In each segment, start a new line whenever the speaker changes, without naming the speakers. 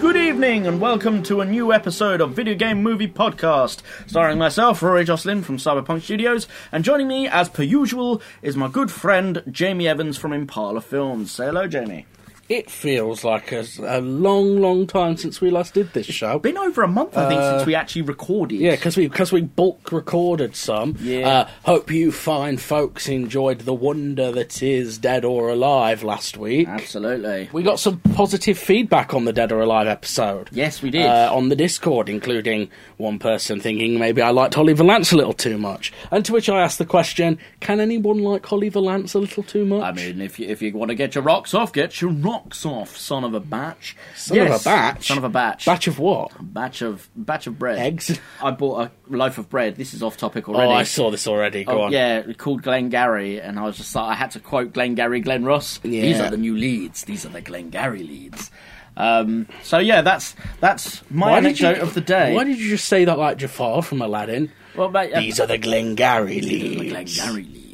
Good evening, and welcome to a new episode of Video Game Movie Podcast, starring myself, Rory Jocelyn from Cyberpunk Studios, and joining me, as per usual, is my good friend Jamie Evans from Impala Films. Say hello, Jamie.
It feels like a, a long, long time since we last did this show.
Been over a month, I think, since we actually recorded.
Uh, Yeah, because we because we bulk recorded some.
Yeah.
Uh, hope you fine folks enjoyed the wonder that is Dead or Alive last week.
absolutely.
We got some positive feedback on the Dead or Alive episode.
Yes, we did.
Uh, on the Discord, including one person thinking maybe I liked Holly Valance a little too much. And to which I asked the question, can anyone like Holly Valance a little too much?
I mean, if you, if you want to get your rocks off, get your rocks off, son of a batch.
son
Yes,
of a batch.
Son of a batch.
Batch of what?
batch of batch of bread.
Eggs.
I bought a loaf of bread. This is off topic already.
Oh, I saw this already. Go
Oh,
on.
Yeah, called Glengarry, and I was just like, I had to quote Glengarry Glen Ross.
Yeah.
These are the new leads. These are the Glengarry leads. Um, so yeah, that's that's my
did you-
anecdote of the day.
Why did you just say that like Jafar from Aladdin?
well, mate, uh,
These are the Glengarry
these are the
leads.
Glengarry leads.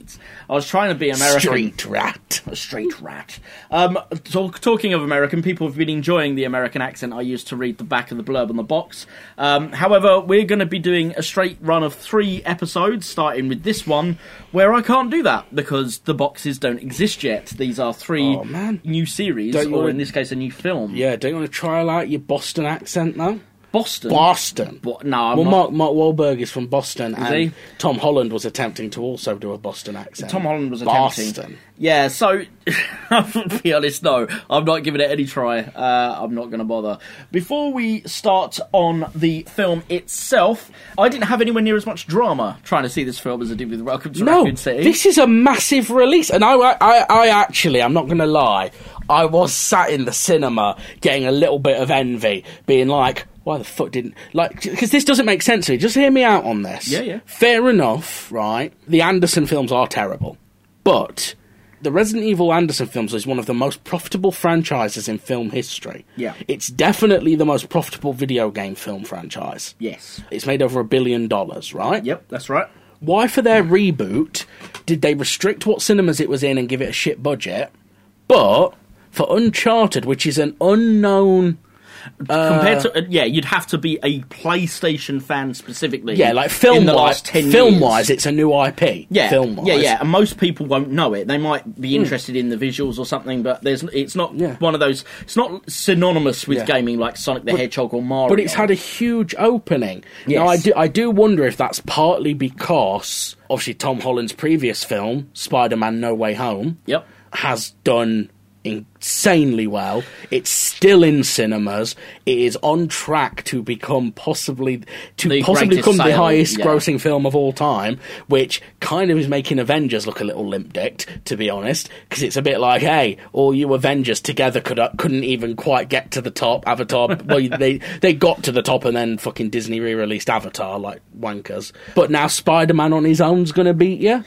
I was trying to be American.
Street rat.
A straight rat. Um, talk, talking of American, people have been enjoying the American accent I used to read the back of the blurb on the box. Um, however, we're going to be doing a straight run of three episodes, starting with this one, where I can't do that because the boxes don't exist yet. These are three
Oh, man.
new series,
Don't you
or
wanna-
in this case, a new film.
Yeah, don't you want to trial out your Boston accent now?
Boston.
Boston.
Bo- no, I'm
well,
not-
Mark, Mark Wahlberg is from Boston, and
he?
Tom Holland was attempting to also do a Boston accent.
Tom Holland was attempting.
Boston.
Yeah, so to be honest, no, I'm not giving it any try. Uh, I'm not going to bother. Before we start on the film itself, I didn't have anywhere near as much drama trying to see this film as I did with Welcome to
No,
Raccoon City.
this is a massive release, and I, I, I actually, I'm not going to lie, I was sat in the cinema getting a little bit of envy, being like, "Why the fuck didn't like?" Because this doesn't make sense to me. Just hear me out on this.
Yeah, yeah.
Fair enough, right? The Anderson films are terrible, but the Resident Evil Anderson films is one of the most profitable franchises in film history.
Yeah.
it's definitely the most profitable video game film franchise.
yes.
It's made over a billion dollars, right?
Yep, that's right.
why for their
Hmm.
reboot did they restrict what cinemas it was in and give it a shit budget but for uncharted which is an unknown
Compared to uh, yeah, you'd have to be a PlayStation fan specifically.
yeah like film
in the
wise
last ten
film
years.
wise it's a new ip
Yeah,
film wise
yeah, yeah, and most people won't know it. They might be interested in the visuals or something, but there's it's not
Hmm. Yeah.
one of those. It's not synonymous with
Yeah.
gaming like Sonic the Hedgehog or Mario.
but it's had a huge opening now i
Yes.
do i do wonder if that's partly because obviously tom holland's previous film spider-man no way home
Yep.
has done insanely well. It's still in cinemas. It is on track to become possibly to
The
possibly
greatest
become the
sale,
highest
yeah.
grossing film of all time, which kind of is making Avengers look a little limp dicked, to be honest, because it's a bit like, hey, all you Avengers together could uh, couldn't even quite get to the top. Avatar, well, they they got to the top and then fucking Disney re-released Avatar like wankers. But now Spider-Man on his own's gonna beat you.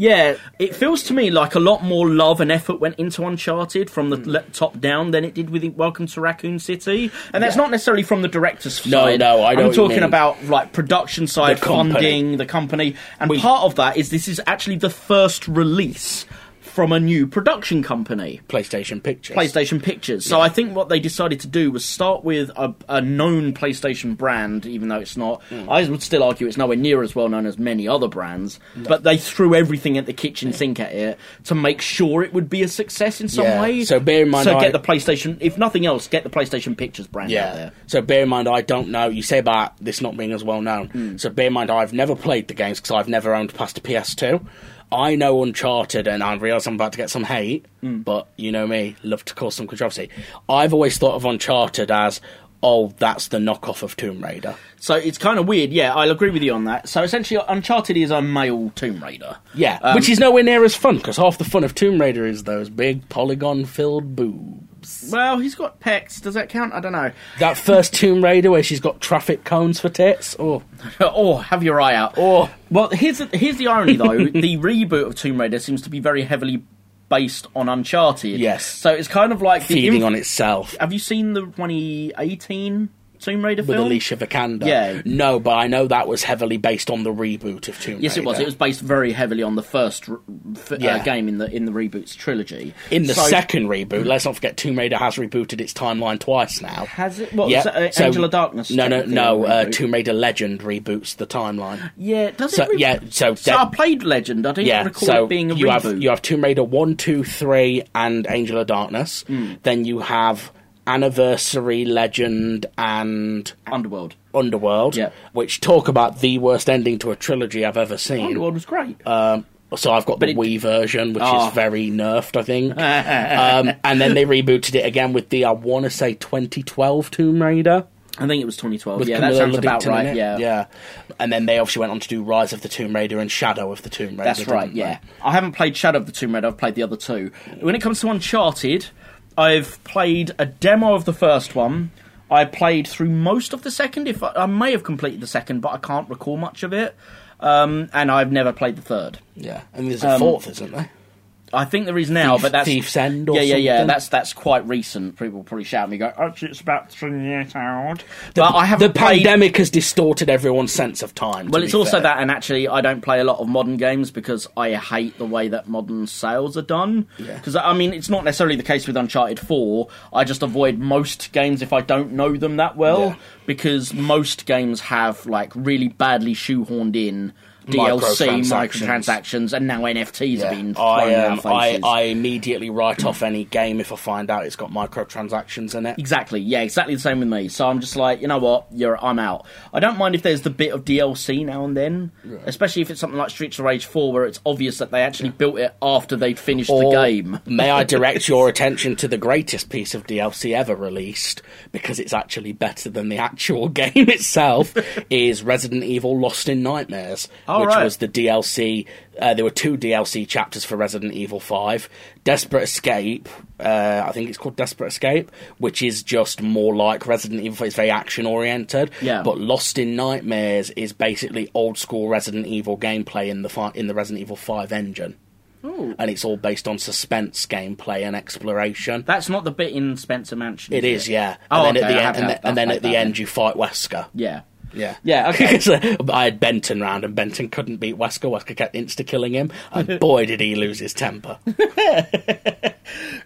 Yeah, it feels to me like a lot more love and effort went into Uncharted from the
Hmm.
le- top down than it did with Welcome to Raccoon City, and that's not necessarily from the director's
No,
side.
no, I know
I'm
what you
talking
mean.
about like production side,
The company.
funding, the company, and part of that is this is actually the first release from a new production company.
PlayStation Pictures.
PlayStation Pictures. So I think what they decided to do was start with a, a known PlayStation brand, even though it's not.
Hmm.
I would still argue it's nowhere near as well known as many other brands. But they threw everything at the kitchen sink at it to make sure it would be a success in some
Yeah.
way.
So bear in mind
so
I-
get the PlayStation. If nothing else, get the PlayStation Pictures brand out there.
So bear in mind, I don't know. You say about this not being as well known. So bear in mind, I've never played the games because I've never owned past a PS2. I know Uncharted, and I realise I'm about to get some hate, but you know me, love to cause some controversy. I've always thought of Uncharted as oh, that's the knockoff of Tomb Raider.
So it's kind of weird. Yeah, I'll agree with you on that. So essentially, Uncharted is a male Tomb Raider.
Yeah,
Um,
which is nowhere near as fun because half the fun of Tomb Raider is those big polygon filled boobs.
Well, he's got pecs. Does that count? I don't know.
That first Tomb Raider where she's got traffic cones for tits. Oh,
or have your eye out.
Or-
well, here's the, here's the irony though. the reboot of Tomb Raider seems to be very heavily based on Uncharted.
Yes.
So it's kind of like the
feeding
inf-
on itself
Have you seen the 2018 Tomb Raider
with
film?
Alicia Vikander.
Yeah.
No, but I know that was heavily based on the reboot of Tomb Raider.
Yes, it was. It was based very heavily on the first r- f- uh,
Yeah.
game in the in the reboot's trilogy.
In the
So- Mm.
second reboot, let's not forget Tomb Raider has rebooted its timeline twice now.
Has it? What
Yeah,
was that, uh,
so-
Angel of Darkness?
No, no,
technically
no.
a
Uh,
reboot?
Tomb Raider Legend reboots the timeline.
Yeah, does
So,
it? re-
yeah, so
so
that-
I played Legend. I didn't
Yeah,
recall
so
it being a
you
reboot.
have you have Tomb Raider one, two, three, and Angel of Darkness.
Mm.
Then you have Anniversary, Legend, and
Underworld.
Underworld,
Yeah.
which talk about the worst ending to a trilogy I've ever seen.
Underworld was great.
Um, so I've got the
it-
Wii version, which
Oh.
is very nerfed, I think. um, and then they rebooted it again with the I want to say 2012 Tomb Raider.
I think it was 2012.
With
Yeah, that
Camilla
sounds about
Luddington in
right.
it.
Yeah.
yeah. And then they obviously went on to do Rise of the Tomb Raider and Shadow of the Tomb Raider.
That's
didn't
right,
they?
yeah. I haven't played Shadow of the Tomb Raider, I've played the other two. When it comes to Uncharted, I've played a demo of the first one. I played through most of the second. If I, I may have completed the second, but I can't recall much of it. Um, and I've never played the third.
Yeah. And there's a
Um,
fourth, isn't there?
I think there is now,
Thief-
but that's
Thief's End or
yeah, yeah, yeah.
something?
That's that's quite recent. People will probably shout at me, go, "Actually, it's about three years old." but I haven't
the
played
pandemic has distorted everyone's sense of time. to
Well,
be
it's also
fair.
that, and actually, I don't play a lot of modern games because I hate the way that modern sales are done.
Yeah.
Because I mean, it's not necessarily the case with Uncharted Four. I just avoid most games if I don't know them that well,
Yeah.
because most games have like really badly shoehorned in DLC,
Microtransactions.
microtransactions, and now NFTs
Yeah.
have been thrown
I,
in our
um, I,
faces.
I immediately write off any game if I find out it's got microtransactions in it.
Exactly, yeah, exactly the same with me. So I'm just like, you know what, you're, I'm out. I don't mind if there's the bit of DLC now and then, especially if it's something like Streets of Rage 4, where it's obvious that they actually built it after they'd finished
Or
the game. Mm.
may I direct your attention to the greatest piece of DLC ever released, because it's actually better than the actual game itself, is Resident Evil Lost in Nightmares,
All
which
right.
was the DLC. Uh, there were two DLC chapters for Resident Evil 5 Desperate Escape, uh, I think it's called Desperate Escape, which is just more like Resident Evil, it's very action oriented.
Yeah.
But Lost in Nightmares is basically old school Resident Evil gameplay in the, fi- in the Resident Evil 5 engine
Hmm.
and it's all based on suspense gameplay and exploration.
That's not the bit in Spencer Mansion.
it is, yeah.
Oh,
and then
okay,
at
I
the
have
end, and
that-
then, and then
I've
at the
played
end, you fight Wesker.
Yeah.
Yeah,
Yeah, okay.
'Cause, uh, I had Benton round, and Benton couldn't beat Wesker. Wesker kept insta killing him, and boy did he lose his temper.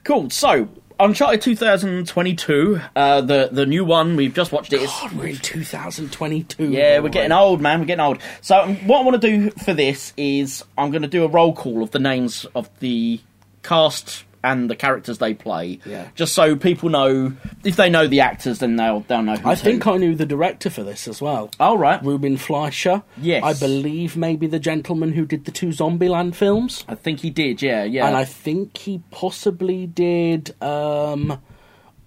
Cool, so. Uncharted 2022, uh, the the new one we've just watched it. It's
God, we're in 2022.
Yeah,
boy.
we're getting old, man. We're getting old. So um, what I want to do for this is I'm going to do a roll call of the names of the cast and the characters they play.
Yeah.
Just so people know if they know the actors, then they'll they'll know. Who's
I think
Who.
I knew the director for this as well.
All Oh, right.
Ruben Fleischer.
Yes.
I believe maybe the gentleman who did the two Zombieland films.
I think he did. Yeah, yeah.
and I think he possibly did um,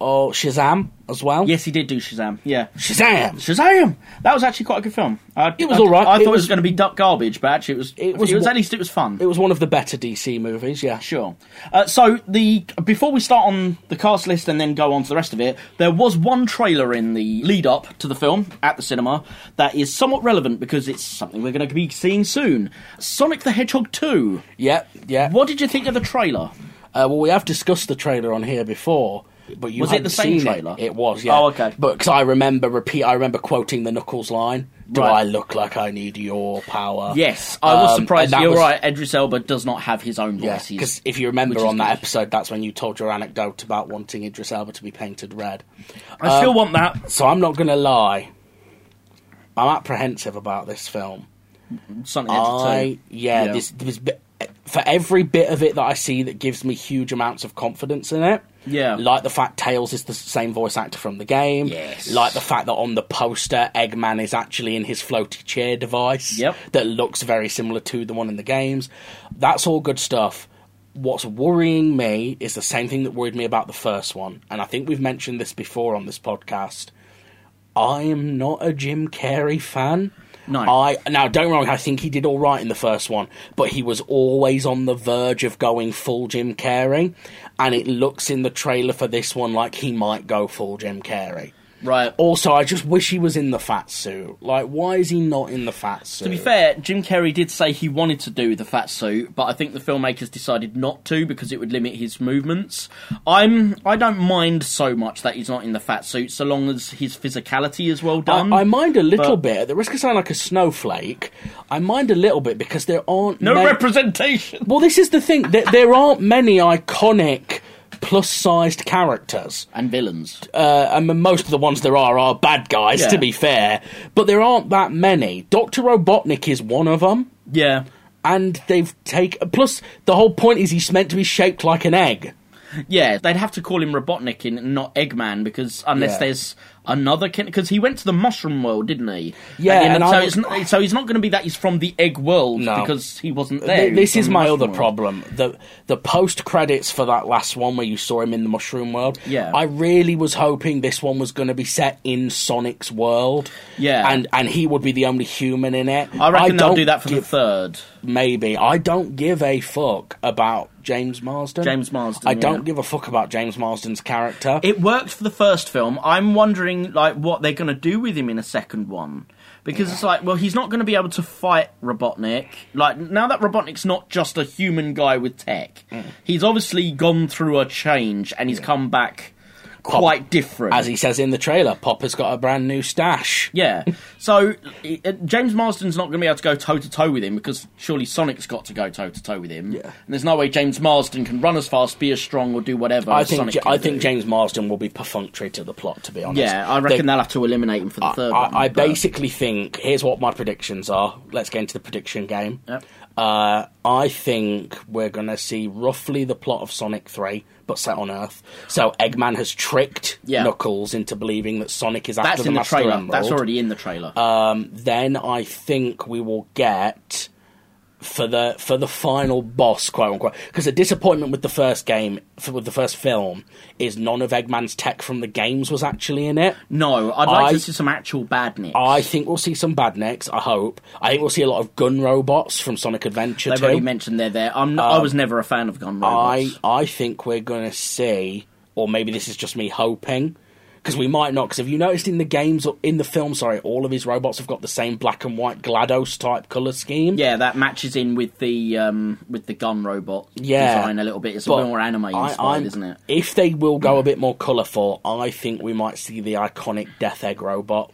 oh Shazam as well.
yes, he did do Shazam. Yeah.
Shazam.
Shazam! That was actually quite a good film. I,
It was
I-
all right.
I thought
It
it was,
was-
going to be duck garbage, but actually it was. It
It
was,
was wa-
at least it was fun.
It was one of the better DC movies. Yeah.
Sure. Uh, so the before we start on the cast list and then go on to the rest of it, there was one trailer in the lead up to the film at the cinema that is somewhat relevant because it's something we're going to be seeing soon. Sonic the Hedgehog 2.
Yeah. Yeah.
What did you think of the trailer?
Uh, well, we have discussed the trailer on here before. But you
Was it
hadn't
the same
seen
trailer?
It. it was, yeah.
Oh, okay.
But because I remember repeat, I remember quoting the Knuckles line. Do
Right.
I look like I need your power?
Yes, I was
Um,
surprised.
and that
You're
was-
right. Idris Elba does not have his own
Yeah,
voice. He's-
because if you
which
remember
is
on that
good.
episode, that's when you told your anecdote about wanting Idris Elba to be painted red.
I still want that.
So I'm not going to lie. I'm apprehensive about this film.
Sonic the Hedgehog 2.
I yeah,
Yeah.
This, this bit, for every bit of it that I see that gives me huge amounts of confidence in it.
Yeah.
like the fact Tails is the same voice actor from the game.
Yes.
like the fact that on the poster Eggman is actually in his floaty chair device.
Yep.
that looks very similar to the one in the games. That's all good stuff. What's worrying me is the same thing that worried me about the first one, and I think we've mentioned this before on this podcast. I am not a Jim Carrey fan.
No.
I now don't get me wrong. I think he did all right in the first one, but he was always on the verge of going full Jim Carrey, and it looks in the trailer for this one like he might go full Jim Carrey.
Right.
Also, I just wish he was in the fat suit. Like, why is he not in the fat suit?
To be fair, Jim Carrey did say he wanted to do the fat suit, but I think the filmmakers decided not to because it would limit his movements. I'm I don't mind so much that he's not in the fat suit, so long as his physicality is well done.
I, I mind a little
um, but-
bit. At the risk of sounding like a snowflake, I mind a little bit because there aren't
no
ma-
representation.
Well, this is the thing. There, there aren't many iconic plus-sized characters.
And villains.
Uh, and most of the ones there are are bad guys,
Yeah.
to be fair. But there aren't that many. Doctor Robotnik is one of them,
yeah.
and they've taken. Plus, the whole point is he's meant to be shaped like an egg.
Yeah, they'd have to call him Robotnik and not Eggman because unless
Yeah.
there's another because he went to the Mushroom World, didn't he?
Yeah,
and,
and
so,
I-
it's not, so he's not going to be that he's from the Egg World
No.
because he wasn't
Th-
there. he was
this
from
is
the
my
Mushroom
other
World.
problem. The the post credits for that last one where you saw him in the mushroom world.
Yeah.
I really was hoping this one was going to be set in Sonic's world.
Yeah.
And and he would be the only human in it.
I reckon they'll
don't
do that for the
give,
third.
maybe. I don't give a fuck about James Marsden.
James Marsden,
I
yeah.
don't give a fuck about James Marsden's character.
It worked for the first film. I'm wondering like what they're going to do with him in a second one. Because it's like, well, he's not going to be able to fight Robotnik. Like now that Robotnik's not just a human guy with tech,
Mm.
he's obviously gone through a change and he's come back
Quite-
quite different.
as he says in the trailer, Popper's got a brand new stash.
Yeah. So i- uh, James Marsden's not going to be able to go toe to toe with him because surely Sonic's got to go toe to toe with him.
Yeah.
And there's no way James Marsden can run as fast, be as strong, or do whatever.
I
as
think
Sonic
Ja-
can
I
do.
think James Marsden will be perfunctory to the plot. To be honest,
Yeah, I
They-
reckon they'll have to eliminate him for the third
I,
one.
I
but-
basically think here's what my predictions are. Let's get into the prediction game.
Yep.
Uh, I think we're going to see roughly the plot of Sonic 3, but set on Earth. So Eggman has tricked
Yeah.
Knuckles into believing that Sonic is after
That's
the
in the
Master
trailer.
Emerald.
That's already in the trailer.
Um, then I think we will get for the for the final boss, quote unquote, because the disappointment with the first game, f- with the first film, is none of Eggman's tech from the games was actually in it.
no, I'd like
I-
to see some actual bad Nick.
I think we'll see some bad necks. I hope. I think we'll see a lot of gun robots from Sonic Adventure.
They've
too.
already mentioned they're there. I'm, I was never a fan of gun
Um, I
robots.
I think we're going to see, or maybe this is just me hoping, because we might not. Because have you noticed in the games or in the film? Sorry, all of his robots have got the same black and white Glados type color scheme.
yeah, that matches in with the um, with the gun robot design a little bit. It's a
but
bit more anime
I-
inspired,
I'm-
isn't it?
If they will go a bit more colourful, I think we might see the iconic Death Egg robot,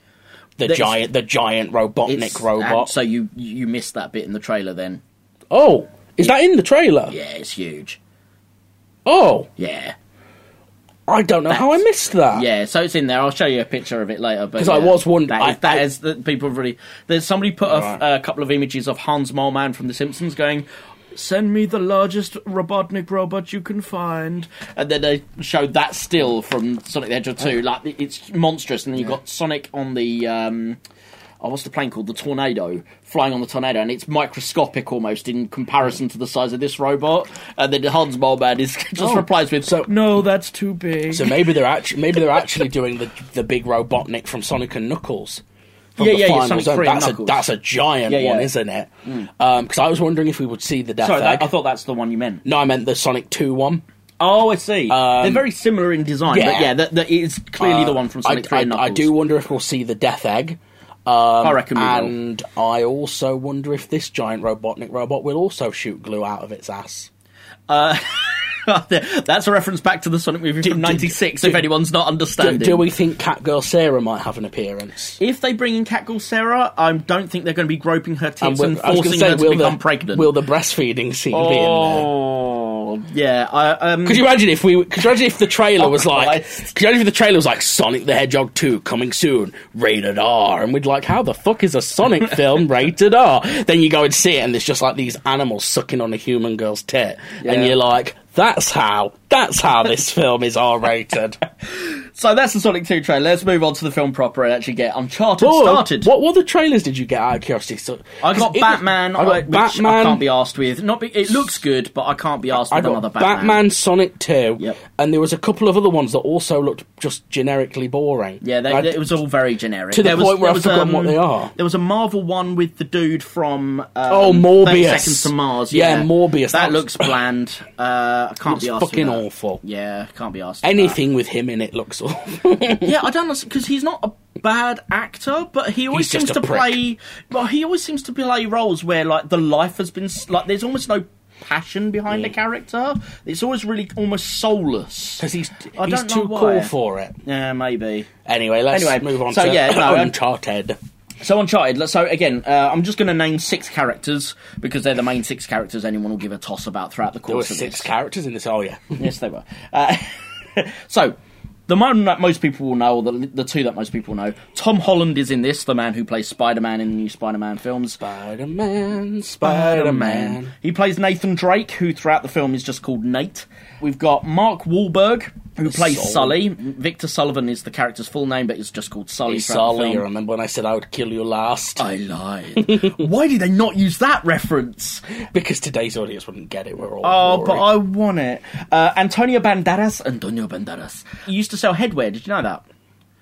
the
That is-
giant, the giant Robotnik
and
robot.
So you you missed that bit in the trailer then?
oh, is that in the trailer?
Yeah, it's huge.
Oh,
Yeah,
I don't know how I
That's-
missed that.
yeah. So it's in there. I'll show you a picture of it later. Because
I was wondering-
that is,
I-
that
I-
is- that people have really. There's somebody put a f- a couple of images of Hans Moleman from The Simpsons going. Send me the largest Robotnik robot you can find, and then they showed that still from Sonic the Hedgehog two. Like it- it's monstrous, and then you have got Sonic on the um, oh, what's the plane called? The tornado flying on the tornado, and it's microscopic almost in comparison to the size of this robot. And then Hans Moleman is just
Oh.
replies with,
So-
"No, that's too big."
So maybe they're actually maybe they're actually doing the the big Robotnik from Sonic and Knuckles. From
Yeah,
the
yeah, yeah,
final
Sonic
zone.
three and
that's a
Knuckles.
that's a giant
Yeah, yeah. Mm.
one, isn't it? Because I was wondering if we would see the Death
Sorry,
Egg.
that, I thought that's the one you meant.
no, I meant the Sonic Two one.
Oh, I see. They're very similar in design,
Um, Yeah.
but yeah, that, that is clearly the one from Sonic
Uh, I,
3
I-
and
I
Knuckles.
do wonder if we'll see the Death Egg. Um,
I reckon we will.
and I also wonder if this giant Robotnik robot will also shoot glue out of its ass.
That's a reference back to the Sonic movie from
do-
'96. If anyone's not
Do,
understanding,
do we think Catgirl Sarah might have an appearance?
if they bring in Catgirl Sarah, I don't think they're going to be groping her tits and,
will- I was gonna
forcing
say,
her to
will
become
the,
pregnant.
Will the breastfeeding scene be in there?
oh, yeah. I, um,
Could you imagine if we? Could you imagine if the trailer was like?
Christ.
Could you imagine if the trailer was like Sonic the Hedgehog two coming soon, rated R, and we'd like, how the fuck is a Sonic film rated R? Then you go and see it, and it's just like these animals sucking on a human girl's tit,
Yeah.
and you're like, that's how, that's how this film is R rated.
So that's the Sonic 2 trailer. Let's move on to the film proper and actually get Uncharted
Oh,
started.
What what other trailers did you get out of curiosity? So,
I got
it-
Batman,
I got
I, which
Batman.
I can't be asked with. Not be, it looks good, but I can't be asked
I
with
got
another
Batman.
Batman.
Sonic Two,
Yep.
and there was a couple of other ones that also looked just generically boring.
Yeah, they,
I-
it was all very generic.
To the point where I've
was, um,
forgotten what they are.
There was a Marvel one with the dude from um,
Oh, Morbius.
30 Seconds to Mars.
Yeah,
Yeah,
Morbius.
That
That
looks bland. Uh, I can't
It's
be asked. with
fucking
that.
awful.
Yeah, can't be asked. with
Anything with him in it looks awful.
that. Yeah, I don't because he's not a bad actor, but he always
He's just
seems
a
to
prick.
play. Well, he always seems to play roles where like the life has been s- like there's almost no passion behind the character. It's always really almost soulless.
Because he's,
I
he's
don't know
too
why.
cool for it.
Yeah, maybe.
Anyway, let's
Anyway,
move on
so
to
yeah, no, um,
Uncharted.
So Uncharted. let's- So again, uh, I'm just going to name six characters because they're the main six characters anyone will give a toss about throughout the
There were
course of
six
this.
characters in this, oh yeah.
yes, they were. Uh, so the one that most people will know, or the, the two that most people know, Tom Holland is in this, the man who plays Spider-Man in the new Spider-Man films.
Spider Man, Spider Man.
He plays Nathan Drake, who throughout the film is just called Nate. We've got Mark Wahlberg, who plays Sully.
Sully.
Victor Sullivan is the character's full name, but it's just called Sully. throughout the
Sully,
film.
you remember when I said I would kill you last?
I lied. Why did they not use that reference?
because today's audience wouldn't get it. We're all.
Oh,
boring.
but I want it. Uh, Antonio Banderas. Antonio Banderas. He used to sell headwear. Did you know that?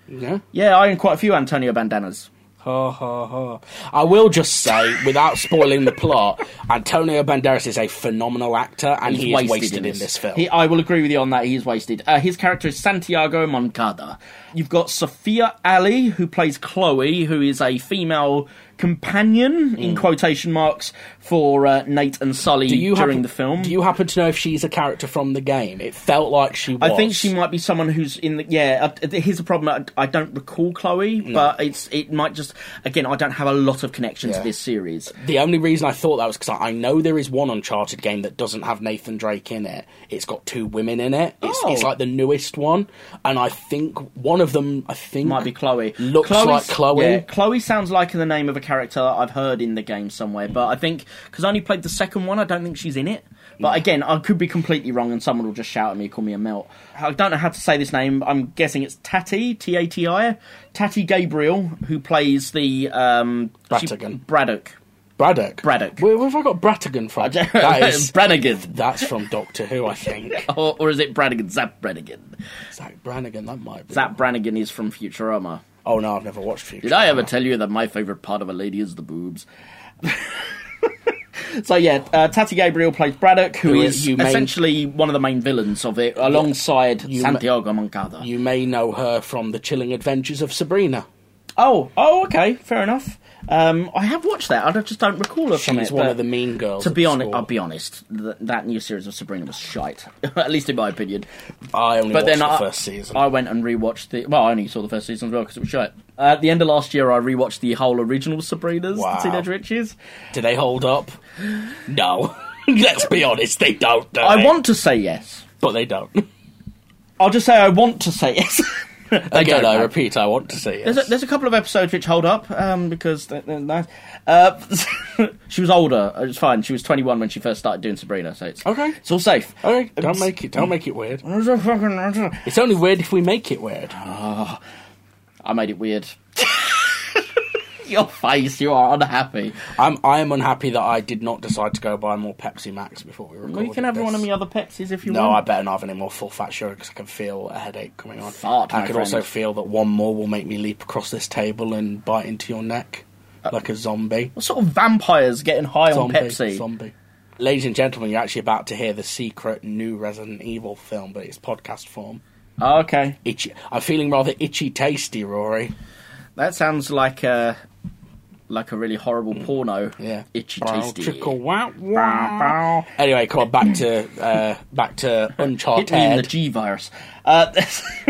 Yeah?
Yeah, I own quite a few Antonio Bandanas.
Ha ha ha. Uh-huh. I will just say, without spoiling the plot, Antonio Banderas is a phenomenal actor and he is wasted in this, film.
He, I will agree with you on that. He is wasted. Uh, his character is Santiago Moncada. You've got Sophia Ali, who plays Chloe, who is a female companion in quotation marks for uh, Nate and Sully
Hmm. Do you
during
happen-
the film.
Do you happen to know if she's a character from the game? It felt like she was.
I think she might be someone who's in the yeah. uh, th- Here's the problem: I I don't recall Chloe,
Hmm.
but it's it might just again I don't have a lot of connection to
Yeah.
this series.
The only reason I thought that was because I, I know there is one Uncharted game that doesn't have Nathan Drake in it. It's got two women in it. It's,
Oh.
it's like the newest one, and I think one of them, I think,
Might be Chloe.
Looks
Chloe's-
like Chloe.
Yeah, Chloe sounds like the name of a character I've heard in the game somewhere, but I think because I only played the second one, I don't think she's in it. But again, I could be completely wrong, and someone will just shout at me, call me a melt. I don't know how to say this name. I'm guessing it's Tati, T A T I, Tati Gabriel, who plays the um, she-
Bratigan.
Braddock.
Braddock.
Braddock.
Where, where have I got Bratigan from? that is.
Brannigan.
That's from Doctor Who, I think.
Or, or is it Brannigan? Zap Brannigan.
Zach Brannigan, that might be.
Zap Brannigan is from Futurama.
Oh no, I've never watched Future.
Did I ever tell you that my favourite part of a lady is the boobs? so yeah, uh, Tati Gabriel plays Braddock, who
Who
is
you main-
essentially one of the main villains of it, alongside Santiago Moncada.
You may know her from The Chilling Adventures of Sabrina.
Oh, oh, okay, fair enough. Um, I have watched that. I just don't recall her from it.
She's one
but
of the mean girls.
To
at
be
the
honest,
school.
I'll be honest. Th- that new series of Sabrina was shite, at least in my opinion.
I only
But
watched
then
the
I,
first season.
I went and rewatched the. Well, I only saw the first season as well because it was shite. Uh, at the end of last year, I rewatched the whole original Sabrina's
Wow.
the Teenage Witches.
Do they hold up? No. Let's be honest, they don't. do
I
they?
want to say yes.
but they don't.
I'll just say I want to say yes. They
Again,
don't
I
know.
repeat, I want to see it.
There's a, there's a couple of episodes which hold up um, because they're, they're nice. Uh, she was older. Uh, It's fine. She was 21 when she first started doing Sabrina, so it's
Okay.
It's all safe.
Okay, don't make it. Don't make it weird.
I
It's only weird if we make it weird.
made it weird. Your face. You are unhappy.
I'm. I am unhappy that I did not decide to go buy more Pepsi Max before we recorded.
Well, you can have
this.
one of my other Pepsis if you
No, I
want.
better not have any more full fat sugar because I can feel a headache coming on.
Fart,
I
my
can
friend.
also feel that one more will make me leap across this table and bite into your neck like a zombie.
what sort of vampires getting high
Zombie,
on Pepsi?
zombie. Ladies and gentlemen, you're actually about to hear the secret new Resident Evil film, but it's podcast form.
Oh, okay,
Itchy. I'm feeling rather itchy tasty, Rory.
that sounds like a like a really horrible porno.
Mm. Yeah.
itchy
Bow,
tasty.
Trickle, wow, wow. Anyway, come on, back to uh, back to
Hit me in the
Uncharted.
G virus. Uh,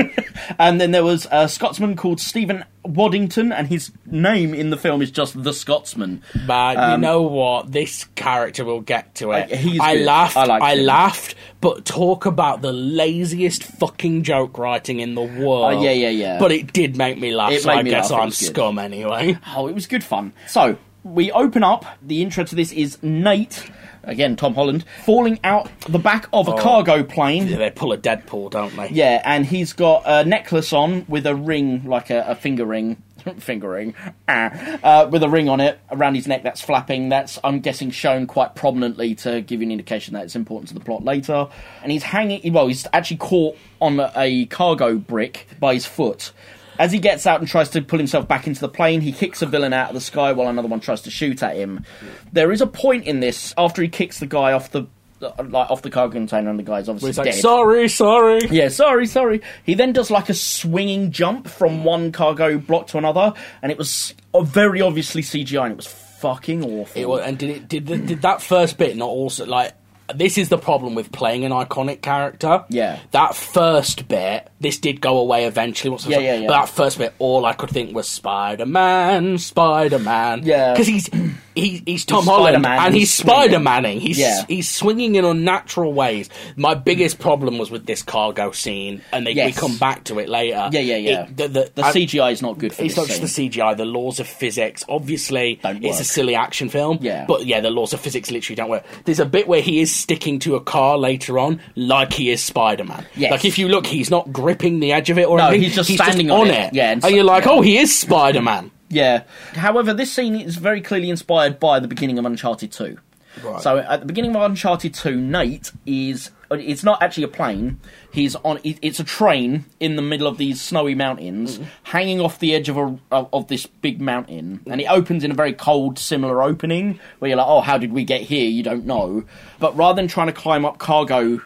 and then there was a Scotsman called Stephen Waddington, and his name in the film is just the Scotsman.
Man, you know what? This character will get to it.
Um, I- he's
I
good.
laughed.
I
I,
liked him.
laughed. But talk about the laziest fucking joke writing in the world.
Oh, yeah, yeah, yeah.
But it did make me laugh.
It
so
made
I
me
guess
laugh, it
I'm
was good.
scum anyway.
Oh, it was good fun. So we open up. The intro to this is Nate. again Tom Holland, falling out the back of a cargo plane.
Yeah, they pull a Deadpool, don't they?
Yeah, and he's got a necklace on with a ring, like a, a finger ring. finger ring. ah, uh, with a ring on it around his neck that's flapping. That's, I'm guessing, shown quite prominently to give you an indication that it's important to the plot later. And he's hanging, well, he's actually caught on a- a cargo brick by his foot. As he gets out and tries to pull himself back into the plane, he kicks a villain out of the sky while another one tries to shoot at him. There is a point in this after he kicks the guy off the uh, like off the cargo container, and the guy's obviously
It's like,
dead.
sorry, sorry.
Yeah, sorry, sorry. He then does like a swinging jump from one cargo block to another, and it was uh, very obviously CGI, and it was fucking awful.
It was, and did it did the, did that first bit not also like this is the problem with playing an iconic character.
Yeah.
That first bit, this did go away eventually. Once I
Yeah,
saw-
yeah, yeah.
But that first bit, all I could think was Spider Man, Spider Man.
Yeah.
Because he's he, he's Tom Holland
Spider-Man,
and he's
he's swinging.
Spider Manning. He's
Yeah.
he's swinging in unnatural ways. My biggest problem was with this cargo scene, and they, we
Yes.
come back to it later.
yeah, yeah, yeah.
It- the the,
The
I-
CGI is not good for
it's
this
not just
scene.
the CGI, the laws of physics. Obviously,
Don't
it's a
work.
silly action film.
Yeah.
But yeah, the laws of physics literally don't work. There's a bit where he is sticking to a car later on, like he is Spider Man.
Yes.
Like if you look, he's not gripping the edge of it or
No,
anything.
he's just standing on it. Yeah,
And,
and
you're
so-
like, oh, he is Spider Man.
Yeah. However, this scene is very clearly inspired by the beginning of Uncharted 2.
Right.
So at the beginning of Uncharted 2, Nate is it's not actually a plane. He's on it- it's a train in the middle of these snowy mountains, hanging off the edge of a of, of this big mountain, and it opens in a very cold similar opening where you're like, "Oh, how did we get here?" You don't know. But rather than trying to climb up cargo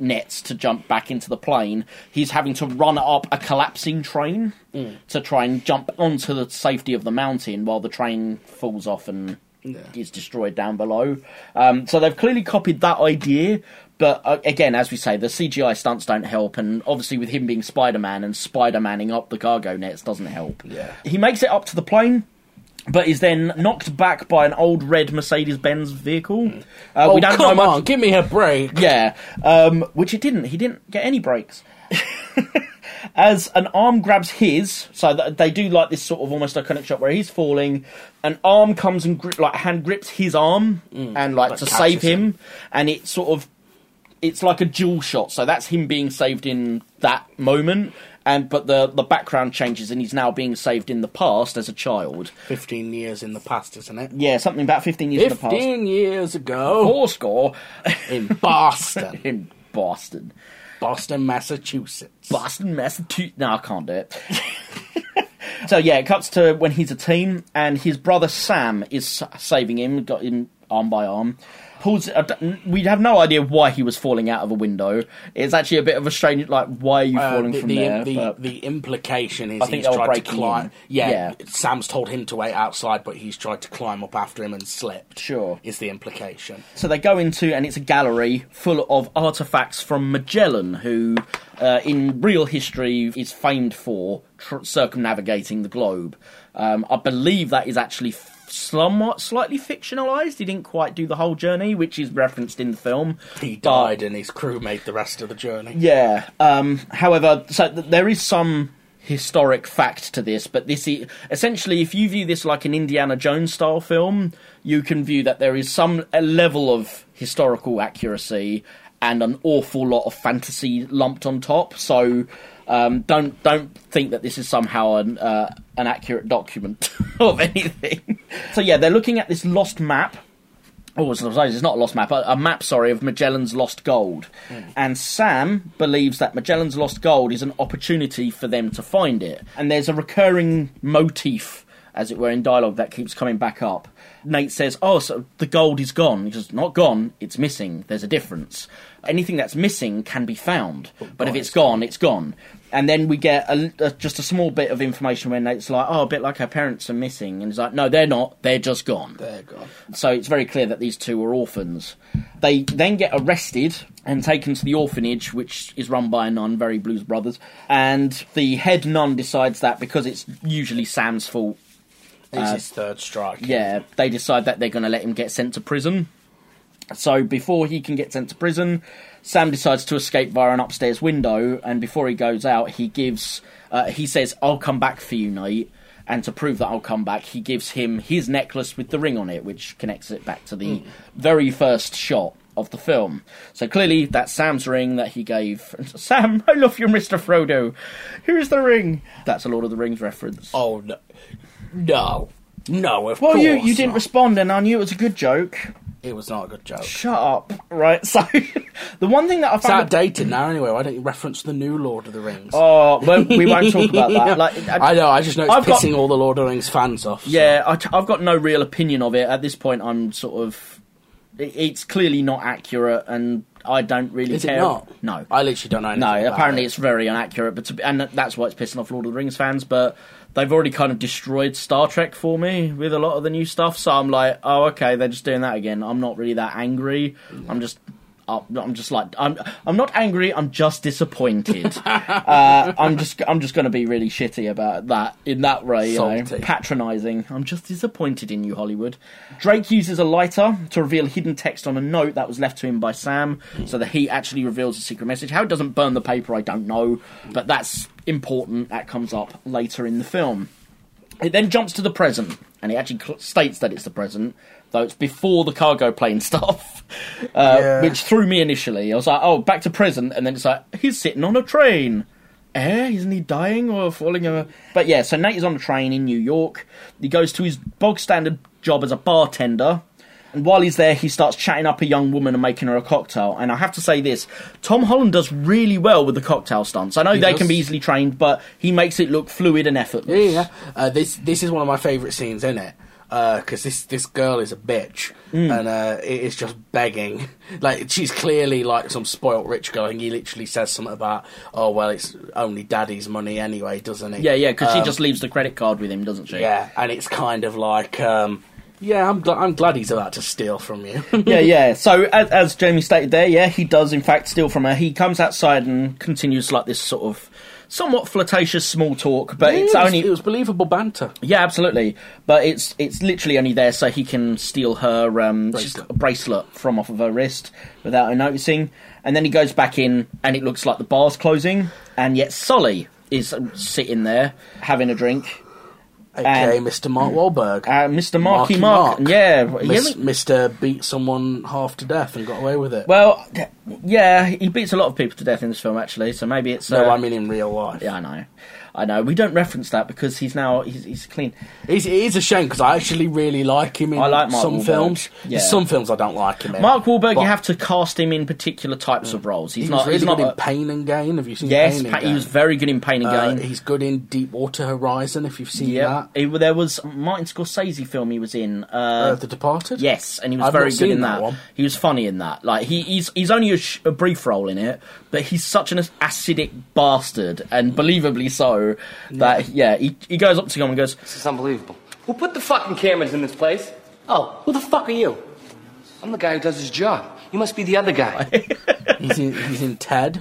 nets to jump back into the plane. He's having to run up a collapsing train
Mm.
to try and jump onto the safety of the mountain while the train falls off and is destroyed down below. Um, so they've clearly copied that idea. But uh, again, as we say, the CGI stunts don't help, and obviously with him being Spider-Man and Spider-Manning up the cargo nets doesn't help.
Yeah.
He makes it up to the plane, but is then knocked back by an old red Mercedes-Benz vehicle. Uh,
Oh,
we don't know
come
much-
on, give me a break.
yeah, um, which he didn't. He didn't get any breaks. As an arm grabs his, so th- they do like this sort of almost iconic shot where he's falling. An arm comes and gri- like hand grips his arm and like, to
catches
save Mm. him, and it sort of it's like a dual shot. So that's him being saved in that moment, and but the the background changes and he's now being saved in the past as a child.
15 years in the past, isn't it?
Yeah, something about fifteen years in the past.
15 years ago
Four score
in Boston,
in Boston.
Boston, Massachusetts.
Boston, Massachusetts. No, I can't do it. so yeah, it cuts to when he's a teen, and his brother Sam is s- saving him, got him arm by arm. Pulls. I don't- We have no idea why he was falling out of a window. It's actually a bit of a strange. Like, why are you
Uh,
falling
the,
from
the,
there?
the,
But-
the implication is
think
he's
they'll
tried to
break you
climb.
in.
Yeah,
Yeah.
Sam's told him to wait outside, but he's tried to climb up after him and slipped.
Sure.
is the implication.
So they go into, and it's a gallery full of artifacts from Magellan, who, uh, in real history, is famed for tr- circumnavigating the globe. Um, I believe that is actually f- somewhat slightly fictionalized. He didn't quite do the whole journey, which is referenced in the film.
He
But-
died, and his crew made the rest of the journey.
yeah. Um, however, so th- there is some historic fact to this, but this i essentially, if you view this like an Indiana Jones style film, you can view that there is some a level of historical accuracy and an awful lot of fantasy lumped on top. So. Um, don't don't think that this is somehow an uh, an accurate document of anything. So yeah, they're looking at this lost map Oh, it's, not- it's not a lost map, a, a map, sorry, of Magellan's lost gold. And Sam believes that Magellan's lost gold is an opportunity for them to find it. And there's a recurring motif, as it were, in dialogue that keeps coming back up. Nate says, Oh, so the gold is gone. He says, Not gone, it's missing. There's a difference. Anything that's missing can be found, but if it's gone, it's gone. And then we get a, a, just a small bit of information where Nate's like, Oh, a bit like her parents are missing. And he's like, No, they're not, they're just gone.
There, God.
So it's very clear that these two are orphans. They then get arrested and taken to the orphanage, which is run by a nun, very Blues Brothers. And the head nun decides that because it's usually Sam's fault,
It's his third strike.
Uh, yeah, they decide that they're going to let him get sent to prison. So before he can get sent to prison, Sam decides to escape via an upstairs window, and before he goes out, he gives, uh, he says, "I'll come back for you, Nate." And to prove that I'll come back, he gives him his necklace with the ring on it, which connects it back to the
Hmm.
very first shot of the film. So clearly, that's Sam's ring that he gave. Sam, I love you, Mr. Frodo. Here's the ring. That's a Lord of the Rings reference.
Oh no, no, no. Of
well,
course
you, you didn't
not.
respond, and I knew it was a good joke.
it was not a good joke. It's
Shut up. Right, so the one thing that I found.
outdated now anyway. Why don't you reference the new Lord of the Rings?
Oh, well, we won't talk about that. Like,
I, know. I just know it's
I've got-
pissing all the Lord of the Rings fans off. so-
Yeah, I t- I've got no real opinion of it at this point. I'm sort of, it- it's clearly not accurate, and I don't really
Is it
care.
not?
No,
I literally don't know. anything
no.
about
Apparently,
it.
it's very inaccurate, but to be, and that's why it's pissing off Lord of the Rings fans. But they've already kind of destroyed Star Trek for me with a lot of the new stuff. So I'm like, oh, okay, they're just doing that again. I'm not really that angry. I'm just. up- I'm just like I'm. I'm not angry. I'm just disappointed. uh, I'm just. I'm just going to be really shitty about that in that way. You know,
Salty.
patronising. I'm just disappointed in you, Hollywood. Drake uses a lighter to reveal hidden text on a note that was left to him by Sam, so that he actually reveals a secret message. How it doesn't burn the paper, I don't know, but that's important. That comes up later in the film. It then jumps to the present, and it actually cl- states that it's the present, though it's before the cargo plane stuff, uh,
Yeah.
which threw me initially. I was like, oh, back to present, and then it's like, he's sitting on a train. Eh? Isn't he dying or falling over? But yeah, so Nate is on a train in New York. He goes to his bog standard job as a bartender. And while he's there, he starts chatting up a young woman and making her a cocktail. And I have to say this Tom Holland does really well with the cocktail stunts. I know they
does.
can be easily trained, but he makes it look fluid and effortless.
Yeah, yeah. Uh, this this is one of my favourite scenes in it because this this girl is a bitch
Mm.
and uh, it is just begging. Like she's clearly like some spoilt rich girl, and he literally says something about, "Oh well, it's only daddy's money anyway, doesn't it?" Uh,
Yeah, yeah, because she just leaves the credit card with him, doesn't she?
yeah, and it's kind of like. Um, yeah, I'm, gl- I'm glad he's about to steal from you.
yeah, yeah. So as, as Jamie stated there, yeah, he does in fact steal from her. He comes outside and continues like this sort of somewhat flirtatious small talk, but it's
it was,
only
it was believable banter.
yeah, absolutely. But it's it's literally only there so he can steal her um, bracelet.
Bracelet.
bracelet from off of her wrist without her noticing, and then he goes back in, and it looks like the bar's closing, and yet Sully is um, sitting there having a drink.
Okay,
And-
Mr. Mark Wahlberg.
Uh, Mr. Marky,
Marky
Mark,
Mark.
yeah, he
Mis-
hasn't-
Mr. beat someone half to death and got away with it.
Well, d- yeah, he beats a lot of people to death in this film, actually. So maybe it's.
no,
uh,
I mean in real life.
yeah, I know, I know. We don't reference that because he's now he's, he's clean.
It's, it is a shame because I actually really like him in
I like Mark
some
Wahlberg.
films.
Yeah.
Some films I don't like him in.
Mark Wahlberg,
But Mm.
you have to cast him in particular types of roles. He's
He
not.
was really
he's not.
good in
A,
Pain and Gain. Have you seen
yes,
Pain and
Pa- he
Gain?
was very good in Pain and
Uh,
Gain.
he's good in Deep Water Horizon. If you've seen
Yeah,
that,
He- there was a Martin Scorsese film he was in.
uh,
Uh,
The Departed.
yes, and he was
I've
very
not
good
seen
in
that
that.
one.
He was funny in that. Like he, he's he's only a, sh- a brief role in it, but he's such an acidic bastard, and believably so. That yeah, he, he goes up to him and goes,
This is unbelievable. Who put the fucking cameras in this place? Oh, who the fuck are you? I'm the guy who does his job. You must be the other guy.
he's in, he's in Ted.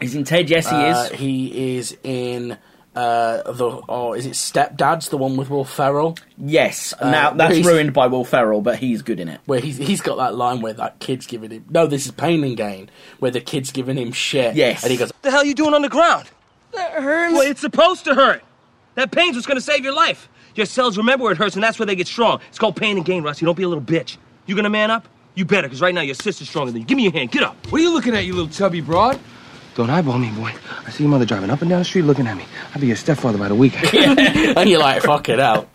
He's in Ted. Yes, he
Uh,
is.
he is in uh, the. Oh, is it Stepdads? The one with Will Ferrell,
Yes. now that's
uh, he's-
ruined by Will Ferrell, but he's good in it.
where he's he's got that line where that kid's giving him. No, this is Pain and Gain, where the kid's giving him shit.
Yes.
and he goes,
the hell you doing on the ground? That hurts. Well, it's supposed to hurt. That pain's what's gonna save your life. Your cells remember where it hurts, and that's where they get strong. It's called pain and gain, Rusty. Don't be a little bitch. You gonna man up? You better, because right now your sister's stronger than you. Give me your hand. Get up. What are you looking at, you little chubby broad? Don't eyeball me, boy. I see your mother driving up and down the street looking at me. I'll be your stepfather by the weekend.
and you're like, fuck it out.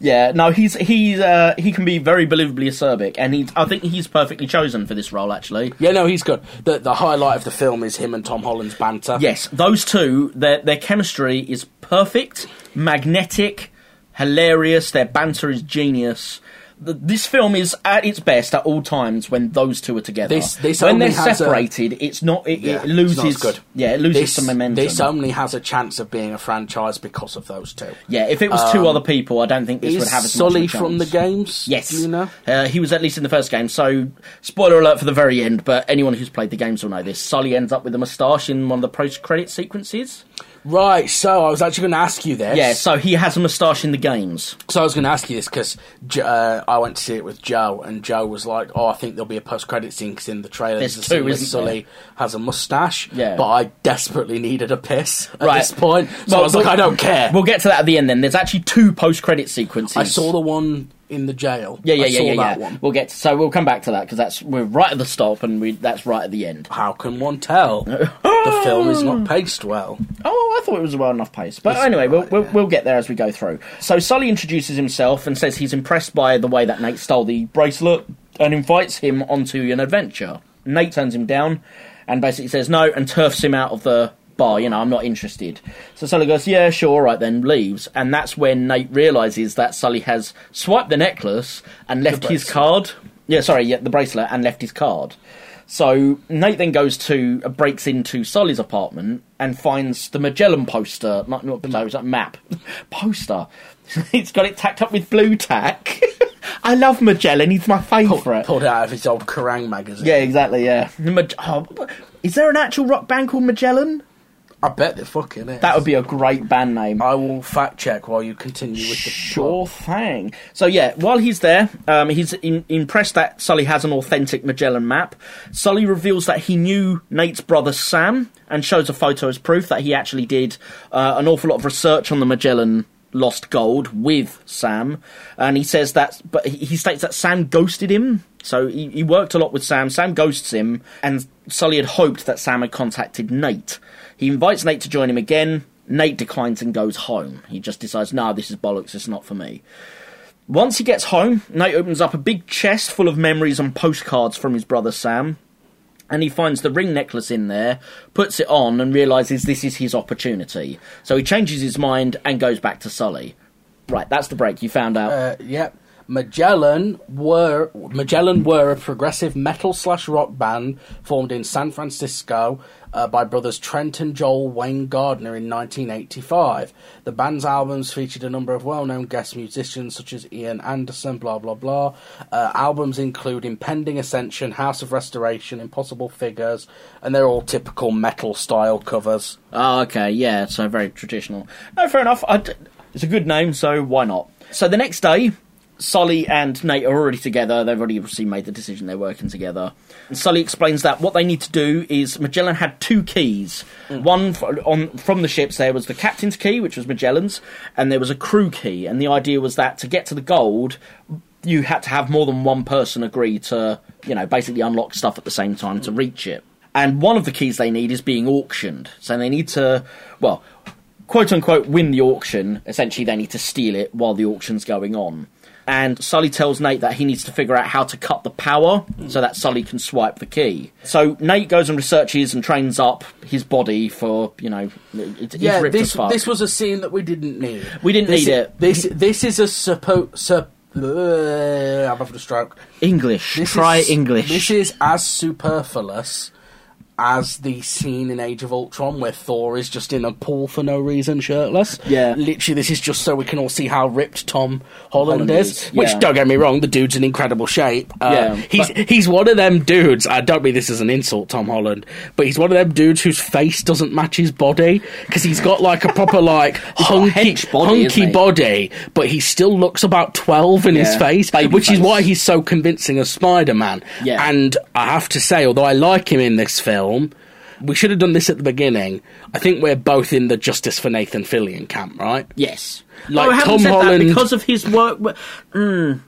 Yeah. No, he's he's uh, he can be very believably acerbic, and he I think he's perfectly chosen for this role. Actually.
Yeah, no, he's good. The, the highlight of the film is him and Tom Holland's banter.
Yes, those two, their their chemistry is perfect, magnetic, hilarious. Their banter is genius. Th- This film is at its best at all times when those two are together.
This- this
when
only
they're
has a-
separated, it's not. It,
Yeah,
it loses.
it's not as good.
Yeah, it loses
This,
some momentum.
this only has a chance of being a franchise because of those two.
yeah, if it was two other people, I don't think this would
Um, Is
have as much of
Sully
a chance.
from the games?
Yes.
Do you know?
Uh, he was at least in the first game, so spoiler alert for the very end, but anyone who's played the games will know this. Sully ends up with a moustache in one of the post credit sequences.
Right, so I was actually going to ask you this.
Yeah, so he has a moustache in the games.
So I was going to ask you this because uh, I went to see it with Joe, and Joe was like, "Oh, I think there'll be a post-credit scene because in the trailer
There's
there's a
two,
scene where
isn't
Sully has a mustache."
Yeah.
But I desperately needed a piss at
Right.
this point, so
Well,
I was like,
we'll-
"I don't care."
We'll get to that at the end then. There's actually two post credit sequences.
I saw the one in the jail.
Yeah, yeah,
I
yeah,
saw
yeah,
that
yeah.
One.
We'll get so we'll come back to that because that's we're right at the stop and we that's right at the end.
How can one tell? the film is not paced well.
Oh, I thought it was a well enough pace. But anyway, we'll, we'll, we'll get there as we go through. So Sully introduces himself and says he's impressed by the way that Nate stole the bracelet and invites him onto an adventure. Nate turns him down and basically says no and turfs him out of the bar. You know, I'm not interested. So Sully goes, yeah, sure, all right then, leaves. And that's when Nate realizes that Sully has swiped the necklace and left his card. Yeah, sorry, yeah, the bracelet and left his card. So Nate then goes to uh, breaks into Sully's apartment and finds the Magellan poster, not not no, it's a map poster. it's got it tacked up with blue tack. I love Magellan; he's my favourite.
Pulled out of his old Kerrang magazine.
Yeah, exactly. Yeah. The Mag- oh, is there an actual rock band called Magellan?
I bet they fucking is.
That would be a great band name.
I will fact check while you continue with the
Sure thing. So yeah, while he's there, um, he's in- impressed that Sully has an authentic Magellan map. Sully reveals that he knew Nate's brother Sam and shows a photo as proof that he actually did uh, an awful lot of research on the Magellan lost gold with Sam. And he says that, but he he states that Sam ghosted him. So he, he worked a lot with Sam. Sam ghosts him, and Sully had hoped that Sam had contacted Nate. He invites Nate to join him again. Nate declines and goes home. He just decides, nah, this is bollocks, it's not for me. Once he gets home, Nate opens up a big chest full of memories and postcards from his brother Sam, and he finds the ring necklace in there, puts it on, and realises this is his opportunity. So he changes his mind and goes back to Sully. Right, that's the break. You found out.
Uh, yep. Magellan were Magellan were a progressive metal slash rock band formed in San Francisco uh, by brothers Trent and Joel Wayne Gardner in 1985. The band's albums featured a number of well-known guest musicians such as Ian Anderson, blah blah blah. Uh, albums include Impending Ascension, House of Restoration, Impossible Figures, and they're all typical metal style covers.
Oh, okay, yeah, so very traditional. No, fair enough. I d- it's a good name, so why not? So the next day, Sully and Nate are already together. They've already obviously made the decision they're working together. And Sully explains that what they need to do is Magellan had two keys. One f- on from the ships there was the captain's key, which was Magellan's, and there was a crew key. And the idea was that to get to the gold, you had to have more than one person agree to, you know, basically unlock stuff at the same time to reach it. And one of the keys they need is being auctioned. So they need to, well, quote unquote, win the auction. Essentially, they need to steal it while the auction's going on. And Sully tells Nate that he needs to figure out how to cut the power so that Sully can swipe the key. So Nate goes and researches and trains up his body for, you know, it, he's ripped
this
as fuck.
this was a scene that we didn't need.
We didn't
This
need
i-
it.
This this is a suppo. Sup, uh, I'm having a stroke.
English.
This
Try
is-
English.
This is as superfluous as the scene in Age of Ultron where Thor is just in a pool for no reason, shirtless.
Yeah.
literally, this is just so we can all see how ripped Tom Holland,
Holland
is.
is,
Which
yeah.
don't get me wrong, the dude's in incredible shape. Uh,
Yeah,
he's
but-
he's one of them dudes. I don't mean this as an insult, Tom Holland, but he's one of them dudes whose face doesn't match his body because he's got like a proper like hunky
hench body,
hunky
isn't he?
body, but he still looks about twelve in his
Yeah,
face,
baby
which is
face.
why he's so convincing as Spider Man.
Yeah.
And I have to say, although I like him in this film, we should have done this at the beginning. I think we're both in the justice for Nathan Fillion camp, right?
Yes,
Like
Oh, I haven't
Tom
said that
Holland-
because of his work. w- Mm.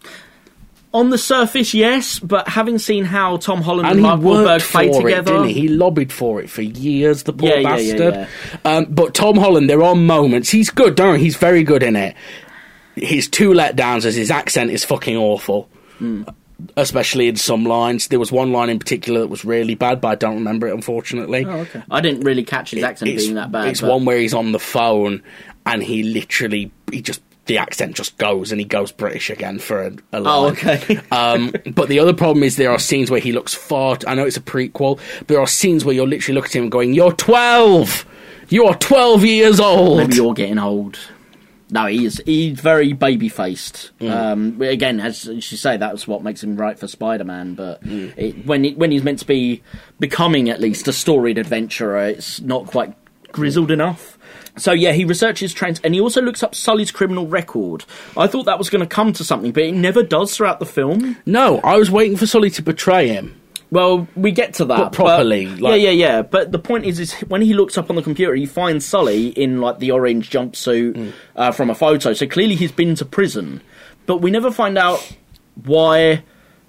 On the surface, yes, but having seen how Tom Holland and,
And he
Mark Wahlberg
worked for
play
it,
together,
didn't he? He lobbied for it for years, the poor
Yeah, yeah, yeah,
bastard. Um, but Tom Holland, there are moments. He's good, don't he? He's very good in it. His two letdowns is his accent is fucking awful.
Hmm.
Especially in some lines. There was one line in particular that was really bad, but I don't remember it, unfortunately.
I didn't really catch his accent
it's,
being that bad.
It's
but-
one where he's on the phone and he literally he just the accent just goes and he goes British again for a, a line.
Oh, okay.
um, but the other problem is there are scenes where he looks far. I know it's a prequel, but there are scenes where you're literally looking at him and going, "You're 12. You are 12 years old."
Maybe you're getting old. No, he is. He's very baby faced. Um, but again, as you say, that's what makes him right for Spider Man. But it, when he, when he's meant to be becoming at least a storied adventurer, it's not quite grizzled enough. So yeah, he researches Trent and he also looks up Sully's criminal record. I thought that was going to come to something, but it never does throughout the film.
No, I was waiting for Sully to betray him.
Well, we get to that
But properly,
but-
like-
yeah, yeah, yeah. But the point is, is when he looks up on the computer, he finds Sully in like the orange jumpsuit
Hmm.
uh, from a photo. So clearly, he's been to prison, but we never find out why,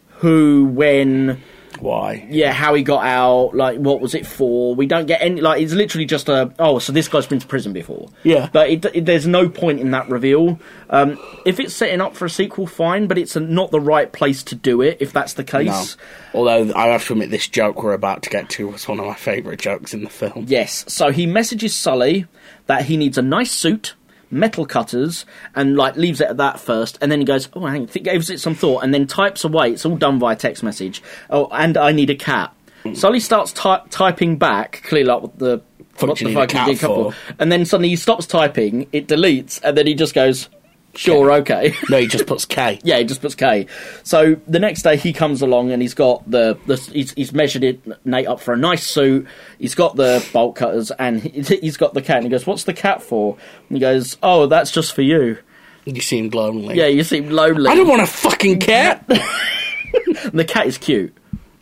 who, when.
Why?
yeah, how he got out, like what was it for? We don't get any. Like it's literally just a oh, so this guy's been to prison before.
Yeah.
but it, it- there's no point in that reveal. Um, if it's setting up for a sequel, fine, but it's a, not the right place to do it. If that's the
No.
case,
Although I have to admit, this joke we're about to get to was one of my favourite jokes in the film.
yes. So he messages Sully that he needs a nice suit. Metal cutters and like leaves it at that first, and then he goes, "Oh, hang, think, gives it some thought," and then types away. It's all done via text message. Oh, and I need a cat. Sully starts ty- typing back, clearly like what the
Fuck
what
you
the
need a
fuck you
cat
did couple.
for?
And then suddenly he stops typing, it deletes, and then he just goes, sure, okay.
No, he just puts K.
yeah, he just puts K. So the next day he comes along and he's got the, the he's, he's measured it Nate up for a nice suit. He's got the bolt cutters and he, he's got the cat. And he goes, "What's the cat for?" And he goes, "Oh, that's just for you."
You seemed lonely.
Yeah, you seem lonely.
I don't want a fucking cat.
And the cat is cute.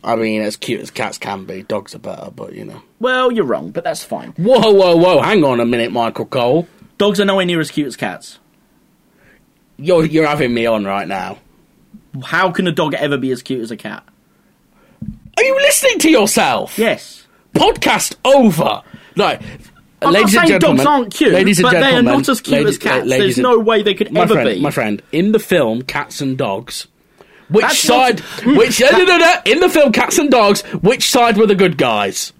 I mean, as cute as cats can be, dogs are better, but you know.
Well, you're wrong, but that's fine.
Whoa, whoa, whoa! Hang on a minute, Michael Cole.
Dogs are nowhere near as cute as cats.
You're you're having me on right now.
How can a dog ever be as cute as a cat?
Are you listening to yourself?
Yes.
Podcast over. Like,
I'm
ladies
not saying
and gentlemen,
dogs aren't cute,
ladies and
but they are
gentlemen,
not as cute as
ladies-
cats.
ladies
There's
and-
no way they could
my
ever
friend,
be.
My friend, in the film Cats and Dogs, which
That's not-
side? Which no, no, no, no, in the film Cats and Dogs, which side were the good guys?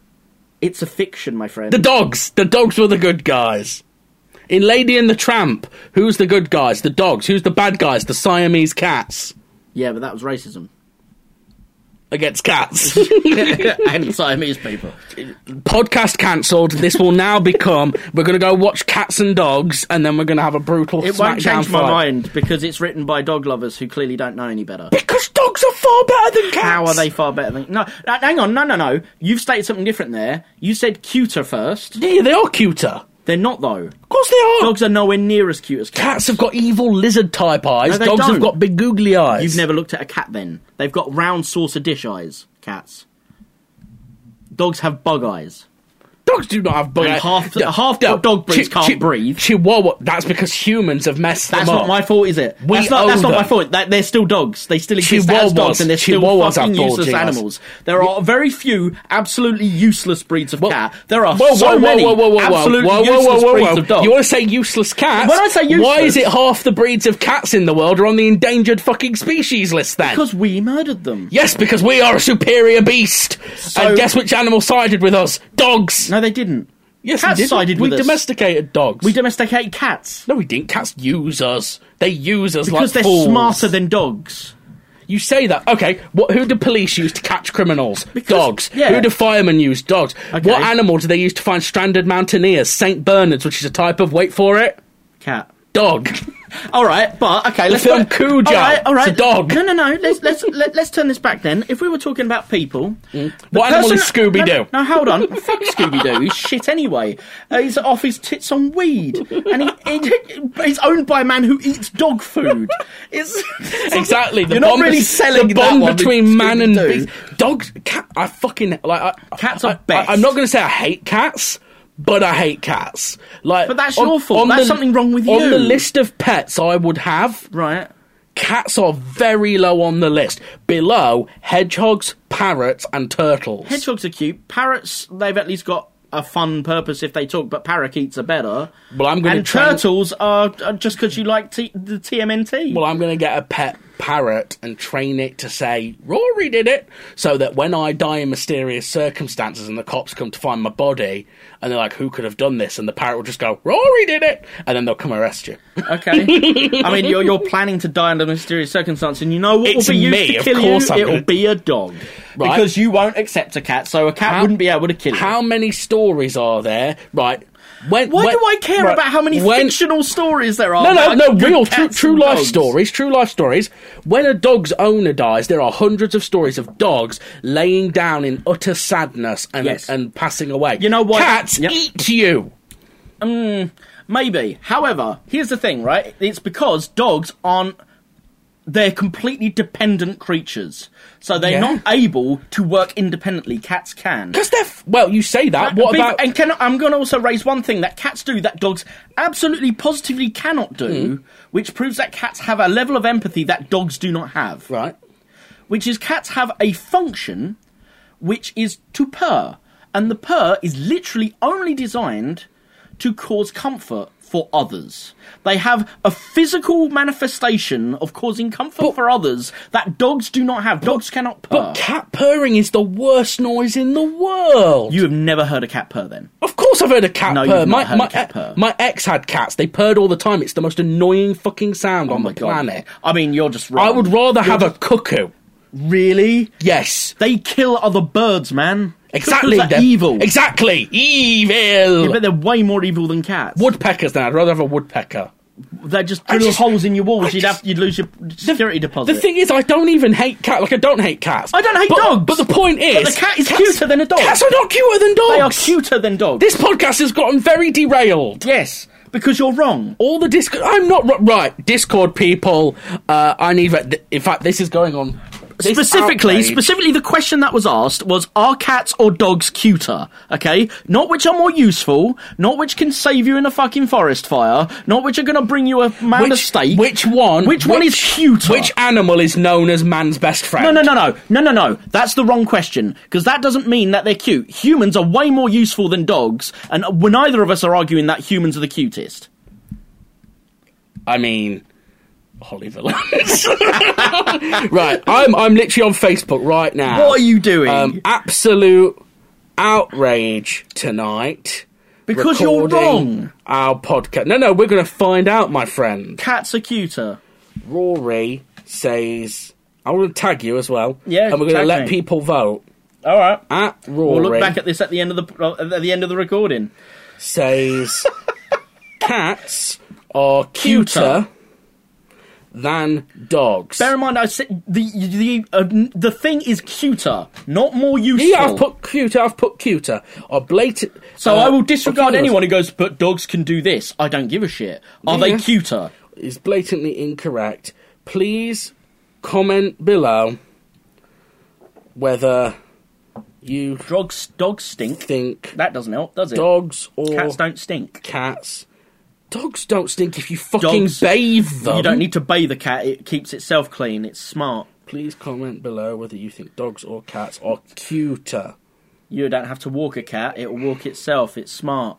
It's a fiction, my friend.
The dogs. The dogs were the good guys. In Lady and the Tramp, who's the good guys? The dogs. Who's the bad guys? The Siamese cats
yeah, but that was racism.
against cats.
and Siamese people.
Podcast cancelled. This will now become. We're going to go watch Cats and Dogs, and then we're going to have a brutal.
It won't
Smackdown
change my
fight.
mind because it's written by dog lovers who clearly don't know any better.
Because dogs are far better than cats.
How are they far better than. No, uh, hang on, no, no, no. You've stated something different there. You said cuter first.
Yeah, they are cuter. Of
They're not, though.
course they are.
Dogs are nowhere near as cute as cats.
Cats have got evil lizard type eyes.
No, they
dogs have
don't.
got big googly eyes.
You've never looked at a cat then. They've got round saucer dish eyes, cats. Dogs have bug eyes.
Dogs do not have bug
And
eyes.
half- half dog breeds can't breathe.
Chihuahua. That's because humans have messed
That's
them
not
up.
my fault, is it?
We
that's not, that's
own
not my
them.
fault. That, they're still dogs. They still exist as
Chihuahuas-
dogs, and they're still
Chihuahuas are
fucking useless
gorgeous.
animals. There are very few absolutely useless breeds of cat. There are
Whoa, whoa,
so
whoa,
many
whoa, whoa, whoa,
absolutely
whoa, whoa,
useless
whoa, whoa,
breeds of
whoa.
dogs.
You want to say useless cats?
When I say
why
useless-
is it half the breeds of cats in the world are on the endangered fucking species list then?
because we murdered them.
yes, because we are a superior beast. and guess which animal sided with us? Dogs.
No, they didn't.
yes,
cats
we did.
sided
we
with us.
domesticated dogs.
We domesticated cats
no, we didn't. Cats use us. They use us
because
like
they're
fools.
smarter than dogs.
You say that. Okay, what, who do police use to catch criminals? dogs.
yeah.
Who do firemen use? Dogs.
Okay.
What animal do they use to find stranded mountaineers? St. Bernard's, which is a type of, wait for it,
Cat.
dog.
All right, but okay, let's
film
put-
Cujo.
All right, all
It's
right.
a dog.
No, no, no. Let's let's let, let's turn this back then. If we were talking about people, the
What animal is Scooby-Doo?
No, no, hold on. Fuck Scooby Doo. He's shit anyway. Uh, he's off his tits on weed, and he, he- he's owned by a man who eats dog food. It's
exactly. The
You're not
bond-
really selling
the
that
bond
one with
between man and
Scooby-Doo.
beast. Dogs. Cat. I fucking like. I,
Cats are
I,
best.
I, am not going to say I hate cats. But I hate cats. Like,
But that's your fault. That's something wrong with you.
On the list of pets I would have,
right.
cats are very low on the list. Below hedgehogs, parrots, and turtles.
Hedgehogs are cute. Parrots, they've at least got a fun purpose if they talk, but parakeets are better.
Well, I'm gonna
and
try and-
turtles are, are just because you like t- the TMNT.
Well, I'm going to get a pet parrot and train it to say, Rory did it, so that when I die in mysterious circumstances and the cops come to find my body, and they're like, who could have done this? And the parrot will just go, Rory did it, and then they'll come arrest you.
Okay. I mean, you're, you're planning to die under mysterious circumstances, and you know what
It's
will be used
me,
to
of
kill
course
you?
I'm
It'll
gonna-
be a dog.
Right.
Because you won't accept a cat, so a cat wouldn't be able to kill you.
How many stories are there? Right. When,
Why
when-
do I care
right,
about how many
when-
fictional stories there are?
No, no,
about
no.
Oh, good
Real, true,
cats
true
and
life
dogs?
stories. True life stories. When a dog's owner dies, there are hundreds of stories of dogs laying down in utter sadness and
Yes.
and passing away.
You know what?
Cats
Yep.
eat you.
Maybe. However, here's the thing, right? It's because dogs aren't. They're completely dependent creatures. So they're
Yeah.
not able to work independently. Cats can.
Because they're f- well. You say that.
But-
Uh, what
but-
about?
And can, I'm going to also raise one thing that cats do that dogs absolutely positively cannot
Hmm.
do, which proves that cats have a level of empathy that dogs do not have.
right.
Which is cats have a function which is to purr. And the purr is literally only designed to cause comfort for others. They have a physical manifestation of causing comfort for others that dogs do not have. Dogs cannot purr.
But cat purring is the worst noise in the world.
you have never heard a cat purr then.
Of course, I've heard a cat
No,
purr.
you've not
my,
heard a
my,
cat purr.
my ex had cats. They purred all the time. It's the most annoying fucking sound on
Oh my
the planet.
I mean, you're just wrong.
I would rather
You're
have a
just-
cuckoo.
Really?
Yes.
They kill other birds, man.
Exactly.
Cuckoos are
they're-
evil.
Exactly. Evil.
Yeah, but they're way more evil than cats.
woodpeckers then. I'd rather have a woodpecker.
They're just
I
little
just-
holes in your walls.
I
you'd
just-
have you'd lose your security deposit.
The thing is, I don't even hate cats. Like, I don't hate cats.
I don't hate
But-
dogs.
But the point is...
the cat is cuter than a dog.
Cats are not cuter than dogs.
they are cuter than dogs.
This podcast has gotten very derailed.
yes, because you're wrong.
all the Discord. I'm not ri- right. Discord people, uh, I need. re- In fact, this is going on this
specifically,
outrage-
specifically, the question that was asked was: Are cats or dogs cuter? Okay, not which are more useful, not which can save you in a fucking forest fire, not which are going to bring you a mound of
Which,
steak.
which one?
Which one is cuter?
Which animal is known as man's best friend?
No, no, no, no, no, no, no. That's the wrong question because that doesn't mean that they're cute. Humans are way more useful than dogs, and we're- neither of us are arguing that humans are the cutest.
I mean, Oliver. Lawrence. right. I'm. I'm literally on Facebook right now.
What are you doing?
Um, absolute outrage tonight.
Because you're
recording
wrong.
Our podcast. No, no, we're going to find out, my friend.
Cats are cuter.
Rory says, I want to tag you as well.
Yeah,
and we're going to
tag
let
me.
people vote.
All right.
At Rory
We'll look back at this at the end of the at the end of the recording.
says, cats are cuter
Cuter.
than dogs.
Bear in mind, I said the the uh, n- the thing is cuter, not more useful.
yeah, I've put cuter. I've put cuter. Are blatant.
so
uh,
I will disregard
cuter
anyone who goes, but dogs can do this. I don't give a shit. Are
Yeah.
they cuter?
Is blatantly incorrect. Please comment below whether you
Dogs dogs stink.
think
That doesn't help, does it?
dogs or
Cats don't stink.
cats. Dogs don't stink if you fucking bathe them.
You don't need to bathe a cat. It keeps itself clean. It's smart.
Please comment below whether you think dogs or cats are cuter.
You don't have to walk a cat. It'll walk itself. It's smart.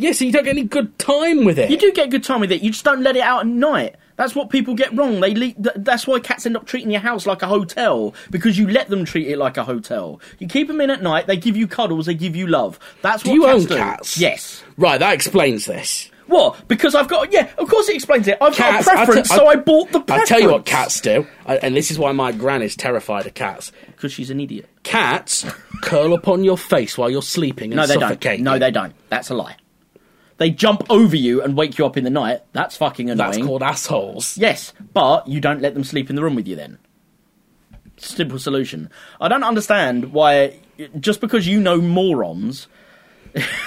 Yeah, so you don't get any good time with it.
You do get a good time with it. You just don't let it out at night. That's what people get wrong. They le- th- that's why cats end up treating your house like a hotel because you let them treat it like a hotel. You keep them in at night. They give you cuddles. They give you love. That's what
you
cats
own
do.
cats?
Yes.
Right, that explains this.
What? Because I've got yeah. Of course it explains it. I've
Cats,
got a preference,
I te-
so
I-
I bought the.
I
preference.
tell you what cats do, I- and this is why my gran is terrified of cats.
Because she's an idiot.
Cats curl up on your face while you're sleeping and
No, they
suffocate.
don't. No,
you.
they don't. That's a lie. They jump over you and wake you up in the night. That's fucking annoying.
That's called assholes.
Yes, but you don't let them sleep in the room with you then. Simple solution. I don't understand why, just because you know morons.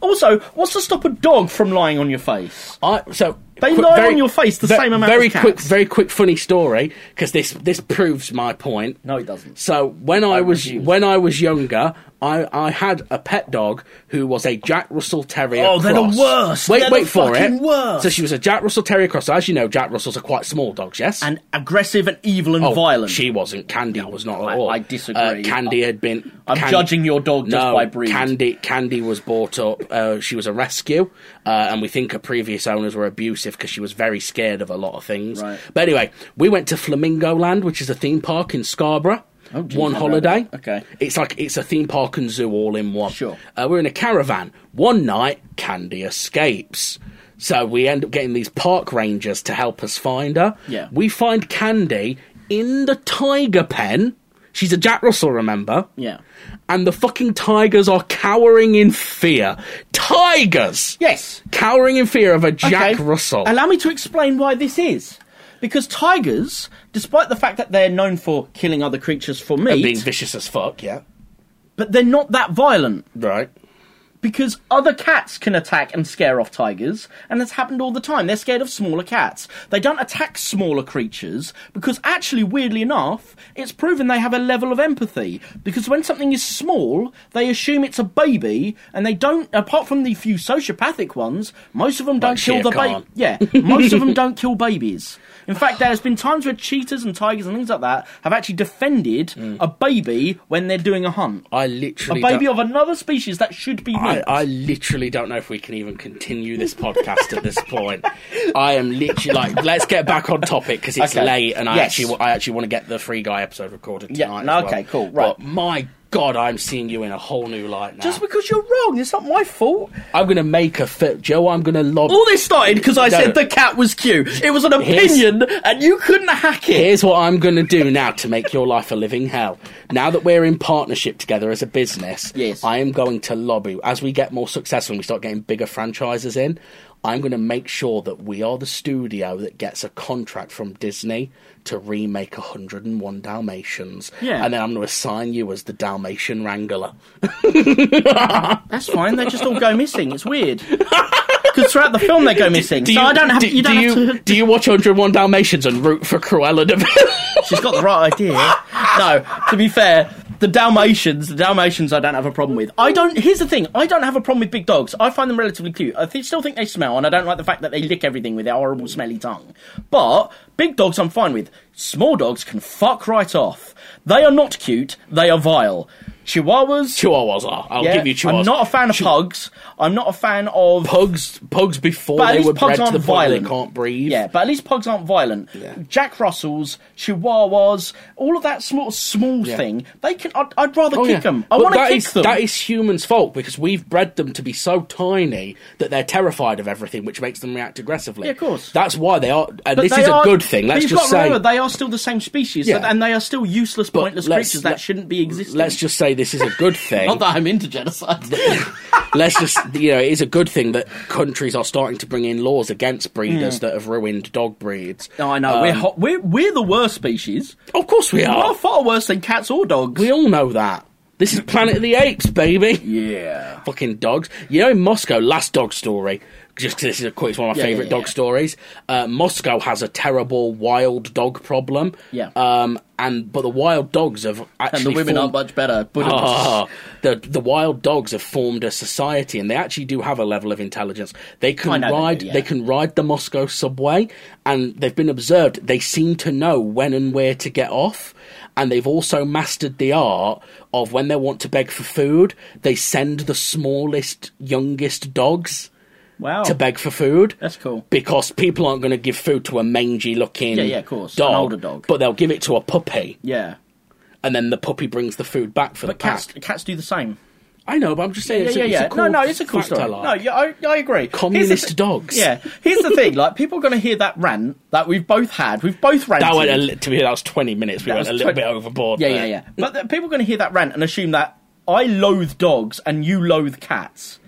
also, what's to stop a dog from lying on your face?
I, so
They
quick-
lie on your face the
ve-
same amount
Very
as cats.
quick, very quick, funny story because this this proves my point.
No, it doesn't.
So when I, was
refuse.
when I was younger, I, I had a pet dog who was a Jack Russell Terrier.
Oh, they're the
cross.
worst.
Wait,
They're the
wait for
fucking
it.
worst.
So she was a Jack Russell Terrier cross. As you know, Jack Russells are quite small dogs. Yes,
And aggressive and evil and
Oh,
violent.
She wasn't. Candy was not
I-
at all.
I disagree.
Uh, Candy had been.
I'm
Can-
judging your dog just
no,
by breed.
Candy, Candy was brought up. Uh, she was a rescue, uh, and we think her previous owners were abusive because she was very scared of a lot of things.
Right.
But anyway, we went to Flamingo Land, which is a theme park in Scarborough.
Oh, geez,
one
I know
holiday.
that. Okay.
It's like it's a theme park and zoo all in one.
Sure.
Uh, we're in a caravan. One night, Candy escapes. So we end up getting these park rangers to help us find her.
Yeah.
We find Candy in the tiger pen She's a Jack Russell, remember?
Yeah.
And the fucking tigers are cowering in fear. Tigers!
Yes.
Cowering in fear of a Jack
Okay.
Russell.
Allow me to explain why this is. Because tigers, despite the fact that they're known for killing other creatures for
And being
meat,
vicious as fuck, yeah.
but they're not that violent.
Right.
Because other cats can attack and scare off tigers, and that's happened all the time. They're scared of smaller cats. They don't attack smaller creatures because, actually, weirdly enough, it's proven they have a level of empathy. Because when something is small, they assume it's a baby, and they don't. Apart from the few sociopathic ones, most of them don't
Like
kill
Shere
the baby.
Khan.
Yeah, most of them don't kill babies. In fact, there has been times where cheetahs and tigers and things like that have actually defended a baby when they're doing a hunt.
Hmm. I literally.
A baby
don't-
of another species that should be meat.
I, I literally don't know if we can even continue this podcast at this point. I am literally like, let's get back on topic because it's
Okay.
late, and I
Yes.
actually, I actually want to get the free guy episode recorded
Yeah,
tonight.
no,
as well.
okay, cool, right.
But my God, I'm seeing you in a whole new light now.
Just because you're wrong, it's not my fault.
I'm gonna make a fit, Joe. I'm gonna lob.
All this started because I
No.
said the cat was cute. It was an opinion, and you couldn't hack it.
Here's what I'm going to do now to make your life a living hell. Now that we're in partnership together as a business,
Yes.
I am going to lobby. As we get more successful and we start getting bigger franchises in, I'm going to make sure that we are the studio that gets a contract from Disney to remake 101 Dalmatians.
Yeah.
And then I'm going to assign you as the Dalmatian Wrangler.
That's fine. They just all go missing. It's weird because throughout the film they go missing. so I don't have.
do,
you don't
do
have
you,
to.
do you watch 101 Dalmatians and root for Cruella de Vil?
She's got the right idea. No, to be fair, the Dalmatians, the Dalmatians, I don't have a problem with. I don't. Here's the thing: I don't have a problem with big dogs. I find them relatively cute. I th- still think they smell, and I don't like the fact that they lick everything with their horrible smelly tongue. But big dogs, I'm fine with. Small dogs can fuck right off. They are not cute. They are vile. Chihuahuas.
Chihuahuas are. I'll
yeah,
give you Chihuahuas.
I'm not a fan of pugs. I'm not a fan of
Pugs, pugs before
But at
they
least
were
pugs
bred to
aren't
the point where
violent.
they can't breathe.
Yeah, but at least pugs aren't violent. Jack Russells, Chihuahuas, all of that sort of small thing, they can. I'd, I'd rather
Oh,
kick
yeah.
them. I
But
want to
that
kick
is-
them.
That is humans' fault because we've bred them to be so tiny that they're terrified of everything, which makes them react aggressively.
Yeah, of course.
That's why they are. And
But
this
they
is
are-
a good thing.
but
Let's
you've
just
got to
say.
remember, they are still the same species,
Yeah.
and they are still useless,
but
pointless
let's-
creatures that
let-
shouldn't be existing.
Let's just say this is a good thing.
Not that I'm into genocide.
let's just you know it is a good thing that countries are starting to bring in laws against breeders
Hmm.
that have ruined dog breeds. Um,
no, I know. we're, hot. we're we're the worst species.
Of course uh, we
We're
are.
far worse than cats or dogs.
We all know that. This is Planet of the Apes, baby.
yeah.
fucking dogs. You know, in Moscow, last dog story, just 'cause this is a quick, it's one of my
Yeah, yeah,
favourite
yeah,
dog
yeah.
stories. Uh, Moscow has a terrible wild dog problem.
Yeah.
Um, and but the wild dogs have actually
And the women
formed-
aren't much better. But
Ah, the the wild dogs have formed a society, and they actually do have a level of intelligence. They
I
can
know they do,
ride.
yeah.
They can ride the Moscow subway, and they've been observed. They seem to know when and where to get off, and they've also mastered the art of when they want to beg for food. They send the smallest, youngest dogs
wow.
to beg for food.
Oh. That's cool.
Because people aren't going to give food to a mangy-looking
Yeah, yeah, of course, an
dog,
older dog.
but they'll give it to a puppy,
Yeah.
and then the puppy brings the food back for the cat.
Cats, cats do the same.
I know, but I'm just saying.
yeah,
it's,
yeah,
a,
yeah.
It's a cool
no, no, it's a cool
fact I
story.
like.
No, yeah, I, I agree. Here's the
Communist
thi-
dogs.
Yeah, here's the thing. Like, people are going to hear that rant that we've both had. We've both ranted.
that went a li- to me. That was 20 minutes. We
That
went a
was
little
20
bit overboard.
yeah,
there.
yeah, yeah. But the, people are going to hear that rant and assume that I loathe dogs and you loathe cats.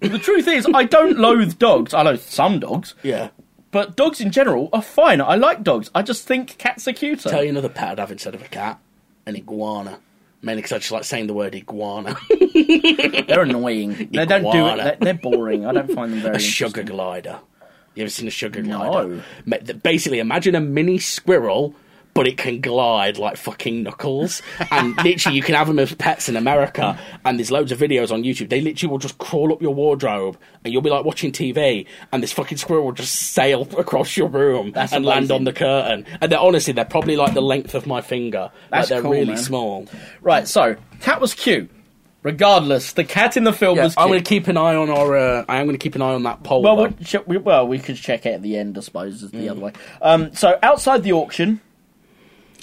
The truth is, I don't loathe dogs. I loathe some dogs.
Yeah.
But dogs in general are fine. I like dogs. I just think cats are cuter.
Tell you another pet I'd have instead of a cat, an iguana. Mainly because I just like saying the word iguana.
They're annoying. They don't do it.
Iguana.
They're, they're boring. I don't find them very.
a sugar glider. You ever seen a sugar
No.
glider? Ma- th- Basically, imagine a mini squirrel, but it can glide like fucking knuckles. And literally, you can have them as pets in America. And there's loads of videos on YouTube. They literally will just crawl up your wardrobe, and you'll be like watching TV, and this fucking squirrel will just sail across your room
That's
and land
amazing.
on the curtain. And they're honestly, they're probably like the length of my finger.
That's
like, they're
cool,
really
man.
small.
Right. So, cat was cute. Regardless, the cat in the film was. Cute.
I'm going to keep an eye on our. Uh, I am going to keep an eye on that poll.
Well,
though. Mm.
we, sh- we, well, we could check it at the end, I suppose, is the other way. Um, so outside the auction,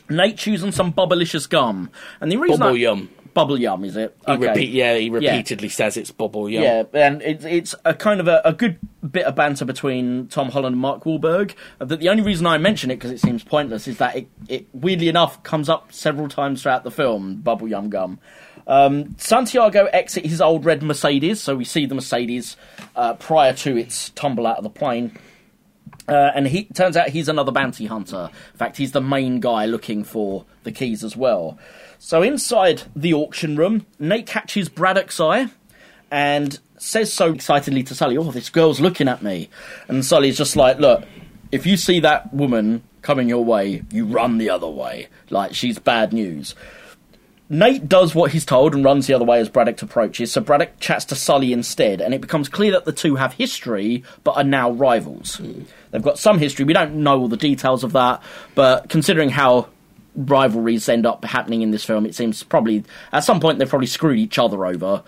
Nate chews on some bubblicious gum, and the reason
Bubble
I,
yum.
Bubble yum, is it?
He
Okay.
repeat, yeah, he repeatedly says it's bubble yum.
Yeah, and it's it's a kind of a, a good bit of banter between Tom Holland and Mark Wahlberg. Uh, That the only reason I mention it because it seems pointless is that it, it weirdly enough comes up several times throughout the film. Bubble yum gum. Um, Santiago exits his old red Mercedes, so we see the Mercedes uh, prior to its tumble out of the plane. Uh, and he turns out he's another bounty hunter. In fact, he's the main guy looking for the keys as well. So inside the auction room, Nate catches Braddock's eye and says so excitedly to Sully, "Oh, this girl's looking at me." And Sully's just like, "Look, if you see that woman coming your way, you run the other way. Like she's bad news." Nate does what he's told and runs the other way as Braddock approaches, so Braddock chats to Sully instead, and it becomes clear that the two have history but are now rivals. They've got some history, we don't know all the details of that, but considering how rivalries end up happening in this film, it seems probably at some point they've probably screwed each other over.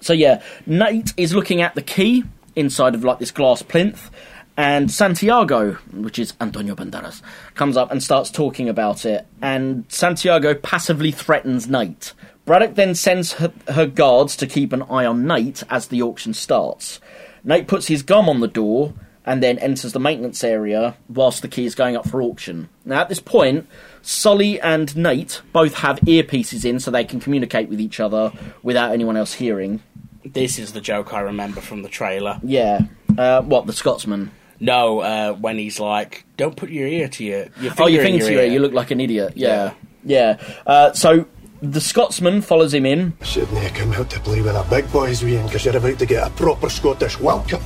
So yeah, Nate is looking at the key inside of like this glass plinth, and Santiago, which is Antonio Banderas, comes up and starts talking about it, and Santiago passively threatens Nate. Braddock then sends her, her guards to keep an eye on Nate as the auction starts. Nate puts his gum on the door and then enters the maintenance area whilst the key is going up for auction. Now, at this point, Sully and Nate both have earpieces in so they can communicate with each other without anyone else hearing.
This is the joke I remember from the trailer.
Yeah. Uh, what, the Scotsman?
No, uh, when he's like, "Don't put your ear to your, your finger
oh, your
in
finger
your
to your ear, you look like an idiot.
Yeah.
Yeah. Yeah. Uh, so the Scotsman follows him in.
Shouldn't have come out to play with the big boys, Ian, because you're about to get a proper Scottish welcome.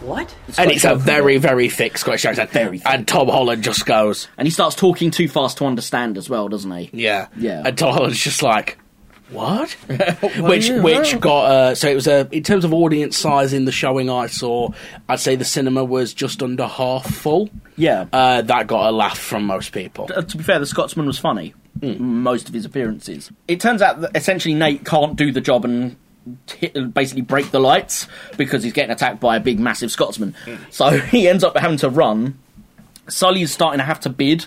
What?
and it's a very, very thick Scottish accent.
Very thick.
And Tom Holland just goes,
And he starts talking too fast to understand as well, doesn't he?
"Yeah,
Yeah.
And Tom Holland's just like, "What?" which,
yeah.
which got uh, so it was a in terms of audience size in the showing I saw, I'd say the cinema was just under half full.
Yeah.
Uh, that got a laugh from most people.
Uh, to be fair, the Scotsman was funny. m- Most of his appearances. Hmm. It turns out that essentially Nate can't do the job and hit, basically break the lights because he's getting attacked by a big, massive Scotsman. So he ends up having to run. Sully's starting to have to bid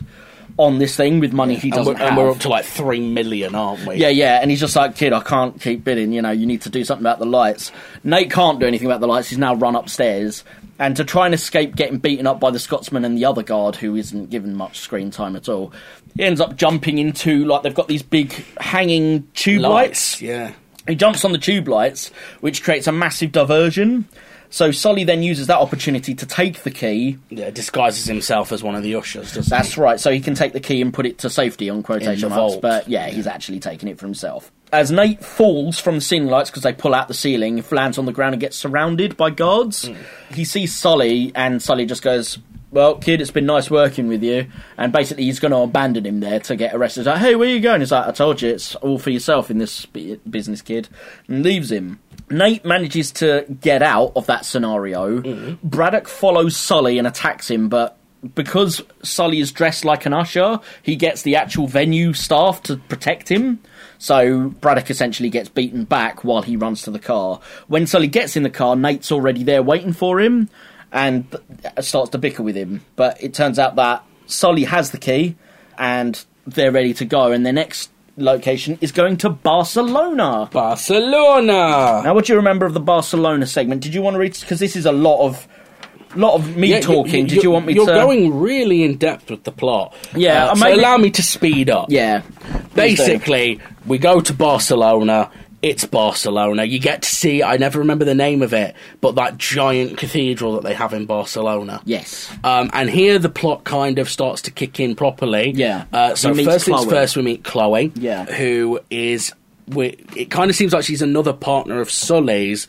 on this thing with money he
And
doesn't
we're,
have.
and we're up to like three million, aren't we?
Yeah, yeah, and he's just like, kid, I can't keep bidding. You know, you need to do something about the lights. Nate can't do anything about the lights. He's now run upstairs, and to try and escape getting beaten up by the Scotsman and the other guard, who isn't given much screen time at all, he ends up jumping into like they've got these big hanging tube lights.
lights. Yeah.
He jumps on the tube lights, which creates a massive diversion. So Sully then uses that opportunity to take the key.
Yeah, disguises himself as one of the ushers, doesn't he?
That's right. So he can take the key and put it to safety on
In
quotation
the
marks.
vault.
But yeah, he's actually taking it for himself. As Nate falls from the ceiling lights because they pull out the ceiling, he lands on the ground and gets surrounded by
Hmm.
guards. He sees Sully, and Sully just goes, "Well, kid, it's been nice working with you." And basically, he's going to abandon him there to get arrested. He's like, "Hey, where you going?" He's like, "I told you, it's all for yourself in this bu- business, kid," and leaves him. Nate manages to get out of that scenario.
Hmm.
Braddock follows Sully and attacks him, but because Sully is dressed like an usher, he gets the actual venue staff to protect him. So Braddock essentially gets beaten back while he runs to the car. When Sully gets in the car, Nate's already there waiting for him and th- starts to bicker with him. But it turns out that Sully has the key and they're ready to go. And their next location is going to Barcelona.
Barcelona.
Now, what do you remember of the Barcelona segment? Did you want to read? Because this is a lot of, lot of me
Yeah,
talking.
you-
Did you want me
you're
to?
You're going really in depth with the plot.
Yeah,
Uh,
I
so
maybe-
allow me to speed up.
Yeah. Please do.
Basically, we go to Barcelona. It's Barcelona. You get to see, I never remember the name of it, but that giant cathedral that they have in Barcelona.
Yes.
Um, and here the plot kind of starts to kick in properly.
Yeah.
Uh, so
We meet
first things
Chloe.
first, we meet Chloe.
Yeah.
Who is? We, it kind of seems like she's another partner of Sully's,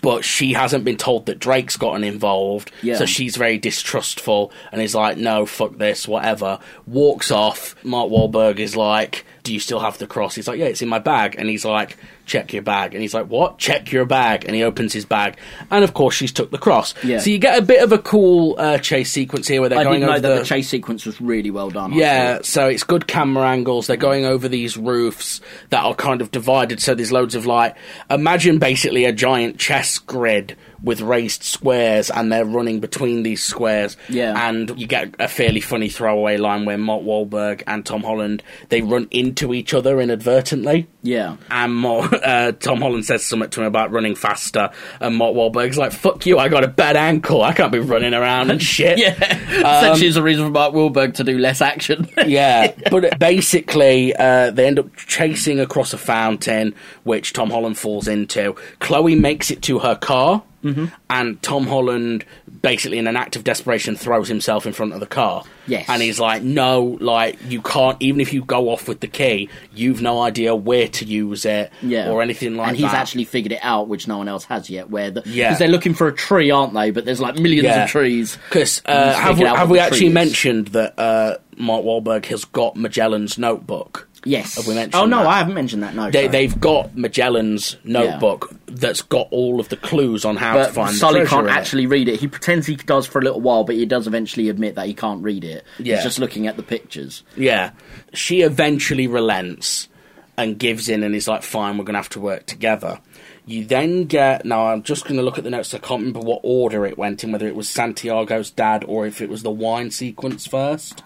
but she hasn't been told that Drake's gotten involved.
Yeah.
So she's very distrustful and is like, "No, fuck this, whatever." Walks off. Mark Wahlberg is like. Do you still have the cross? He's like, yeah, it's in my bag. And he's like, check your bag. And he's like, what? Check your bag. And he opens his bag. And of course, she's took the cross.
Yeah.
So you get a bit of a cool uh, chase sequence here where they're
I
going
didn't know
over
that the... chase sequence was really well done. I
yeah,
thought.
so it's good camera angles. They're going over these roofs that are kind of divided, so there's loads of light. Imagine basically a giant chess grid with raised squares, and they're running between these squares.
Yeah.
And you get a fairly funny throwaway line where Mark Wahlberg and Tom Holland they run into to each other inadvertently.
Yeah.
And more, uh, Tom Holland says something to him about running faster, and Mark Wahlberg's like, "Fuck you! I got a bad ankle. I can't be running around and shit."
Yeah. Um, Essentially, it's a reason for Mark Wahlberg to do less action.
yeah, but basically, uh, they end up chasing across a fountain, which Tom Holland falls into. Chloe makes it to her car,
Mm-hmm.
and Tom Holland, basically in an act of desperation, throws himself in front of the car.
Yes.
and he's like, "No, like you can't. Even if you go off with the key, you've no idea where to use it,
yeah.
or anything like
and
that."
he's actually figured it out, which no one else has yet. Where the,
Yeah.
because they're looking for a tree, aren't they? But there's like millions
Yeah.
of trees.
Because
And
uh,
he's
have we,
figured out
have
what
we
the tree
actually
is.
mentioned that uh, Mark Wahlberg has got Magellan's notebook?
Yes.
Have we mentioned
oh no,
that?
I haven't mentioned that. No,
They,
sorry.
they've got Magellan's notebook that's got all of the clues on how to
But
find the
Sully
treasure
can't
in it.
actually read it. He pretends he does for a little while, but he does eventually admit that he can't read it.
Yeah.
He's just looking at the pictures.
Yeah, she eventually relents and gives in, and is like, "Fine, we're going to have to work together." You then get now. I'm just going to look at the notes. I can't remember what order it went in, whether it was Santiago's dad or if it was the wine sequence first.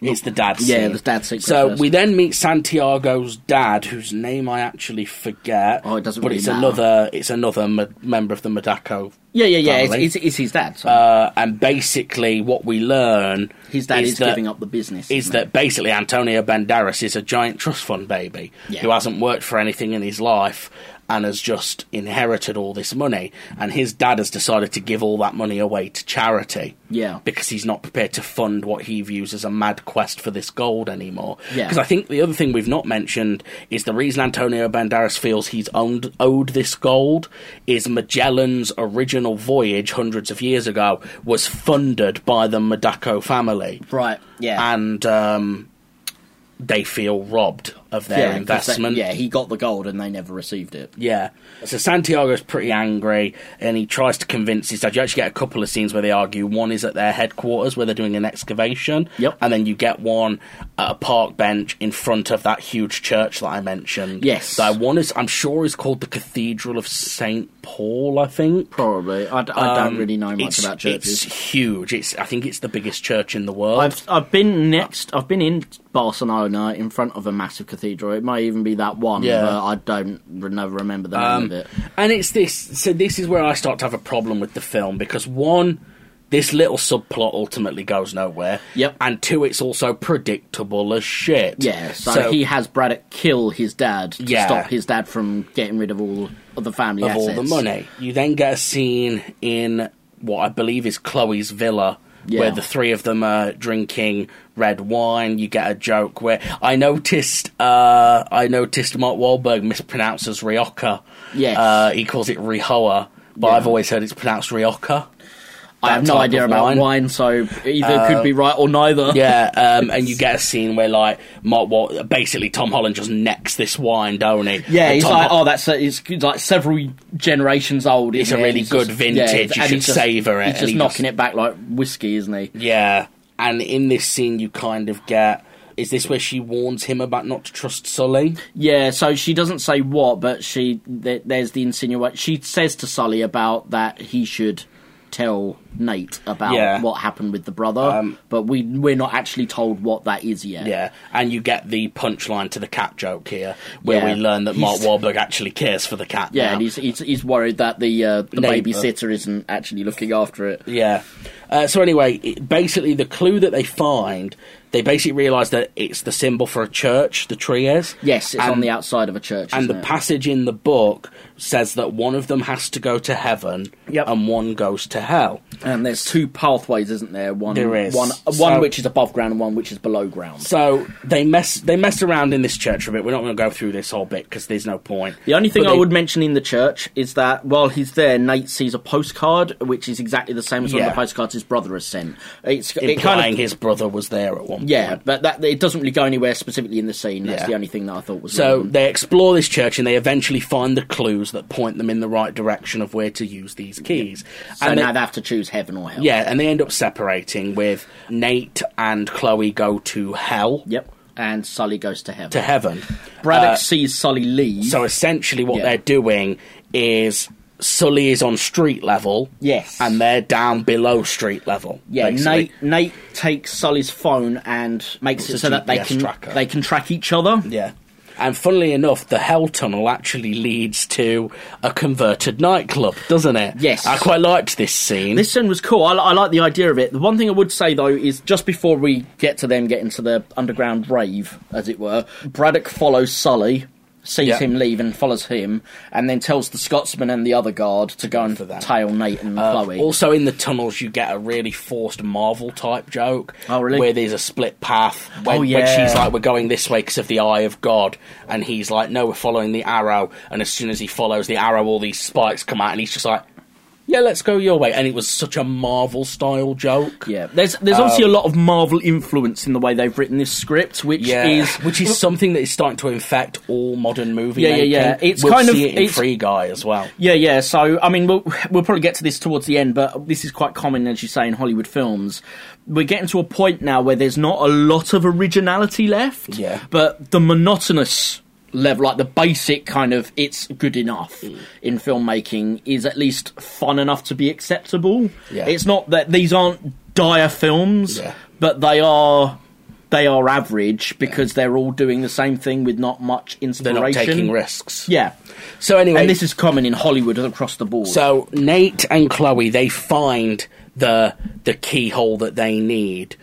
It's the dad.
Yeah,
scene.
the dad sequence
So
first.
we then meet Santiago's dad, whose name I actually forget.
Oh, it doesn't
But
really
it's
matter.
another. It's another ma- member of the Madako.
Yeah, yeah, yeah. It's,
Family.
it's, it's his dad. So
Uh, and basically, what we learn
his dad is,
that-
giving up the business.
is
isn't
that basically Antonio Banderas is a giant trust fund baby
Yeah.
who hasn't worked for anything in his life and has just inherited all this money. And his dad has decided to give all that money away to charity.
Yeah.
Because he's not prepared to fund what he views as a mad quest for this gold anymore.
Yeah.
Because I think the other thing we've not mentioned is the reason Antonio Banderas feels he's owned, owed this gold is Magellan's original voyage hundreds of years ago was funded by the Madako family
it? right? Yeah,
and um, they feel robbed of their
yeah, 'cause they-
investment.
yeah, he got the gold and they never received it.
Yeah. So Santiago's pretty angry and he tries to convince his dad. You actually get a couple of scenes where they argue. One is at their headquarters where they're doing an excavation.
Yep.
And then you get one at a park bench in front of that huge church that I mentioned.
Yes.
That one is, I'm sure, is called the Cathedral of St. Paul, I think.
Probably. I, d- I
Um,
don't really know much
it's-
about churches.
It's huge. It's I think it's the biggest church in the world.
I've I've been next. I've been in Barcelona in front of a massive cathedral. It might even be that one.
Yeah.
but I don't re- never remember the name
Um,
of it.
And it's this. So this is where I start to have a problem with the film because one, this little subplot ultimately goes nowhere.
Yep.
And two, it's also predictable as shit.
Yeah, so, he has Braddock kill his dad to
Yeah.
stop his dad from getting rid of all of the family
of
assets.
all the money. You then get a scene in what I believe is Chloe's villa.
Yeah.
Where the three of them are drinking red wine, you get a joke where I noticed uh, I noticed Mark Wahlberg mispronounces Rioja.
Yes.
Uh, he calls it Rihoa, but
Yeah.
I've always heard it's pronounced Rioja.
I have
that
no
type
idea
of
about
wine.
wine, so either could be right or neither.
Yeah, um, and you get a scene where like Mark Wal- basically Tom Holland just necks this wine, don't he?
Yeah,
And
he's
Tom
like,
Hol-
oh, that's a, it's good, like several generations old.
It's
isn't
a
it?
really
He's
good
just-
vintage, you
and
should
he's just-
savour it,
He's
and
just
he
knocking
just-
it back like whiskey, isn't he?
yeah. And in this scene, you kind of get is this where she warns him about not to trust Sully?
Yeah, so she doesn't say what, but she th- there's the insinuation. She says to Sully about that he should tell Nate about
Yeah. Um,
what happened with the brother, but we we're not actually told what that is yet.
Yeah, and you get the punchline to the cat joke here, where
Yeah.
we learn that Mark
He's-
Wahlberg actually cares for the cat.
Yeah,
now.
and he's, he's he's worried that the uh, the
Nate, uh,
babysitter isn't actually looking after it.
Yeah. Uh, so anyway, it, basically the clue that they find, they basically realise that it's the symbol for a church. The tree is.
Yes, it's on
And-
the outside of a church.
and
isn't
the
it?
passage in the book says that one of them has to go to heaven
Yep.
and one goes to hell.
And there's two pathways, isn't there? One,
There is.
one,
So-
one which is above ground and one which is below ground.
So they mess they mess around in this church a bit. We're not going to go through this whole bit because there's no point.
The only thing
But
I
they-
would mention in the church is that while he's there, Nate sees a postcard which is exactly the same as one
Yeah.
of the postcards his brother has sent. It's it
implying
kind of
his brother was there at one
yeah,
point.
but that it doesn't really go anywhere specifically in the scene. That's
Yeah.
the only thing that I thought was
So
relevant.
they explore this church and they eventually find the clues that point them in the right direction of where to use these keys.
So
and they-
now they have to choose heaven or hell.
yeah, and they end up separating with Nate and Chloe go to hell.
Yep. And Sully goes to heaven.
To heaven.
Braddock sees Sully leave.
So essentially, what
Yeah.
they're doing is Sully is on street level.
Yes.
And they're down below street level.
Yeah,
basically.
Nate, Nate takes Sully's phone and makes it
It's
so
a
that they
GPS
can
tracker.
they can track each other.
Yeah. And funnily enough, the Hell Tunnel actually leads to a converted nightclub, doesn't it?
Yes.
I quite liked this scene.
This scene was cool. I, li- I like the idea of it. The one thing I would say though is just before we get to them getting to the underground rave, as it were, Braddock follows Sully, sees
Yeah.
him leave and follows him, and then tells the Scotsman and the other guard to go and
For that.
tail Nate and Chloe.
Also, in the tunnels, you get a really forced Marvel type joke.
Oh, really?
Where there's a split path. When,
Oh,
when
yeah.
she's like, "We're going this way because of the Eye of God," and he's like, "No, we're following the arrow." And as soon as he follows the arrow, all these spikes come out, and he's just like, "Yeah, let's go your way." And it was such a Marvel style joke. Uh,
yeah, there's there's obviously a lot of Marvel influence in the way they've written this script, which
Yeah,
is
which is something that is starting to infect all modern movie.
Yeah, yeah, yeah.
making.
It's
We'll
kind
see
of-
it in
it's-
Free Guy as well.
Yeah, yeah. So I mean, we'll we'll probably get to this towards the end, but this is quite common, as you say, in Hollywood films. We're getting to a point now where there's not a lot of originality left.
Yeah.
But the monotonous level, like the basic kind of it's good enough
Mm.
in filmmaking, is at least fun enough to be acceptable.
Yeah.
It's not that these aren't dire films,
Yeah.
but they are. They are average because they're all doing the same thing with not much
They're
inspiration.
not taking risks.
Yeah.
So anyway,
And this is common in Hollywood across the board.
So Nate and Chloe they find the the keyhole that they need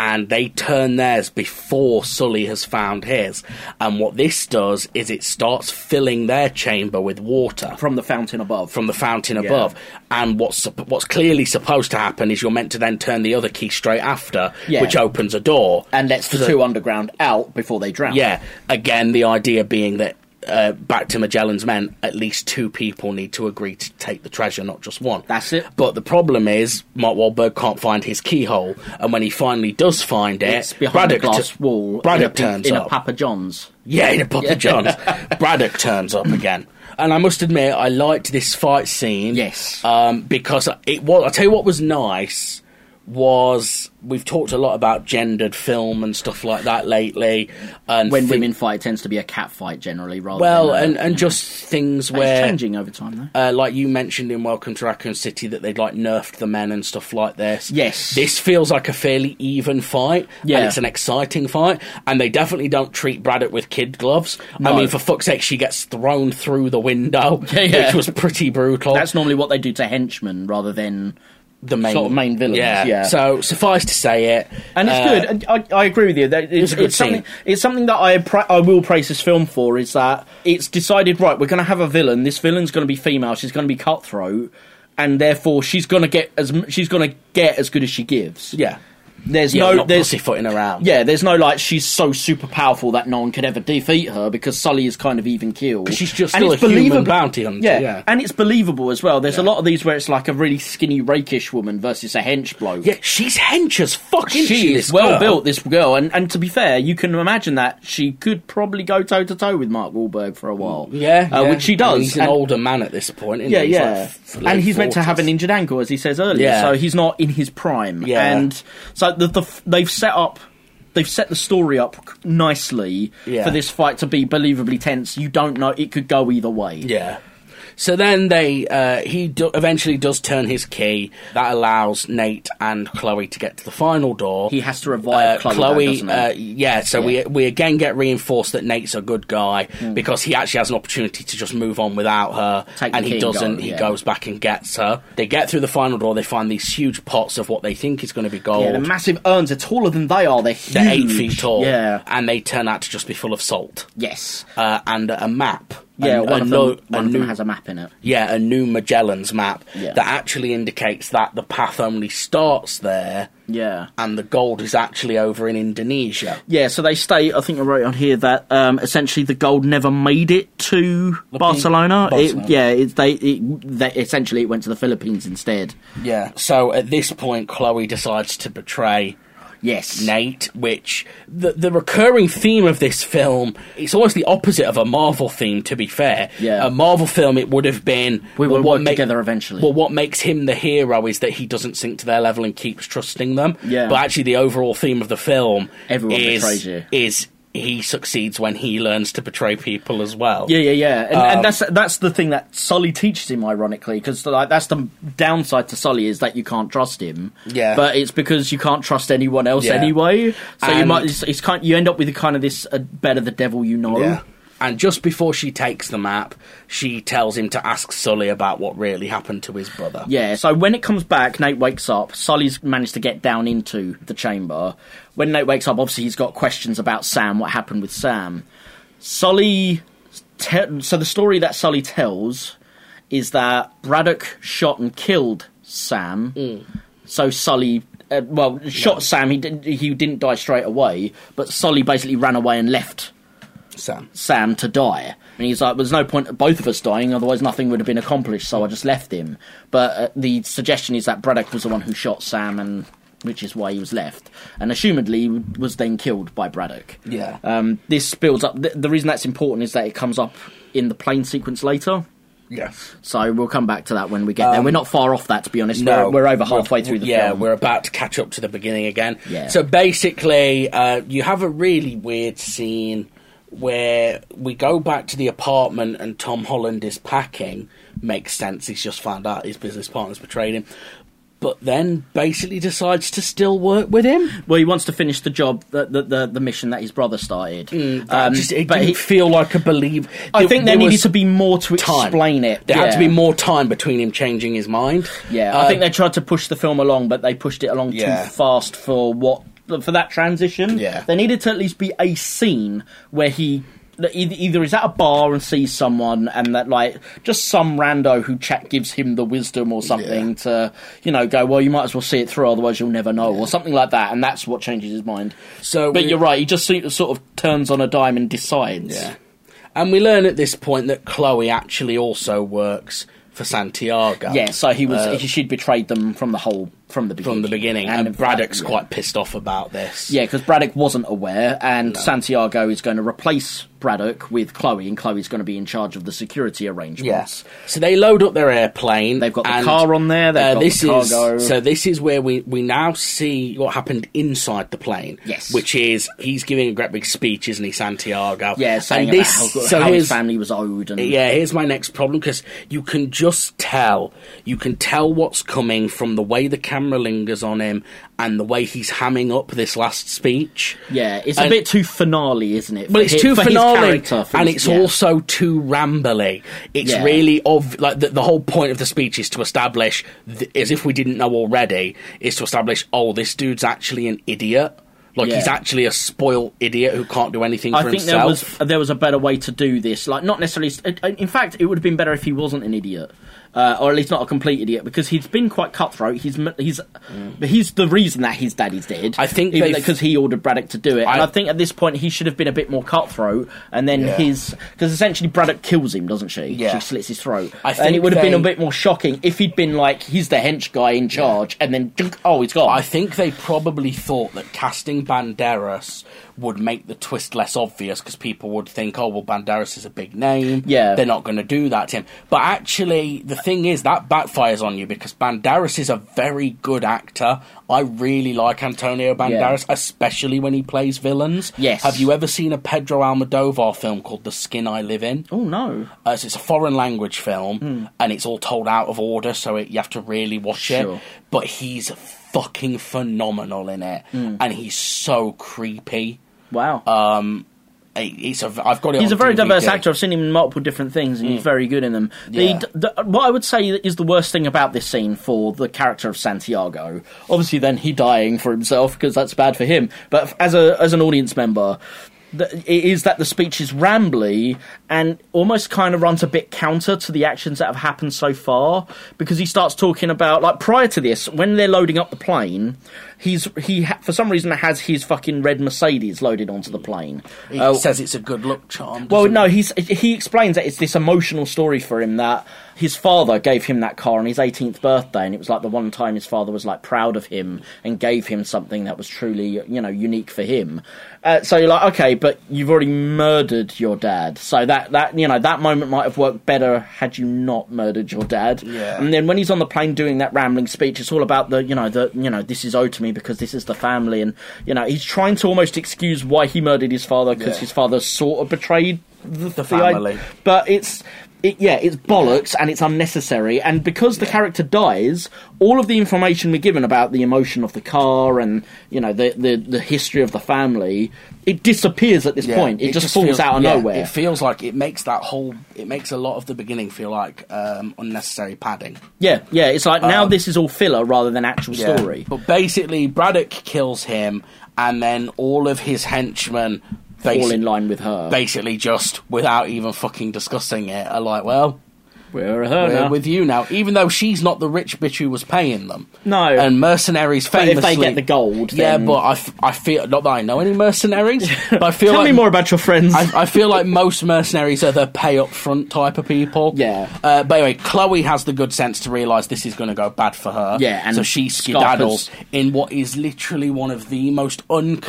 and they turn theirs before Sully has found his. And what this does is it starts filling their chamber with water
from the fountain above.
from the fountain above. And what's sup- what's clearly supposed to happen is you're meant to then turn the other key straight after,
Yeah.
which opens a door
and lets the
So-
two underground out before they drown.
yeah. Again, the idea being that uh, back to Magellan's men, at least two people need to agree to take the treasure, not just one.
That's it.
But the problem is, Mark Wahlberg can't find his keyhole, and when he finally does find it,
It's behind a
Braddock
glass
tu-
wall
Braddock
in, a,
turns
in
up.
a Papa John's.
Yeah, in a Papa John's. Braddock turns up again. And I must admit, I liked this fight scene.
Yes.
Um, because it was, I'll tell you what was nice was we've talked a lot about gendered film and stuff like that lately. And
When
thi-
women fight, it tends to be a cat fight generally rather
Well,
than a-
and, and just things
It's
where.
changing over time though.
Uh, like you mentioned in Welcome to Raccoon City, that they'd like nerfed the men and stuff like this.
Yes.
This feels like a fairly even fight.
Yeah.
And it's an exciting fight. And they definitely don't treat Braddock with kid gloves.
No.
I mean, for fuck's sake, she gets thrown through the window,
Yeah, yeah.
which was pretty brutal.
That's normally what they do to henchmen rather than
the main,
sort of main villains, yeah.
So suffice to say it.
and it's
uh,
good. And I, I agree with you. That it's,
was a good
it's something.
scene.
It's something that I pra- I will praise this film for is that it's decided right. We're going to have a villain. This villain's going to be female. She's going to be cutthroat, and therefore she's going to get as m- she's going to get as good as she gives.
Yeah.
There's
Yeah,
no
not
there's
pussyfooting around.
yeah. There's no like she's so super powerful that no one could ever defeat her because Sully is kind of even keel.
she's just still a human bounty hunter,
Yeah.
yeah.
and it's believable as well. There's a lot of these where it's like a really skinny rakish woman versus a hench bloke.
Yeah, she's hench as fuck, isn't she?
She's
this
well
girl?
built, this girl, and, and to be fair, you can imagine that she could probably go toe to toe with Mark Wahlberg for a while.
Mm, Yeah,
uh,
yeah.
which she
I
does.
mean, He's an
and-
older man at this point. Isn't
yeah,
he? He's
yeah,
like f-
and
late
he's meant to have an
40s.
injured ankle, as he says earlier.
Yeah.
so he's not in his prime.
Yeah.
and so the, the f- they've set up. They've set the story up c- nicely
Yeah.
for this fight to be believably tense. You don't know; it could go either way.
Yeah. So then they uh, he do- eventually does turn his key that allows Nate and Chloe to get to the final door.
He has to revive Chloe, though, doesn't he?
uh, yeah. So we we again get reinforced that Nate's a good guy because he actually has an opportunity to just move on without her,
Hmm. Take the
and
key
he
and go,
doesn't. he
yeah.
goes back and gets her. They get through the final door. They find these huge pots of what they think is going to be gold.
Yeah, the massive urns are taller than they are. They're huge.
They're eight feet tall,
Yeah.
and they turn out to just be full of salt
Yes.
uh, and a map.
Yeah.
a,
one
a
of,
no-
them, one
a
of them
new-
has a map in it.
yeah, a new Magellan's map
Yeah.
that actually indicates that the path only starts there
Yeah.
and the gold is actually over in Indonesia.
Yeah, so they state, I think I wrote on here that um, essentially the gold never made it to Barcelona. It-
Barcelona.
yeah, it, they, it, they essentially it went to the Philippines instead.
Yeah. So at this point, Chloe decides to betray
Yes.
Nate, which the, the recurring theme of this film, it's almost the opposite of a Marvel theme, to be fair.
Yeah.
A Marvel film, it would have been.
We will
well,
work together eventually.
Well, what makes him the hero is that he doesn't sink to their level and keeps trusting them.
Yeah.
But actually, the overall theme of the film
Everyone
is,
betrays you.
is he succeeds when he learns to betray people as well.
Yeah, yeah, yeah, and,
Um,
and that's that's the thing that Sully teaches him, ironically, because like that's the downside to Sully is that you can't trust him.
Yeah.
but it's because you can't trust anyone else
Yeah.
anyway. So you
And-
might it's, it's kind you end up with kind of this uh, better the devil you know.
Yeah. And just before she takes the map, she tells him to ask Sully about what really happened to his brother.
Yeah, so when it comes back, Nate wakes up. Sully's managed to get down into the chamber. When Nate wakes up, obviously he's got questions about Sam, what happened with Sam. Sully. Te- so the story that Sully tells is that Braddock shot and killed Sam.
Mm.
So Sully. Uh, well, shot Sam. He didn't. He didn't die straight away, but Sully basically ran away and left
Sam.
Sam to die. And he's like, there's no point of both of us dying, otherwise nothing would have been accomplished, so I just left him. But uh, the suggestion is that Braddock was the one who shot Sam, and which is why he was left. And assumedly was then killed by Braddock.
Yeah.
Um, this builds up. Th- the reason that's important is that it comes up in the plane sequence later.
Yes.
So we'll come back to that when we get there. We're not far off that, to be honest.
Um, No,
we're, we're over halfway through the
yeah,
film.
we're about to catch up to the beginning again.
Yeah.
So basically, uh, you have a really weird scene where we go back to the apartment and Tom Holland is packing. Makes sense. He's just found out his business partner's betrayed him, but then basically decides to still work with him.
well, he wants to finish the job, the the, the, the mission that his brother started.
Mm,
Um,
That just, it
but
didn't
he-
feel like a believe.
I think there, needed
was
to be more to
time.
explain it.
There had to
Yeah.
be more time between him changing his mind.
Yeah,
Uh,
I think they tried to push the film along, but they pushed it along
Yeah.
too fast for what for that transition.
Yeah.
there needed to at least be a scene where he. that Either either he's at a bar and sees someone, and that like just some rando who chat gives him the wisdom or something to you know go well you might as well see it through otherwise you'll never know or something like that, and that's what changes his mind.
So
but
we-
you're right, he just sort of- sort of turns on a dime and decides.
Yeah. And we learn at this point that Chloe actually also works for Santiago.
Yeah, so he was he she'd betrayed them from the whole from the beginning.
Uh, From the beginning. And, Braddock's quite pissed off about this.
Yeah, because Braddock wasn't aware, and Santiago is going to replace Braddock with Chloe, and Chloe's going to be in charge of the security arrangements.
Yes. So they load up their airplane.
They've got the
and, uh,
car on there, they've got
this
the cargo.
Is, so this is where we, we now see what happened inside the plane.
Yes.
Which is he's giving a great big speech, isn't he, Santiago?
Yeah, saying
and this,
about how, good-
so
how his
here's-
family was owed, and
yeah, here's my next problem because you can just tell. You can tell what's coming from the way the camera lingers on him and the way he's hamming up this last speech.
Yeah, it's a
And-
bit too finale, isn't it?
But
for
it's
hi-
too
for his
finale,
character, for
and
his-
it's
yeah.
also too rambly. It's
Yeah.
really of like the, the whole point of the speech is to establish, th- as if we didn't know already, is to establish, oh, this dude's actually an idiot. Like he's
Yeah.
actually a spoiled idiot who can't do anything
I
for
think
himself.
there was there was a better way to do this. Like, not necessarily. uh, In fact, it would have been better if he wasn't an idiot, uh, or at least not a complete idiot, because he's been quite cutthroat. He's m- he's he's the reason that his daddy's dead.
Mm. I think they've-
because he ordered Braddock to do it, and
I-
I think at this point he should have been a bit more cutthroat. And then his because essentially Braddock kills him, doesn't she?
Yeah.
She slits his throat,
I
and
think
it would have been a
they-
bit more shocking if he'd been like he's the hench guy in charge, and then oh he's gone.
I think they probably thought that casting Banderas would make the twist less obvious because people would think, oh, well, Banderas is a big name.
Yeah.
They're not going to do that to him. But actually, the thing is, that backfires on you because Banderas is a very good actor. I really like Antonio Banderas, especially when he plays villains.
Yes.
Have you ever seen a Pedro Almodovar film called The Skin I Live In?
oh no.
Uh, so it's a foreign language film,
Hmm.
and it's all told out of order, so it, you have to really watch it.
Sure.
But he's fucking phenomenal in it,
Hmm.
and he's so creepy.
Wow.
Uh, It- It's a, I've got it.
He's
on
a very
DVD.
diverse actor. I've seen him in multiple different things, and he's very good in them. The-
Mm. Yeah.
The, what I would say is the worst thing about this scene for the character of Santiago, obviously, then he dying for himself because that's bad for him. But f- as a as an audience member. th- It is that the speech is rambly and almost kind of runs a bit counter to the actions that have happened so far because he starts talking about like prior to this when they're loading up the plane he's he ha- for some reason has his fucking red Mercedes loaded onto the plane
He
Uh,
says it's a good look charm.
well,
doesn't
no,
he?
he's he explains that it's this emotional story for him that his father gave him that car on his 18th birthday, and it was like the one time his father was like proud of him and gave him something that was truly, you know, unique for him. Uh, so you're like, okay, but you've already murdered your dad, so that that you know that moment might have worked better had you not murdered your dad.
Yeah.
And then when he's on the plane doing that rambling speech, it's all about the you know the you know this is owed to me because this is the family, and you know he's trying to almost excuse why he murdered his father because
Yeah.
his father sort of betrayed the, the I-
family.
but it's it, yeah, it's bollocks and it's unnecessary. And because the character dies, all of the information we're given about the emotion of the car and you know the the, the history of the family, it disappears at this
Yeah,
point. It, just, falls
feels-
out of
yeah,
nowhere.
It feels like it makes that whole. It makes a lot of the beginning feel like um, unnecessary padding.
yeah, yeah. It's like now this is all filler rather than actual
Oh. Yeah.
story.
But basically, Braddock kills him, and then all of his henchmen
All
basi-
in line with her.
Basically, just without even fucking discussing it, are like, well,
We're her
we're
now.
with you now, even though she's not the rich bitch who was paying them.
No.
and mercenaries
But
famously.
if they get the gold,
yeah.
then-
But I, f- I feel not that I know any mercenaries, but I feel
Tell
like
me more about your friends.
I, I feel like most mercenaries are the pay up front type of people.
Yeah.
Uh, but anyway, Chloe has the good sense to realise this is going to go bad for her.
Yeah, and
so she skedaddles in what is literally one of the most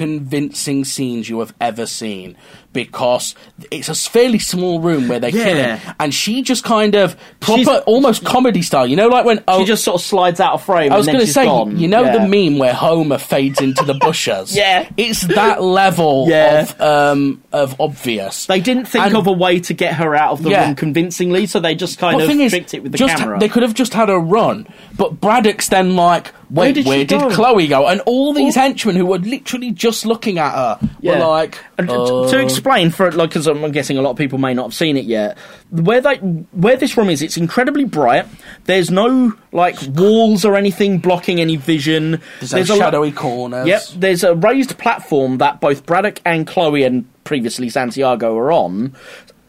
unconvincing scenes you have ever seen because it's a fairly small room where they kill
Yeah.
him, and she just kind of proper,
She's-
almost comedy style. You know, like when oh,
she just sort of slides out of frame.
I was
and
going
then
to
she's
say,
gone.
you know
Yeah.
the meme where Homer fades into the bushes.
Yeah.
it's that level
Yeah.
of um, of obvious.
They didn't think
And-
of a way to get her out of the
Yeah.
room convincingly, so they just kind
Well,
of
thing is,
tricked it with the
just-
camera.
They could have just had a run, but Braddock's then like, wait,
did she
where did
go?
Chloe go? And all these
All-
henchmen who were literally just looking at her were like,
And t-
uh,
to explain for like, because I'm guessing a lot of people may not have seen it yet. Where they, where this room is, it's incredibly bright. There's no like walls or anything blocking any vision.
There's no
lo-
shadowy corners.
Yep, there's a raised platform that both Braddock and Chloe and previously Santiago are on.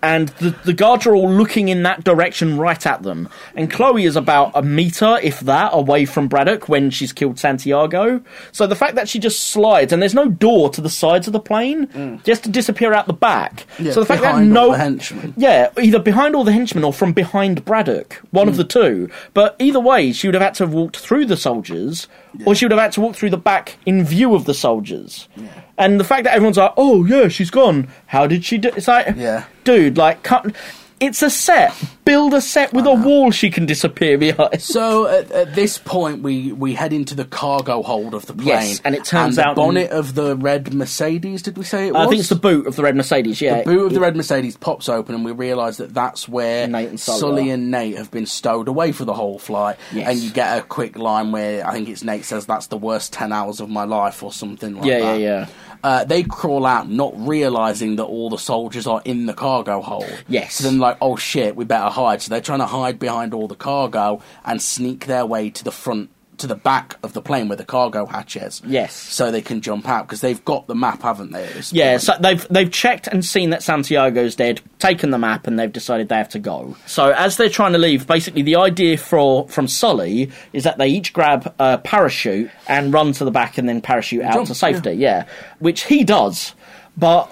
And the, the guards are all looking in that direction right at them. And Chloe is about a meter, if that, away from Braddock when she's killed Santiago. So the fact that she just slides, and there's no door to the sides of the plane, just to disappear out the back.
Mm. Yeah,
so the fact that
behind all
no.
the henchmen.
Yeah, either behind all the henchmen or from behind Braddock, one
Hmm.
of the two. But either way, she would have had to have walked through the soldiers, or she would have had to walk through the back in view of the soldiers. And the fact that everyone's like, "Oh yeah, she's gone. How did she do?" It's like,
Yeah.
dude, like, cut. It's a set. Build a set with a wall she can disappear behind.
So at, at this point, we, we head into the cargo hold of the plane.
Yes, and it turns
the
out-
bonnet of the red Mercedes. Did we say it was?
I think it's the boot of the red Mercedes. Yeah,
The boot of the red Mercedes pops open, and we realise that that's where
Nate and Sully
Sully,
are.
and Nate have been stowed away for the whole flight.
Yes.
And you get a quick line where I think it's Nate says, That's the worst 10 hours of my life, or something like
Yeah,
that.
yeah, yeah.
Uh, they crawl out, not realising that all the soldiers are in the cargo hold.
Yes.
So then, like, oh shit, we better hide. So they're trying to hide behind all the cargo and sneak their way to the front. To the back of the plane where the cargo hatch is.
Yes.
So they can jump out because they've got the map, haven't they? at this
Yeah,
point?
so they've they've checked and seen that Santiago's dead, taken the map, and they've decided they have to go. So as they're trying to leave, basically the idea for from Sully is that they each grab a parachute and run to the back and then parachute out
jump,
to safety. Yeah. which he does, but.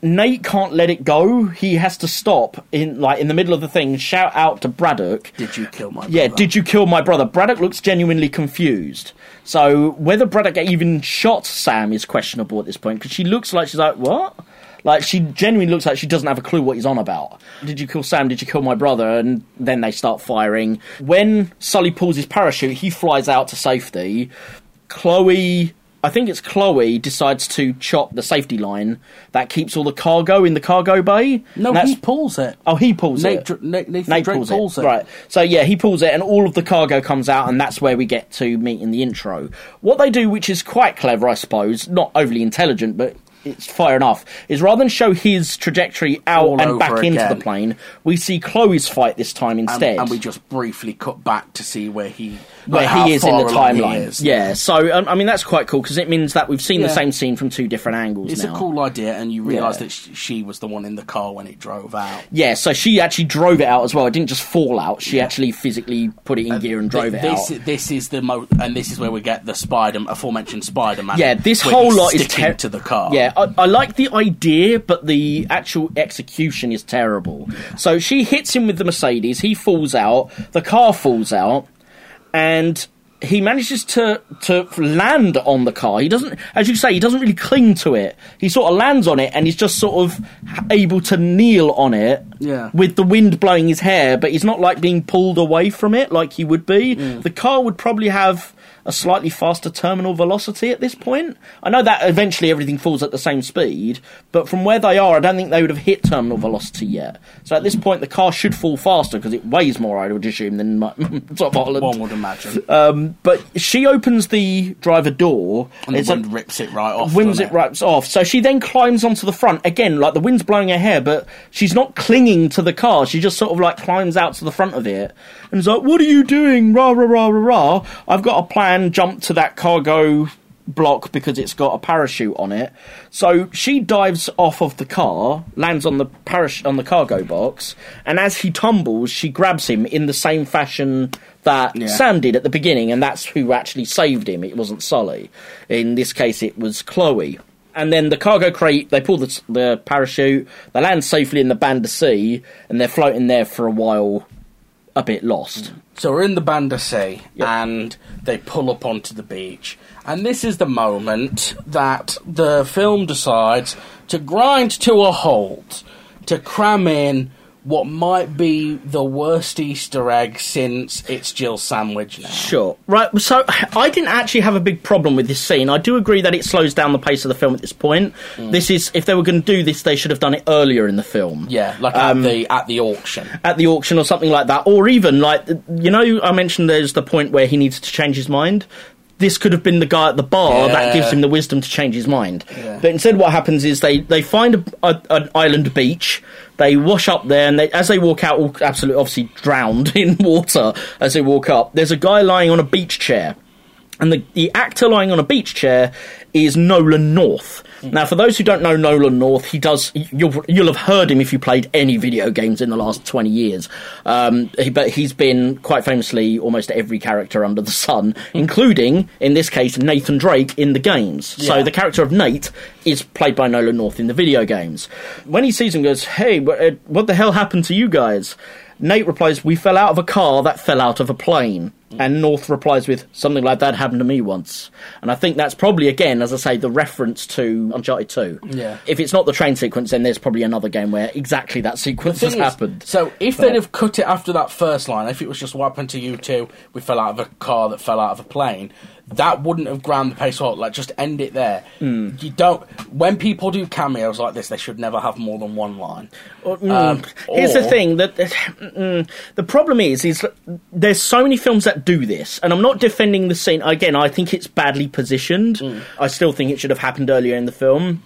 Nate can't let it go. He has to stop in like in the middle of the thing, shout out to Braddock,
Did you kill my
yeah,
brother?
did you kill my brother? Braddock looks genuinely confused. So whether Braddock even shot Sam is questionable at this point because she looks like she's like what? Like she genuinely looks like she doesn't have a clue what he's on about. Did you kill Sam? Did you kill my brother? And then they start firing. When Sully pulls his parachute, he flies out to safety. Chloe, I think it's Chloe, decides to chop the safety line that keeps all the cargo in the cargo bay.
No,
And that's-
he pulls it.
Oh, he pulls
Nate
it.
Dr- Na- Nathan Drake pulls it.
Right. So yeah, he pulls it, and all of the cargo comes out, and that's where we get to meet in the intro. What they do, which is quite clever, I suppose, not overly intelligent, but it's fair enough, is rather than show his trajectory out
All
and
over
back into
again.
the plane, we see Chloe's fight this time
And,
instead.
and we just briefly cut back to see where he,
where
like, how
he is in
far
the
along he
timeline.
is.
Yeah, so um, I mean that's quite cool because it means that we've seen the
Yeah.
same scene from two different angles.
it's
now.
a cool idea, and you realise
Yeah.
that sh- she was the one in the car when it drove out.
Yeah, so she actually drove it out as well. It didn't just fall out; she actually physically put it in gear and drove it
Th-
out.
this, This is the mo- and this is where we get the Spider, aforementioned Spider Man.
Yeah, this whole lot is ter-
to the car.
Yeah, yeah, I, I like the idea, but the actual execution is terrible. So she hits him with the Mercedes. He falls out. The car falls out, and he manages to to land on the car. He doesn't, as you say, he doesn't really cling to it. He sort of lands on it, and he's just sort of able to kneel on it.
Yeah.
with the wind blowing his hair, but he's not like being pulled away from it like he would be. The car would probably have a slightly faster terminal velocity at this point. I know that eventually everything falls at the same speed, but from where they are, I don't think they would have hit terminal velocity yet. So at this point, the car should fall faster because it weighs more, I would assume, than my, Top Holland. Um,
One would imagine.
But she opens the driver door.
and the
It's a-
wind rips it right off.
Winds
doesn't
it rips off. So she then climbs onto the front again, like the wind's blowing her hair, but she's not clinging to the car. She just sort of like climbs out to the front of it and is like, "What are you doing? Rah rah rah rah rah! I've got a plan. Jump to that cargo block because it's got a parachute on it." So she dives off of the car, lands on the parach- on the cargo box, and as he tumbles, she grabs him in the same fashion that Sam did at the beginning, and that's who actually saved him. It wasn't Sully. In this case, it was Chloe. And then the cargo crate, they pull the, the parachute, they land safely in the Banda Sea, and they're floating there for a while, a bit lost.
So we're in the Banda Sea,
Yep.
and they pull up onto the beach. And this is the moment that the film decides to grind to a halt, to cram in what might be the worst Easter egg since it's Jill Sandwich now.
Sure. Right, so I didn't actually have a big problem with this scene. I do agree that it slows down the pace of the film at this point. This is, if they were going to do this, they should have done it earlier in the film.
Yeah, like
Um,
at the at the auction.
at the auction or something like that, or even like you know, I mentioned there's the point where he needs to change his mind. This could have been the guy at the bar that
Yeah.
gives him the wisdom to change his mind.
Yeah.
But instead, what happens is they they find a, a, an island beach. They wash up there, and they, as they walk out, all absolutely obviously drowned in water as they walk up. There's a guy lying on a beach chair and the, the actor lying on a beach chair is Nolan North. Now, for those who don't know Nolan North, he does. You'll, you'll have heard him if you played any video games in the last twenty years. Um, he- but he's been quite famously almost every character under the sun, including in this case Nathan Drake in the games. So the character of Nate is played by Nolan North in the video games. When he sees him, he goes, "Hey, what, uh, what the hell happened to you guys?" Nate replies, We fell out of a car that fell out of a plane. And North replies with, Something like that happened to me once. And I think that's probably, again, as I say, the reference to Uncharted 2.
Yeah.
If it's not the train sequence, then there's probably another game where exactly that sequence has
Thing is,
happened.
So if they'd have cut it after that first line, if it was just what happened to you two, we fell out of a car that fell out of a plane, that wouldn't have ground the pace halt. Like just end it there.
Hmm.
You don't. When people do cameos like this, they should never have more than one line. Um,
Oh, hmm. Here's the
or-
thing that mm, the problem is is there's so many films that do this, and I'm not defending the scene. Again, I think it's badly positioned.
Mm.
I still think it should have happened earlier in the film.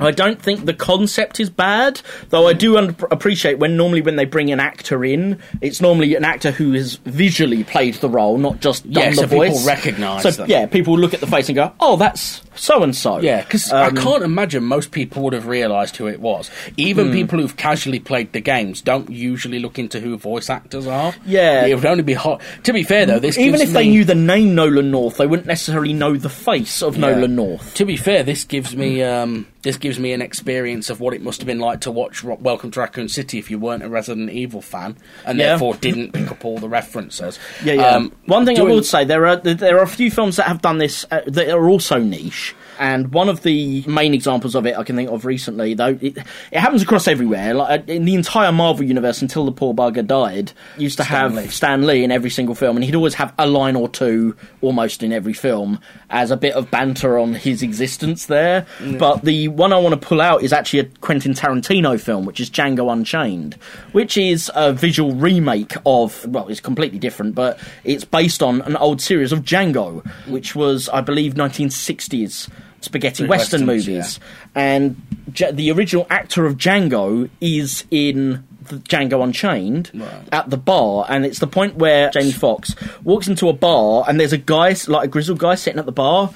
I don't think the concept is bad, though I do un- appreciate when normally when they bring an actor in, it's normally an actor who has visually played the role, not just done
Yeah,
the
so people
voice.
recognise
So
them.
yeah, people look at the face and go, "Oh, that's um, so and so." Uh,
Yeah, because I can't imagine most people would have realised who it was.
Hmm.
Even people who've casually played the games don't usually look into who voice actors are.
Yeah.
it would only be hot. To be fair though, this
Even
gives
if they
me-
knew the name Nolan North, they wouldn't necessarily know the face of
Yeah.
Nolan North.
To be fair, this gives me um, this gives me an experience of what it must have been like to watch Ro- Welcome to Raccoon City if you weren't a Resident Evil fan and
Yeah.
therefore didn't pick up all the references.
Yeah, yeah.
Um,
one thing
doing-
I would say there are there are a few films that have done this uh, that are also niche, and one of the main examples of it I can think of recently, though it, it happens across everywhere, like uh, in the entire Marvel universe until the poor bugger died, used to have Stan Lee in every single film, and he'd always have a line or two almost in every film as a bit of banter on his existence there. But the one I want to pull out is actually a Quentin Tarantino film, which is Django Unchained, which is a visual remake of, well, it's completely different, but it's based on an old series of Django, which was, I believe, 1960s spaghetti western
westerns,
movies. And J- the original actor of Django is in. The Django Unchained at the bar, and it's the point where Jamie Foxx walks into a bar, and there's a guy, like a grizzled guy, sitting at the bar,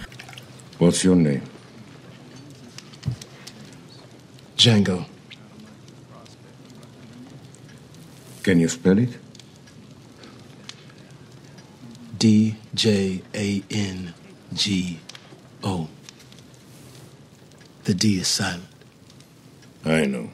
What's your name?
Django.
Can you spell it?
D J A N G O. The D is silent.
I know.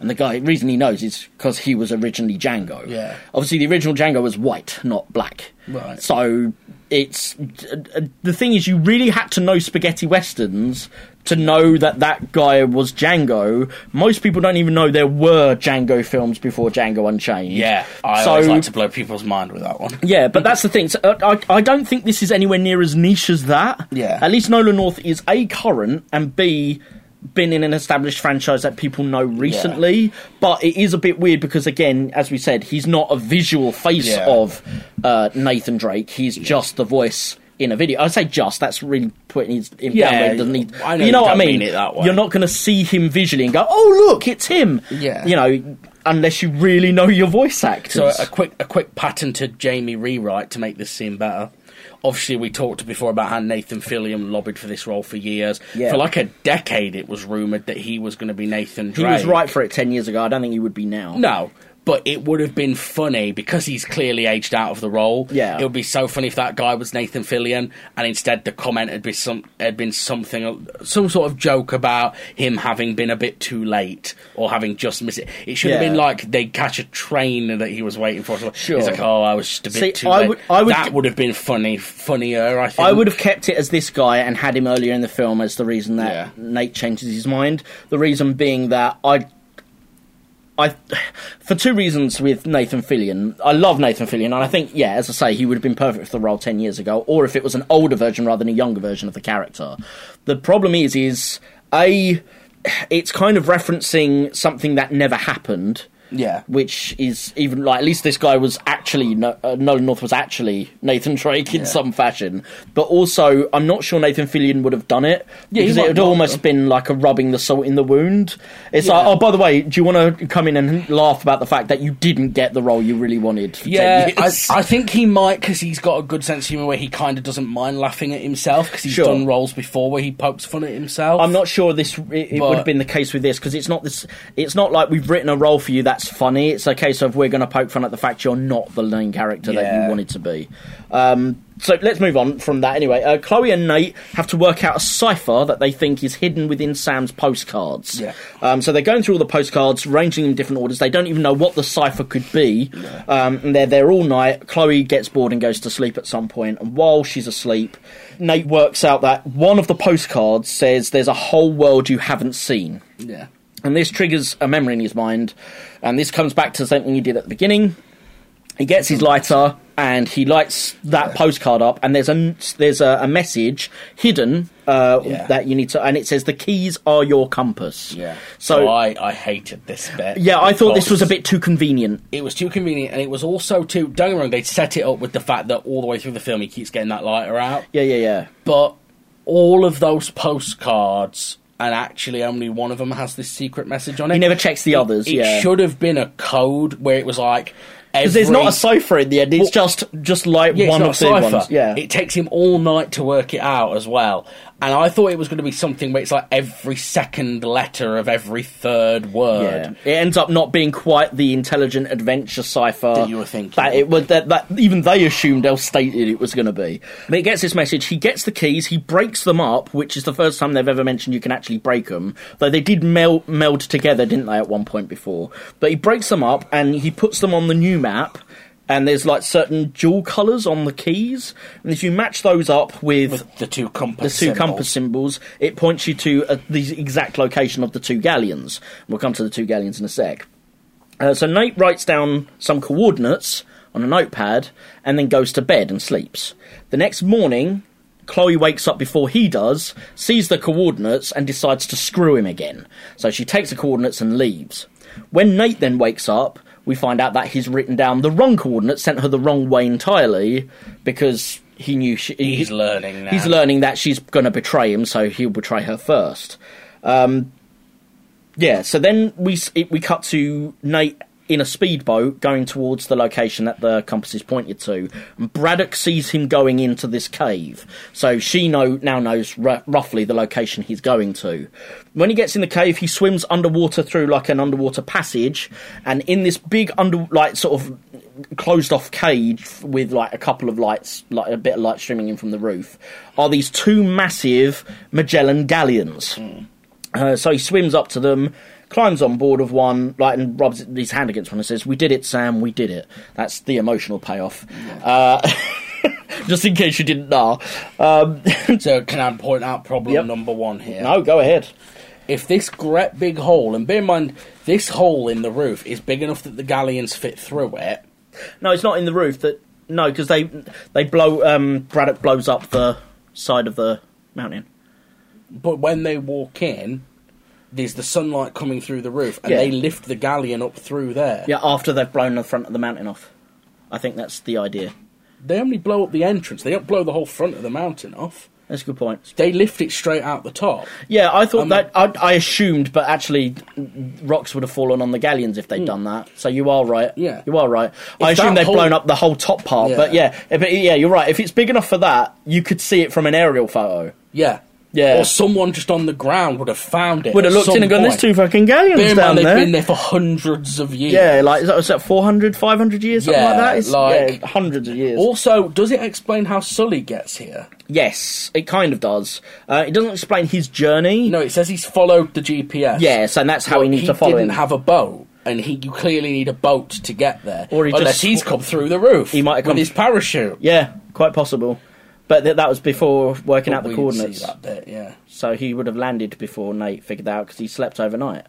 And the guy, reason he knows is because he was originally Django.
Yeah.
Obviously, the original Django was white, not black.
Right.
So it's uh, uh, the thing is, you really had to know spaghetti westerns to know that that guy was Django. Most people don't even know there were Django films before Django Unchained.
Yeah, I always like to blow people's mind with that one.
Yeah, but that's the thing. So, uh, I, I don't think this is anywhere near as niche as that.
Yeah.
At least Nolan North is A, current, and B, been in an established franchise that people know recently. But it is a bit weird because, again, as we said, he's not a visual face
Yeah.
of uh, Nathan Drake. He's just the voice. In a video, I say just. That's really putting his him
Yeah,
down where he doesn't need.
I know
you
you
know what I
don't
mean.
mean it that way.
You're not going to see him visually and go, "Oh, look, it's him."
Yeah.
You know, unless you really know your voice actors.
So a quick a quick patented Jamie rewrite to make this seem better. Obviously, we talked before about how Nathan Fillion lobbied for this role for years.
Yeah.
For like a decade, it was rumored that he was going to be Nathan
He
Drake.
was right for it 10 years ago. I don't think he would be now.
No, but it would have been funny because he's clearly aged out of the role.
Yeah.
it would be so funny if that guy was Nathan Fillion, and instead the comment had been some had been something, some sort of joke about him having been a bit too late or having just missed it. It should have
Yeah.
been like they catch a train that he was waiting for.
Sure.
He's like, oh, I was just a bit
See,
too
I
late.
would- I would-
that would have been funny, funnier. I think
I would have kept it as this guy and had him earlier in the film as the reason that
Yeah.
Nate changes his mind. The reason being that I. I, for two reasons with Nathan Fillion, I love Nathan Fillion, and I think, yeah, as I say, he would have been perfect for the role ten years ago, or if it was an older version rather than a younger version of the character. The problem is, is a, it's kind of referencing something that never happened,
Yeah.
which is even like at least this guy was actually No- uh, Nolan North was actually Nathan Drake in some fashion, but also I'm not sure Nathan Fillion would have done it
he
because it
might
had
not
almost
have.
been like a rubbing the salt in the wound. It's like, oh, by the way, do you want to come in and laugh about the fact that you didn't get the role you really wanted? For 10
Yeah, I,
years?
I think he might because he's got a good sense of humour where he kind of doesn't mind laughing at himself because he's
Sure.
done roles before where he pokes fun at himself.
I'm not sure this it, it
But-
would have been the case with this because it's not this. It's not like we've written a role for you that's funny. It's a case of we're going to poke fun at the fact you're not the main character that you
Yeah.
wanted to be. Um, so let's move on from that anyway. Uh, Chloe and Nate have to work out a cipher that they think is hidden within Sam's postcards.
Yeah.
Um, so they're going through all the postcards, ranging in different orders. They don't even know what the cipher could be. Um, and they're there all night. Chloe gets bored and goes to sleep at some point. And while she's asleep, Nate works out that one of the postcards says there's a whole world you haven't seen.
Yeah.
And this triggers a memory in his mind. And this comes back to something he did at the beginning. He gets his lighter and he lights that postcard up. And there's a there's a, a message hidden uh,
Yeah.
that you need to. And it says the keys are your compass.
Yeah.
So,
So I, I hated this bit.
yeah, I thought this
because
was a bit too convenient.
It was too convenient, and it was also too. Don't get me wrong. They set it up with the fact that all the way through the film he keeps getting that lighter out,
Yeah, yeah, yeah.
but all of those postcards, and actually only one of them has this secret message on it.
He never checks the others.
It
yeah.
should have been a code where it was like.
because there's not
every-
a cipher in the end. It's
Well-
just just like
Yeah,
one
it's
of the
not a
ones.
cipher.
Yeah,
It takes him all night to work it out as well. And I thought it was going to be something where it's like every second letter of every third
Yeah.
word.
It ends up not being quite the intelligent adventure cipher
That you were thinking.
That it was that, that even they assumed or stated it was going to be. But he gets this message. He gets the keys. He breaks them up, which is the first time they've ever mentioned you can actually break them. Though they did mel- meld together, didn't they, at one point before? But he breaks them up and he puts them on the new map. And there's like certain jewel colours on the keys, and if you match those up with
The two
the
compass.
two
symbols.
compass symbols, it points you to uh, the exact location of the two galleons. We'll come to the two galleons in a sec. Uh, so Nate writes down some coordinates on a notepad and then goes to bed and sleeps. The next morning, Chloe wakes up before he does, sees the coordinates, and decides to screw him again. So she takes the coordinates and leaves. When Nate then wakes up, we find out that he's written down the wrong coordinates, sent her the wrong way entirely because he knew she,
He's
he-
learning now.
He's learning that she's going to betray him, so he'll betray her first. Um, yeah. So then we s- it, we cut to Nate in a speedboat going towards the location that the compass is pointed to. And Braddock sees him going into this cave, so she know now knows r- roughly the location he's going to. When he gets in the cave, he swims underwater through like an underwater passage, and in this big under like sort of closed off cage f- with like a couple of lights, like a bit of light streaming in from the roof, are these two massive Magellan galleons. Uh, so he swims up to them, climbs on board of one, like, and rubs his hand against one and says, "We did it, Sam. We did it." That's the emotional payoff. Uh, just in case you didn't know. Um,
So can I point out problem
Yep.
number one here?
no, go ahead.
If this great big hole, and bear in mind this hole in the roof is big enough that the galleons fit through it.
No, it's not in the roof. That no, because they they blow. Um, Braddock blows up the side of the mountain.
But when they walk in, there's the sunlight coming through the roof, and
Yeah.
they lift the galleon up through there.
Yeah, after they've blown the front of the mountain off. I think that's the idea.
They only blow up the entrance. They don't blow the whole front of the mountain off.
That's a good point.
They lift it straight out the top.
Yeah, I thought
Um,
that. I, I assumed, but actually, rocks would have fallen on the galleons if they had done that. So you are right.
Hmm. Yeah.
you are right. I
If
assume
that
they've
whole-
blown up the whole top part.
Yeah.
But yeah, if it- yeah, you're right. If it's big enough for that, you could see it from an aerial photo.
Yeah.
Yeah.
Or someone just on the ground would have found it.
Would have
at
looked
some
in and gone,
point.
"There's two fucking galleons
Bear in
down
mind, they've
there."
been there for hundreds of years.
yeah, like is that, is that 400, 500 years, something
Yeah,
like that. It's,
like-
yeah, hundreds of years.
Also, does it explain how Sully gets here?
yes, it kind of does. Uh, it doesn't explain his journey.
No, it says he's followed the GPS.
Yes, and that's how
But
he needs to follow
didn't
him.
have a boat, and he you clearly need a boat to get there.
Or he
unless
just-
he's come through the roof.
He might have come-
with his parachute.
Yeah, quite possible. But th- that was before working
But
out the
we didn't see
coordinates.
that bit, yeah,
So he would have landed before Nate figured that out because he slept overnight.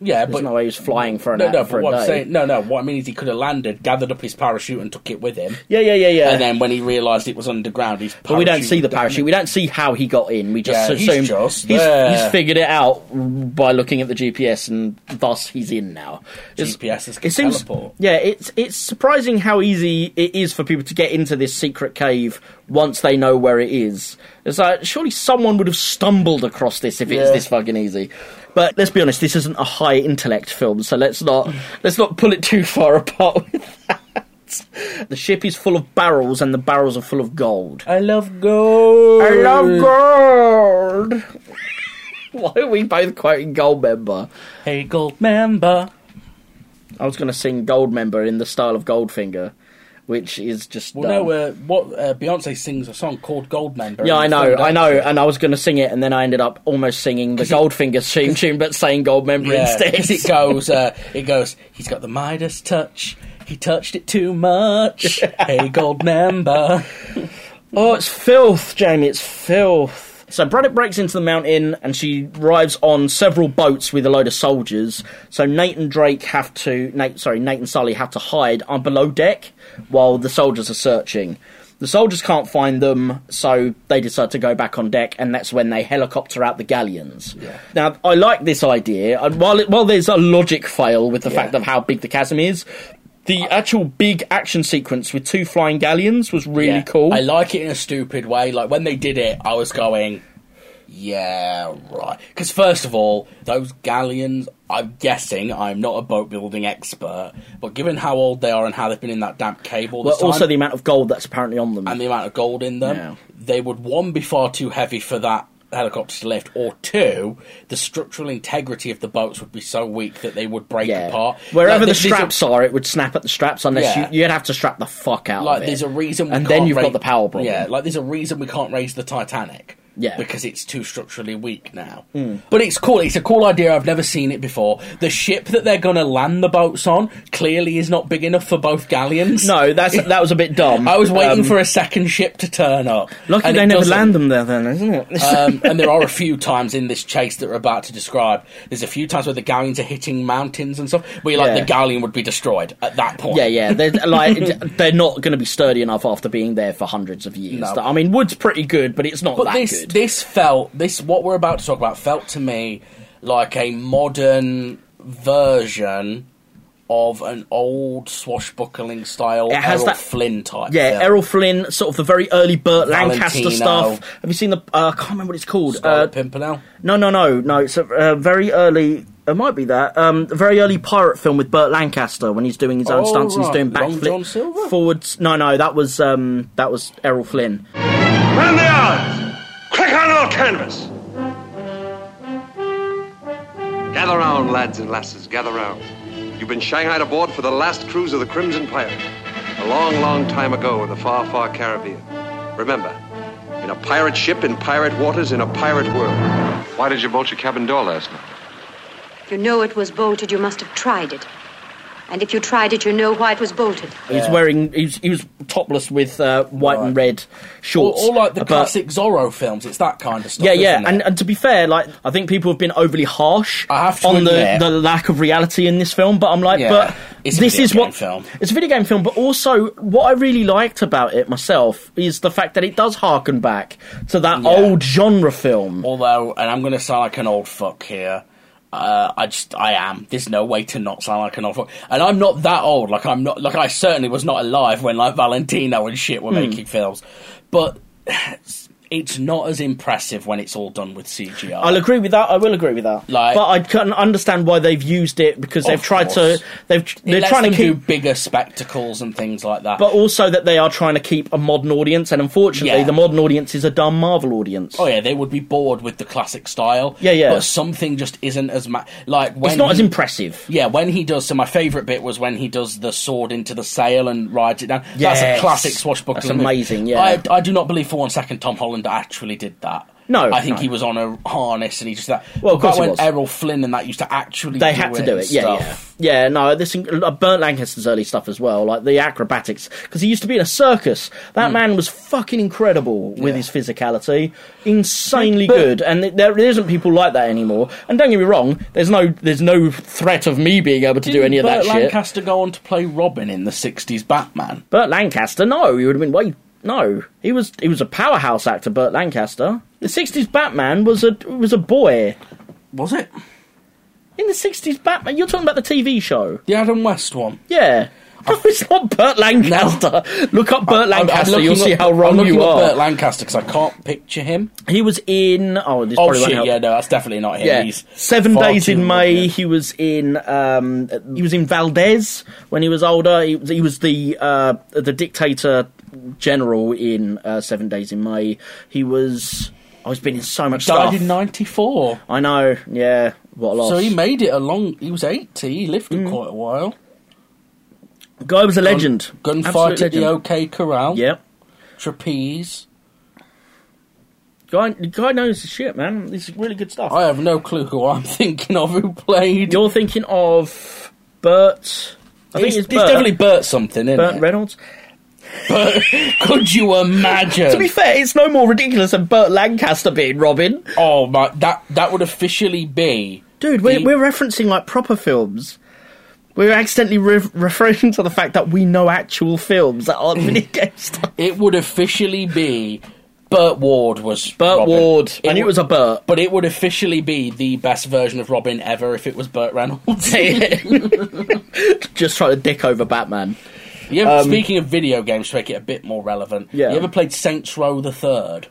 yeah,
There's
but
no way he was flying for an
no,
hour
no.
for
But
a
what
day.
I'm saying, no, no. What I mean is, he could have landed, gathered up his parachute, and took it with him.
Yeah, yeah, yeah, yeah.
And then when he realised it was underground, he's
but we don't see the parachute. We don't see how he got in. We just
Yeah, he's
assume
just
he's,
there.
he's figured it out by looking at the GPS, and thus he's in now. It's-
GPS is
it seems,
teleport.
yeah, it's it's surprising how easy it is for people to get into this secret cave once they know where it is. It's like surely someone would have stumbled across this if it was
Yeah.
this fucking easy. But let's be honest, this isn't a high intellect film, so let's not let's not pull it too far apart with that. The ship is full of barrels, and the barrels are full of gold.
I love gold.
I love gold. Why are we both quoting Goldmember?
Hey, gold member.
I was going to sing Goldmember in the style of Goldfinger, which is just.
Well, no.
dumb.
Uh, what uh, Beyonce sings a song called Gold Member.
yeah, I
in the
know,
film,
I
don't
know,
she?
and I was going to sing it, and then I ended up almost singing the Goldfinger theme tune, but saying Goldmember
Yeah,
instead.
'cause it goes, uh, it goes. He's got the Midas touch. He touched it too much. hey, gold member.
Oh, it's filth, Jamie. It's filth. So Braddock breaks into the mountain and she arrives on several boats with a load of soldiers. So Nate and Drake have to Nate sorry, Nate and Sully have to hide on below deck while the soldiers are searching. The soldiers can't find them, so they decide to go back on deck, and that's when they helicopter out the galleons. Now, I like this idea. and While, it, while there's a logic fail with the fact of how big the chasm is, the actual big action sequence with two flying galleons was really
Yeah.
cool.
I like it in a stupid way. Like when they did it, I was going, yeah, right. Because first of all, those galleons. I'm guessing I'm not a boat building expert, but given how old they are and how they've been in that damp cave all
Well,
this time,
also the amount of gold that's apparently on them.
and the amount of gold in them,
Yeah.
they would one be far too heavy for that helicopter to lift, or two, the structural integrity of the boats would be so weak that they would break
yeah.
apart.
Wherever
Like,
the
there's- there's a-
straps are, it would snap at the straps unless
Yeah.
you, you'd have to strap the fuck out.
Like
of it.
there's a reason, we
and then
can't
you've
ra-
got the power problem.
Yeah, like there's a reason we can't raise the Titanic.
Yeah. Hmm.
because it's too structurally weak now. But it's cool. It's a cool idea. I've never seen it before. The ship that they're gonna land the boats on clearly is not big enough for both galleons.
no, that's that was a bit dumb.
I was waiting
Um,
for a second ship to turn up.
Lucky
and
they
it
never
doesn't.
land them there, then, isn't it?
um, and there are a few times in this chase that we're about to describe. There's a few times where the galleons are hitting mountains and stuff. Where you're like
Yeah.
the galleon would be destroyed at that point.
yeah, yeah. They're, like they're not going to be sturdy enough after being there for hundreds of years.
No.
I mean, wood's pretty good, but it's not
But
that
this
good.
this felt this what we're about to talk about felt to me like a modern version of an old swashbuckling style
It has
Errol
that-
Flynn type.
yeah,
film.
Errol Flynn, sort of the very early Burt Lancaster
Valentino.
stuff. Have you seen the? Uh, I can't remember what it's called.
Scarlet
Uh,
Pimpernel.
No, no, no, no. It's a, a very early. It might be that. Um, a very early pirate film with Burt Lancaster when he's doing his own
Oh,
stunts and he's
right.
doing
Long John
backflips
Silver?
forwards. No, no, that was um, that was Errol Flynn.
Man the arms! Quick on all canvas! Gather round, lads and lasses, gather round. You've been shanghaied aboard for the last cruise of the Crimson Pirate. A long, long time ago in the far, far Caribbean. Remember, In a pirate ship, in pirate waters, in a pirate world. Why did you bolt your cabin door last night?
You know it was bolted, Oh, you must have tried it. And if you tried it, you know why it was bolted.
He's wearing he's, he was topless with uh, white and red
All,
shorts,
all like the
but-
classic Zorro films. It's that kind of stuff.
Yeah, yeah,
isn't it?
and, and to be fair, like I think people have been overly harsh
I have to
on the,
admit-
the lack of reality in this film, but I'm like,
Yeah,
but
it's a
this
video
is
game
what
film.
it's a video game film. But also, what I really liked about it myself is the fact that it does harken back to that
Yeah.
old genre film.
although, and I'm going to sound like an old fuck here. Uh, I just, I am. There's no way to not sound like an old fuck. And I'm not that old. Like I'm not. Like I certainly was not alive when like Valentino and shit were
Hmm.
making films. But it's not as impressive when it's all done with CGI.
I'll agree with that. I will agree with that.
Like-
but I can understand why they've used it because they've
Of
tried
course.
to they've
It
they're
lets
trying to
them
keep
do bigger spectacles and things like that.
but also that they are trying to keep a modern audience, and unfortunately,
Yeah.
the modern audience is a dumb Marvel audience.
Oh yeah, they would be bored with the classic style.
Yeah, yeah.
But something just isn't as ma- like when
it's not as
he-
impressive.
Yeah, when he does. So my favourite bit was when he does the sword into the sail and rides it down. That's
Yes.
a classic swashbuckling.
That's
move.
amazing, yeah.
I, I do not believe for one second Tom Holland actually did that.
No,
I think
no.
he was on a harness and he just that.
Well, of
But
course he
when
was.
Errol Flynn and that used to actually
They
do
had
it
to do
and
it, yeah, yeah,
stuff.
yeah. No, this uh, Burt Lancaster's early stuff as well, like the acrobatics, because he used to be in a circus.
Hmm.
That man was fucking incredible with his physicality, insanely good. And th- there isn't people like that anymore. And don't get me wrong, there's no there's no threat of me being able to do
Didn't
any of that
Burt
shit.
Lancaster go on to play Robin in the '60s Batman.
Burt Lancaster, no, he would have been way. No, he was he was a powerhouse actor. Burt Lancaster. The '60s Batman was a was a boy.
Was it
In the '60s Batman, you're talking about the TV show,
the Adam West one?
yeah? No, it's not Burt Lancaster. Look up Burt
I'm- I'm
Lancaster.
looking
you'll
up-
see how
I'm
wrong
looking
you
up
are.
Burt Lancaster because I can't picture him.
he was in. Oh, this
Oh
probably won't
shit!
help.
Yeah, no, that's definitely not him.
Yeah.
He's
Seven
far
Days
too
in
old,
May.
yeah.
He was in. Um, he was in Valdez when he was older. He, he was the uh, the dictator general in uh, Seven Days in May. He was. Oh, he's been in so much
Died
stuff.
in '94,
I know. Yeah. What a loss.
so he made it a long. He was 80. He lived
Mm.
for quite a while.
Guy was a legend.
Gunfight
Absolute
at the
legend.
OK Corral.
Yep.
Trapeze.
Guy, guy knows his shit, man. This is really good stuff.
I have no clue who I'm thinking of who played.
You're thinking of Bert. I think it's, Bert.
definitely Burt something, isn't
Burt
it?
Reynolds.
Could you imagine?
To be fair, it's no more ridiculous than Burt Lancaster being Robin.
oh my! That that would officially be.
Dude, we're,
The-
we're referencing like proper films. We're accidentally re- referring to the fact that we know actual films that aren't video game stuff.
It would officially be. Burt Ward was
Burt
Robin.
Ward. I knew
wa-
it was a Burt.
But it would officially be the best version of Robin ever if it was Burt Reynolds.
Just trying to dick over Batman.
You ever, speaking of video games, to make it a bit more relevant,
Um, Yeah.
you ever played Saints Row the Third?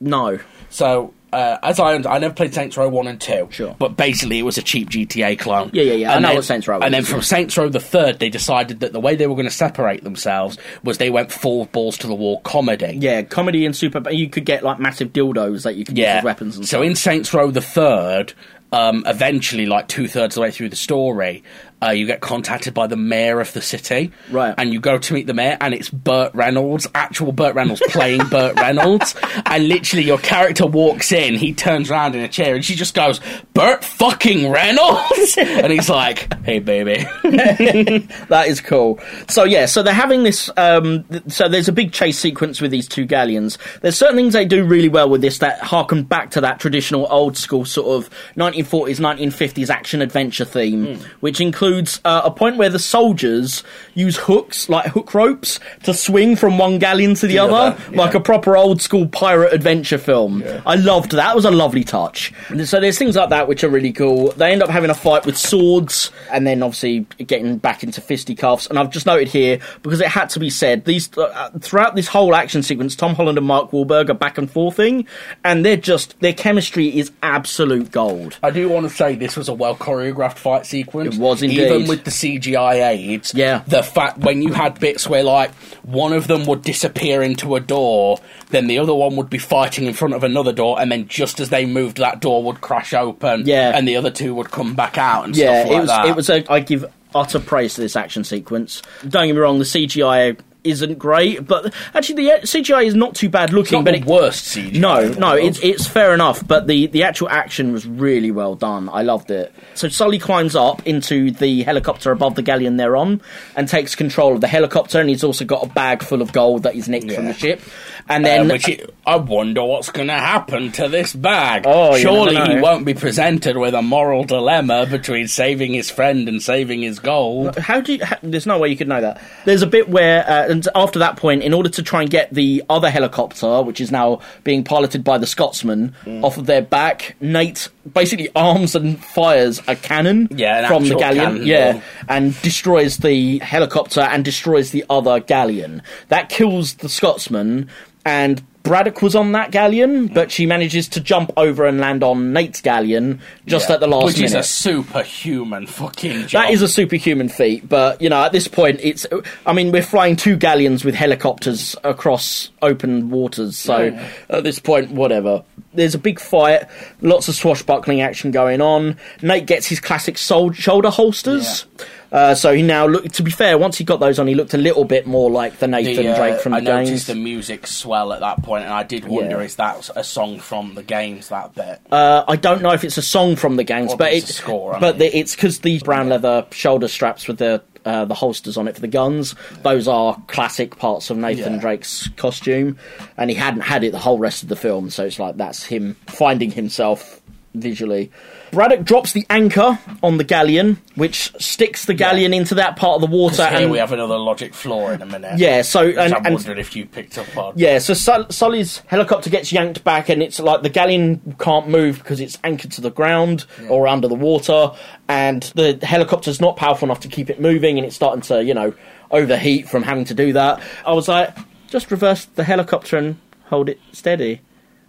No.
So, uh, as I I never played Saints Row One and Two,
Sure.
but basically it was a cheap GTA clone.
Yeah, yeah, yeah. I
And
know
then-
what Saints Row is.
And then from Saints Row the Third, they decided that the way they were going to separate themselves was they went full balls to the wall comedy.
Yeah, comedy and super. You could get like massive dildos that you could use
yeah.
as weapons and
so in Saints Row the Third, um, eventually, like two thirds of the way through the story, uh, you get contacted by the mayor of the city,
Right.
And you go to meet the mayor, and it's Burt Reynolds, actual Burt Reynolds playing Burt Reynolds, and literally your character walks in, he turns around in a chair, and she just goes, "Burt fucking Reynolds," and he's like, "Hey, baby."
That is cool. So yeah, so they're having this. Um, th- so there's a big chase sequence with these two galleons. There's certain things they do really well with this that harken back to that traditional old school sort of 1940s, 1950s action adventure theme, which includes uh, a point where the soldiers use hooks, like hook ropes, to swing from one galleon to the, other,
other, yeah.
like a proper old school pirate adventure film. I loved that. That was a lovely touch. And So there's things like that which are really cool. They end up having a fight with swords and then obviously getting back into fisticuffs. And I've just noted here because it had to be said these uh, throughout this whole action sequence, Tom Holland and Mark Wahlberg are back and forthing, and they're just their chemistry is absolute gold.
I do want to say this was a well choreographed fight sequence.
It was indeed.
Even with the CGI aids.
Yeah.
The fact when you had bits where like one of them would disappear into a door, then the other one would be fighting in front of another door, and then just as they moved, that door would crash open.
Yeah.
And the other two would come back out and
yeah,
stuff like
it was
that.
it was a, I give utter praise to this action sequence. Don't get me wrong, the CGI isn't great, but actually the uh, CGI is not too bad looking.
not
but
the
it,
worst CGI
No,
in the
no,
world.
it's it's fair enough. But the the actual action was really well done. I loved it. So Sully climbs up into the helicopter above the galleon they're on and takes control of the helicopter, and he's also got a bag full of gold that he's nicked from
Yeah.
the ship. And
Uh,
then
which it, I wonder what's going to happen to this bag.
Oh, you
surely
never know.
he won't be presented with a moral dilemma between saving his friend and saving his gold.
How do you, how, there's no way you could know that. There's a bit where, uh, and after that point, in order to try and get the other helicopter, which is now being piloted by the Scotsman,
Mm.
off of their back, Nate basically arms and fires a cannon
Yeah, an
from the
actual
galleon,
cannon.
yeah, and destroys the helicopter and destroys the other galleon. That kills the Scotsman, and Braddock was on that galleon,
Mm.
but she manages to jump over and land on Nate's galleon just
Yeah.
at the last
which
minute.
is a superhuman fucking job.
That is a superhuman feat, but you know, at this point, it's. I mean, we're flying two galleons with helicopters across open waters, so at this point, whatever. There's a big fight, lots of swashbuckling action going on. Nate gets his classic sol- shoulder holsters. Uh, so he now look. To be fair, once he got those on, he looked a little bit more like the Nathan
The, uh,
Drake from
I
the
noticed
games.
the music swell at that point, and I did wonder
Yeah.
is that a song from the games? That bit.
Uh, I don't know if it's a song from the gangs,
Well,
but
it's
it-
a score, I
but
mean.
the, it's because the brown leather shoulder straps with the uh, the holsters on it for the guns. Those are classic parts of Nathan
Yeah.
Drake's costume, and he hadn't had it the whole rest of the film, so it's like that's him finding himself visually. Braddock drops the anchor on the galleon, which sticks the galleon into that part of the water.
here
and-
we have another logic flaw in a minute.
Yeah, so-
Which
and-
I
and-
wondered if you picked up on.
Yeah, so Sul- Sully's helicopter gets yanked back, and it's like the galleon can't move because it's anchored to the ground or under the water, and the helicopter's not powerful enough to keep it moving, and it's starting to, you know, overheat from having to do that. I was like, just reverse the helicopter and hold it steady.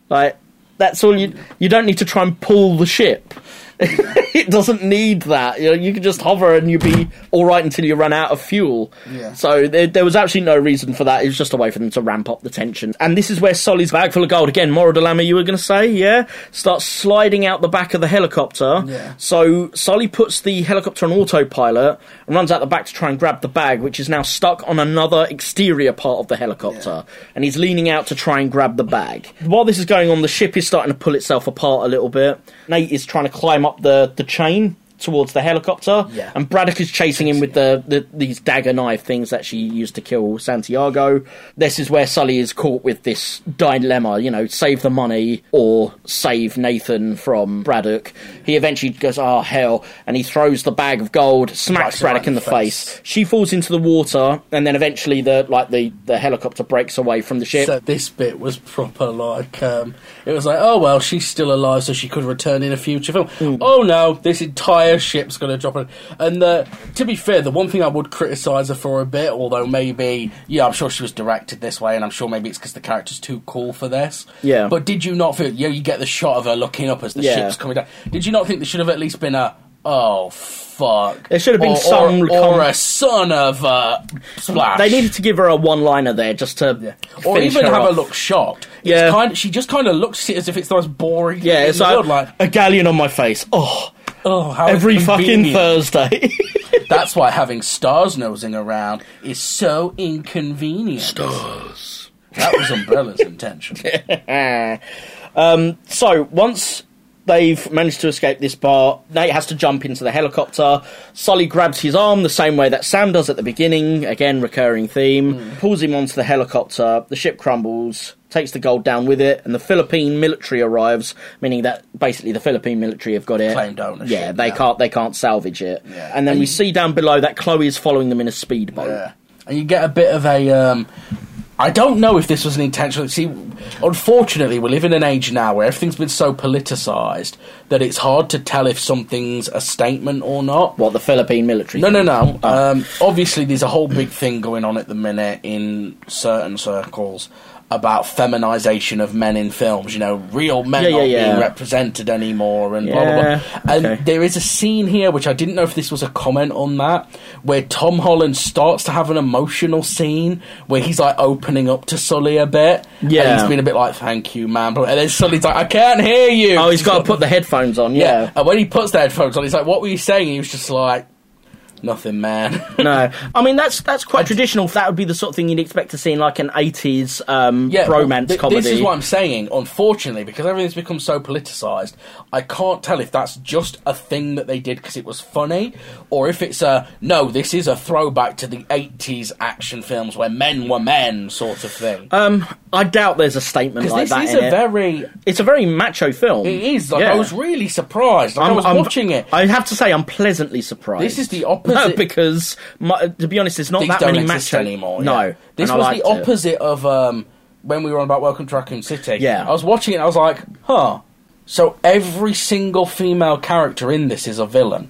Like, that's all you. You don't need to try and pull the ship. it doesn't need that. You, know, you can just hover and you'll be all right until you run out of fuel.
Yeah.
So there, there was actually no reason for that. It was just a way for them to ramp up the tension. And this is where Solly's bag full of gold again. Mora Delama, you were going to say, yeah, starts sliding out the back of the helicopter.
Yeah.
So Solly puts the helicopter on autopilot and runs out the back to try and grab the bag, which is now stuck on another exterior part of the helicopter. And he's leaning out to try and grab the bag. While this is going on, the ship is starting to pull itself apart a little bit. Nate is trying to climb up the, the chain towards the helicopter,
Yeah.
and Braddock is chasing him with the, the these dagger knife things that she used to kill Santiago. This is where Sully is caught with this dilemma, you know, save the money or save Nathan from Braddock. He eventually goes, "Oh hell!" and he throws the bag of gold, smacks
Strikes her
Braddock
right
in the face. She falls into the water, and then eventually the like the the helicopter breaks away from the ship.
So this bit was proper like um, it was like, oh well, she's still alive, so she could return in a future film.
Hmm.
Oh no, this entire ship's going to drop her. And uh, to be fair, the one thing I would criticise her for a bit, although maybe yeah, I'm sure she was directed this way, and I'm sure maybe it's because the character's too cool for this.
Yeah.
But did you not feel? Yeah, you get the shot of her looking up as the
Yeah.
ship's coming down. Did you not think there should have at least been a oh fuck?
There should have been
Or-
some
or,
com-
or a son of a splash.
they needed to give her a one-liner there just to,
or
finish
even
her
have
off.
her look shocked. It's
Yeah.
kind she just kind of looks at it as if it's the most boring.
Yeah,
thing
it's
in the
like,
world. like
a galleon on my face. Oh,
oh, how
every fucking
inconvenient.
Thursday.
That's why having stars nosing around is so inconvenient. Stars. That was Umbrella's intention.
um, so once they've managed to escape this bar, Nate has to jump into the helicopter. Sully grabs his arm the same way that Sam does at the beginning. Again, recurring theme.
Hmm.
Pulls him onto the helicopter. The ship crumbles. Takes the gold down with it, and the Philippine military arrives, meaning that basically the Philippine military have got it.
Claimed ownership,
Yeah, they
yeah.
can't they can't salvage it.
Yeah.
And then we see down below that Chloe is following them in a speedboat.
Yeah. And you get a bit of a. Um, I don't know if this was an intentional. See, unfortunately, we live in an age now where everything's been so politicised that it's hard to tell if something's a statement or not.
What the Philippine military? Oh.
No, no,
think.
no. Um, obviously, there's a whole big thing going on at the minute in certain circles about feminization of men in films. You know, real men
Yeah, yeah,
aren't
yeah.
being represented anymore, and blah
Yeah,
blah blah. And
okay.
there is a scene here which I didn't know if this was a comment on that, where Tom Holland starts to have an emotional scene where he's like opening up to Sully a bit.
Yeah.
and he's been a bit like, "Thank you, man," and then Sully's like, "I can't hear you."
Oh, he's got to put the headphones on. Yeah.
And when he puts the headphones on, he's like, "What were you saying?" And he was just like,
Nothing, man.
no, I mean that's that's quite traditional. That would be the sort of thing you'd expect to see in like an '80s um, romance
well, th-
comedy.
This is what I'm saying. Unfortunately, because everything's become so politicised, I can't tell if that's just a thing that they did because it was funny, or if it's a no. This is a throwback to the '80s action films where men were men, sort of thing.
Um, I doubt there's a statement
Because
like
this
that.
is
in
a
it.
very
it's a very macho film.
it is. Like
Yeah.
I was really surprised. Like, i was watching it.
I have to say, I'm pleasantly surprised.
This is the opposite-
because, my, to be honest, there's not
These
that
don't
many
exist
macho
anymore.
No,
yeah. this
and I
was
liked
the
it.
opposite of um, when we were on about Welcome to Raccoon City.
Yeah.
I was watching it. and I was like, huh. So every single female character in this is a villain.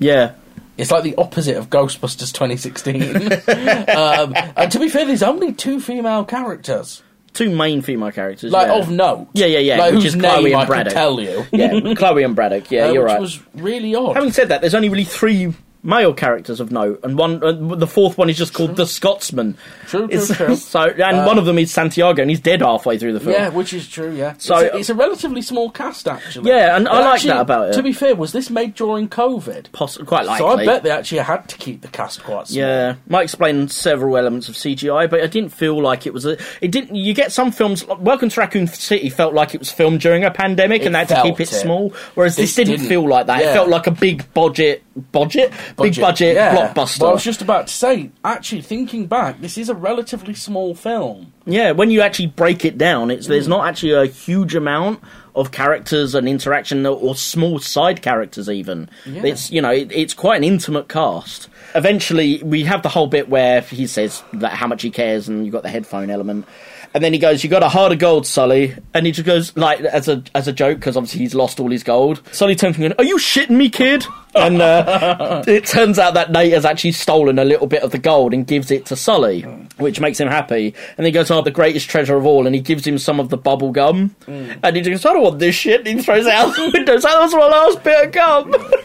Yeah,
It's like the opposite of Ghostbusters 2016. um, and to be fair, there's only two female characters,
two main female characters.
like
yeah.
of note.
Yeah, yeah, yeah.
Like
which
whose
is
name
Chloe
I
and
could
Braddock.
tell you.
yeah, Chloe and Braddock. Yeah,
Uh,
you're
which
right.
was really odd.
Having said that, there's only really three male characters of note, and one, uh, the fourth one is just called the Scotsman.
True, true,
It's-
true.
So, and
Uh,
one of them is Santiago, and he's dead halfway through the film.
Yeah, which is true. Yeah,
So-
it's, a, it's a relatively small cast actually.
Yeah, and I like
actually,
that about it.
To be fair, was this made during COVID?
Poss- quite likely.
So I bet they actually had to keep the cast quite small.
Yeah, might explain several elements of CGI, but I didn't feel like it was a. It didn't. You get some films. Like Welcome to Raccoon City felt like it was filmed during a pandemic,
It
and they had to keep
felt
it,
it.
small. Whereas this,
This
didn't,
didn't.
feel like that. It
Yeah.
felt like a big budget, budget, big budget
yeah.
blockbuster.
Well, I was just about to say, actually, thinking back, this is a relatively small film.
yeah, when you actually break it down, it's there's not actually a huge amount of characters and interaction, or, or small side characters even.
Yeah.
It's you know it, it's quite an intimate cast. Eventually, we have the whole bit where he says that how much he cares, and you've got the headphone element. And then he goes, "You got a heart of gold, Sully," and he just goes like as a as a joke because obviously he's lost all his gold. Sully turns to him and goes, "Are you shitting me, kid?" And uh, it turns out that Nate has actually stolen a little bit of the gold and gives it to Sully, which makes him happy. And he goes, "Oh, the greatest treasure of all," and he gives him some of the bubble gum. And he just goes, "I don't want this shit." And he throws it out the window. So that was my last bit of gum.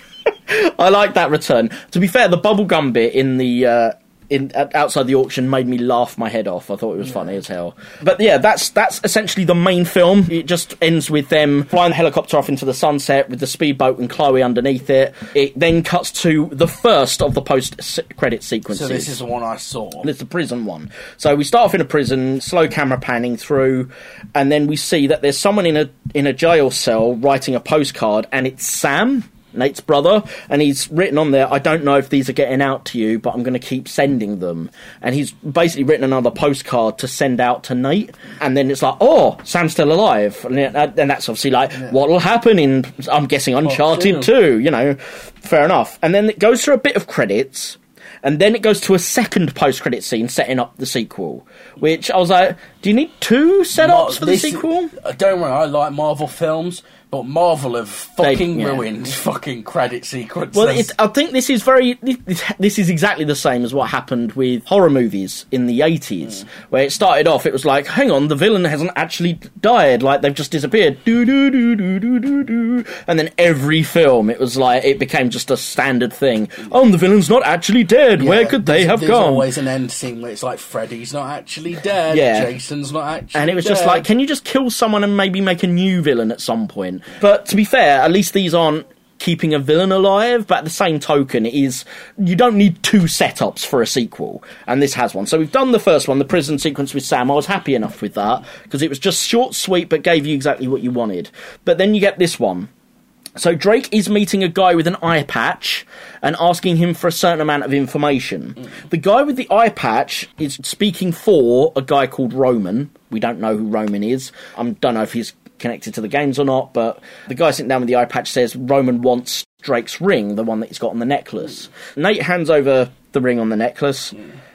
I like that return. To be fair, the bubblegum bit in the uh, in at, outside the auction made me laugh my head off. I thought it was funny as hell. But yeah, that's that's essentially the main film. It just ends with them flying the helicopter off into the sunset with the speedboat and Chloe underneath it. It then cuts to the first of the post se- credit sequences.
So this is the one I saw.
And It's the prison one. So we start off in a prison, slow camera panning through, and then we see that there's someone in a in a jail cell writing a postcard, and it's Sam. Nate's brother, and he's written on there, I don't know if these are getting out to you, but I'm going to keep sending them. And he's basically written another postcard to send out to Nate. And then it's like, oh, Sam's still alive. And, then- and that's obviously like, what will happen in, I'm guessing, Uncharted
two.
2, you know, fair enough. And then it goes through a bit of credits, and then it goes to a second post-credit scene setting up the sequel. Which I was like, do you need two
Mar-
setups for the
this-
sequel?
uh, Don't worry, I like Marvel films, but Marvel have fucking
yeah.
ruined fucking credit sequences.
Well, it, I think this is very. This is exactly the same as what happened with horror movies in the 80s, where it started off, it was like, hang on, the villain hasn't actually died, like they've just disappeared. Do, do, do, do, do, do, do. And then every film, it was like, it became just a standard thing. Oh, the villain's not actually dead. Where
Yeah,
could they
there's-
have
there's
gone?
always an end scene where it's like Freddy's not actually dead,
Yeah.
Jason's not actually
And it was just
dead.
like, can you just kill someone and maybe make a new villain at some point? But to be fair, at least these aren't keeping a villain alive. But at the same token, it is you don't need two setups for a sequel, and this has one. So we've done the first one, the prison sequence with Sam. I was happy enough with that because it was just short, sweet, but gave you exactly what you wanted. But then you get this one. So Drake is meeting a guy with an eye patch and asking him for a certain amount of information. The guy with the eye patch is speaking for a guy called Roman. We don't know who Roman is. I don't know if he's connected to the games or not, but the guy sitting down with the eye patch says Roman wants Drake's ring, the one that he's got on the necklace. Nate hands over the ring on the necklace.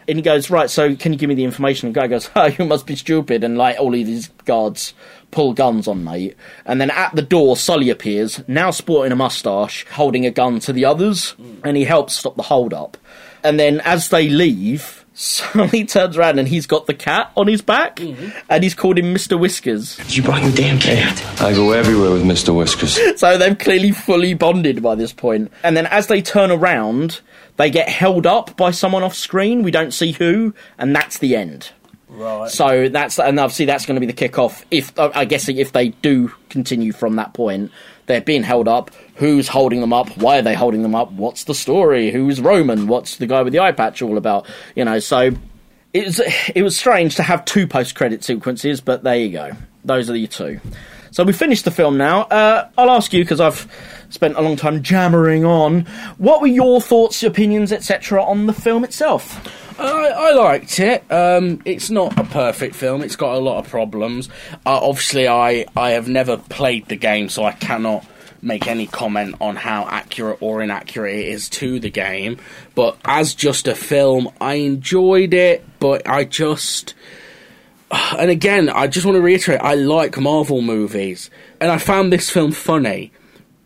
And he goes, right, so can you give me the information? And the guy goes, oh, you must be stupid. And like all of these guards pull guns on Nate. And then at the door, Sully appears, now sporting a mustache, holding a gun to the others. And he helps stop the hold up. And then as they leave, Sully turns around and he's got the cat on his back. And he's called him Mr. Whiskers.
You brought your damn cat.
I go everywhere with Mr. Whiskers.
So they've clearly fully bonded by this point. And then as they turn around, they get held up by someone off screen. We don't see who, and that's the end.
Right.
So that's and obviously that's going to be the kickoff. If uh, I I guess if they do continue from that point, they're being held up. Who's holding them up? Why are they holding them up? What's the story? Who's Roman? What's the guy with the eye patch all about? You know. So it was it was strange to have two post credit sequences, but there you go. Those are the two. So we finished the film now. Uh, I'll ask you because I've spent a long time jammering on. What were your thoughts, opinions, etc., on the film itself?
I, I liked it. Um, it's not a perfect film. It's got a lot of problems. Uh, obviously, I, I have never played the game, so I cannot make any comment on how accurate or inaccurate it is to the game. But as just a film, I enjoyed it, but I just. And again, I just want to reiterate I like Marvel movies, and I found this film funny.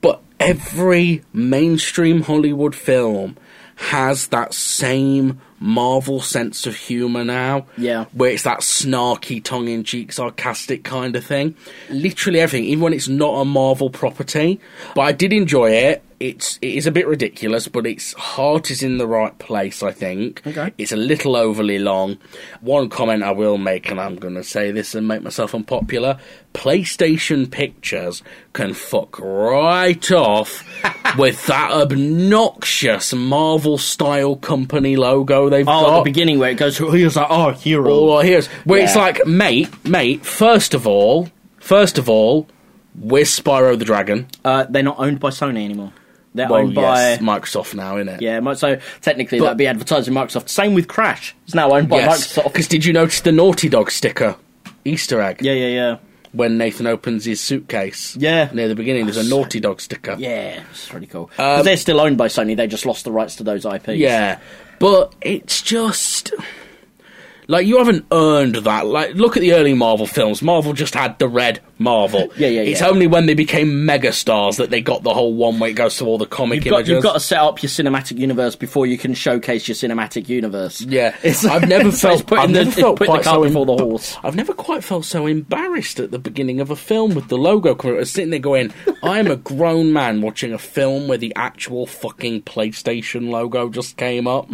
But every mainstream Hollywood film has that same Marvel sense of humour now.
Yeah.
Where it's that snarky, tongue in cheek, sarcastic kind of thing. Literally everything, even when it's not a Marvel property. But I did enjoy it. It's it is a bit ridiculous, but its heart is in the right place, I think.
Okay.
It's a little overly long. One comment I will make, and I'm gonna say this and make myself unpopular. PlayStation Pictures can fuck right off with that obnoxious Marvel style company logo they've
Oh, at
got.
the beginning where it goes, here's like, oh, hero.
All I hear is where it's
Yeah.
like, mate, mate. First of all, first of all, we're Spyro the Dragon.
Uh, they're not owned by Sony anymore. They're
well,
owned
yes,
by
Microsoft now, isn't it?
yeah. mi- So technically,
But-
that'd be advertising Microsoft. Same with Crash. It's now owned by
yes.
Microsoft.
Because did you notice the Naughty Dog sticker Easter egg
Yeah, yeah, yeah,
when Nathan opens his suitcase?
yeah.
Near the beginning, there's a Naughty Dog sticker.
Yeah, it's pretty cool. 'Cause
Um,
they're still owned by Sony. They just lost the rights to those IPs.
Yeah, but it's just like you haven't earned that. Like, look at the early Marvel films. Marvel just had the red Marvel.
Yeah, yeah,
It's
yeah.
only when they became megastars that they got the whole one where it goes to all the comic
You've got,
images.
you've got to set up your cinematic universe before you can showcase your cinematic universe.
yeah, I've never
so it's
felt.
putting
I've
the-
never
it's
felt
putting the
quite
cart
so
before the
emb-
horse.
I've never quite felt so embarrassed at the beginning of a film with the logo coming. I was sitting there going, "I am a grown man watching a film where the actual fucking PlayStation logo just came up."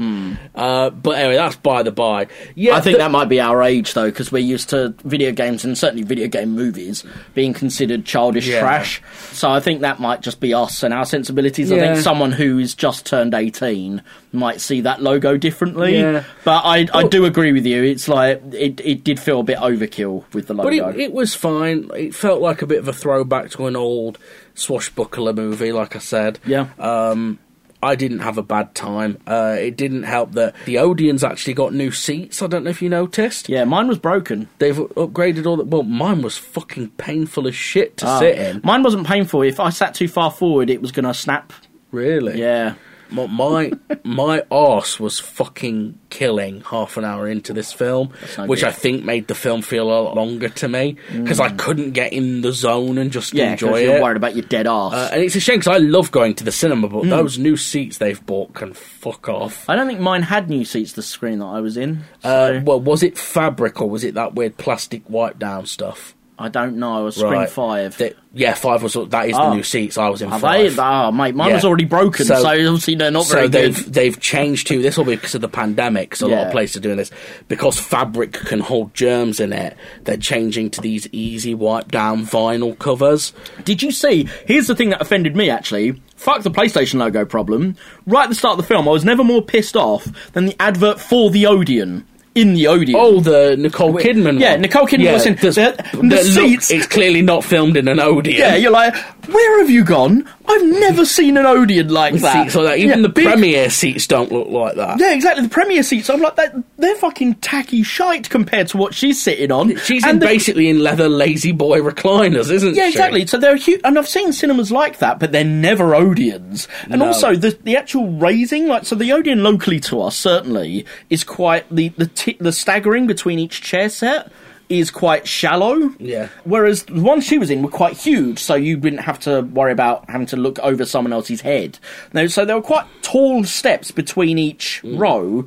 Uh, but anyway, that's by the by. Yeah,
Hmm. I think
the-
that might be our age though, because we're used to video games and certainly video game movies being considered childish
Yeah.
trash. So I think that might just be us and our sensibilities. I think
Yeah.
someone who's just turned eighteen might see that logo differently.
Yeah.
But I, I
But-
do agree with you. It's like it, it did feel a bit overkill with the
But
logo.
it, it was fine. It felt like a bit of a throwback to an old swashbuckler movie, like I said.
yeah.
Um, I didn't have a bad time. Uh, it didn't help that the Odeons actually got new seats. I don't know if you noticed.
yeah, mine was broken.
They've upgraded all the. Well, mine was fucking painful as shit to
Ah.
sit in.
Mine wasn't painful. If I sat too far forward, it was going to snap.
Really?
Yeah.
My my, my arse was fucking killing half an hour into this film,
no
which
good. Mm.
I think made the film feel a lot longer to me because I couldn't get in the zone and just
Yeah, 'cause
enjoy
you're
it.
worried about your dead ass.
Uh, and it's a shame because I love going to the cinema, but
Hmm.
those new seats they've bought can fuck off.
I don't think mine had new seats. The screen that I was in.
Uh,
so-
well, was it fabric or was it that weird plastic wipe down stuff?
I don't know. A Screen
Right.
Five.
That- yeah, five was that is
Oh.
the new seats. I was in
Are they?
five.
Oh, mate, mine
Yeah.
was already broken, so,
So-
obviously they're not
so
very
they've
good.
they've changed to this will be because of the pandemic. So a lot
Yeah.
of places are doing this because fabric can hold germs in it. They're changing to these easy wipe down vinyl covers.
Did you see? Here's the thing that offended me actually. Fuck the PlayStation logo problem. Right at the start of the film, I was never more pissed off than the advert for the Odeon. In the Odeon.
Oh, the Nicole Kidman.
yeah,
one.
Nicole Kidman was in-
there's-
the- the
that look-
seats-
it's clearly not filmed in an Odeon.
Yeah, you're like, where have you gone? I've never seen an Odeon like that.
seats like that. Even
Yeah,
the
big-
premiere seats don't look like that.
Yeah, exactly. The premiere seats. I'm like, that, they're fucking tacky shite compared to what she's sitting on.
She's
And
in
the-
basically in leather lazy boy recliners, isn't she?
Yeah, exactly. So they're huge, and I've seen cinemas like that, but they're never Odeons. And
No.
also the the actual raising, like so, the Odeon locally to us certainly is quite the the t- the staggering between each chair set is quite shallow.
Yeah.
Whereas the ones she was in were quite huge, so you didn't have to worry about having to look over someone else's head. No, so there were quite tall steps between each
Mm.
row.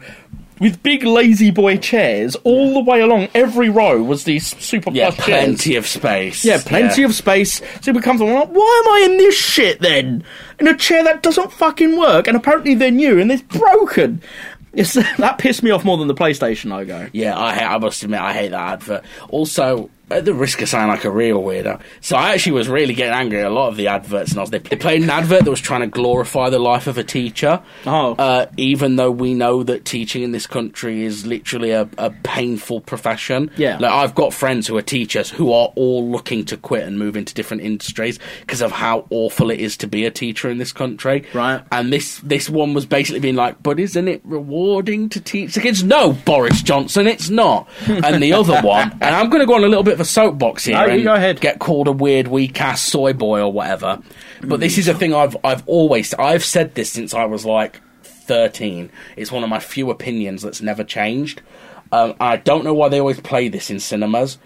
With big lazy boy chairs all the way along, every row was these super
Yeah,
plush chairs.
plenty of space.
Yeah, plenty of space. Super comfortable. I'm like, why am I in this shit then? In a chair that doesn't fucking work, and apparently they're new and it's broken. Yes, that pissed me off more than the PlayStation logo.
Yeah, I ha- I must admit I hate that advert. Also, at the risk of sounding like a real weirdo, so I actually was really getting angry at a lot of the adverts. And I was they played an advert that was trying to glorify the life of a teacher.
Oh,
uh, even though we know that teaching in this country is literally a, a painful profession.
Yeah.
like I've got friends who are teachers who are all looking to quit and move into different industries because of how awful it is to be a teacher in this country.
Right.
And this this one was basically being like, but isn't it rewarding to teach the kids? No, Boris Johnson, it's not. And the other one, and I'm going to go on a little bit of a soapbox here.
No, you
and
go ahead.
Get called a weird, weak ass soy boy or whatever. But this is a thing I've I've always I've said this since I was like 13. It's one of my few opinions that's never changed. Um, I don't know why they always play this in cinemas.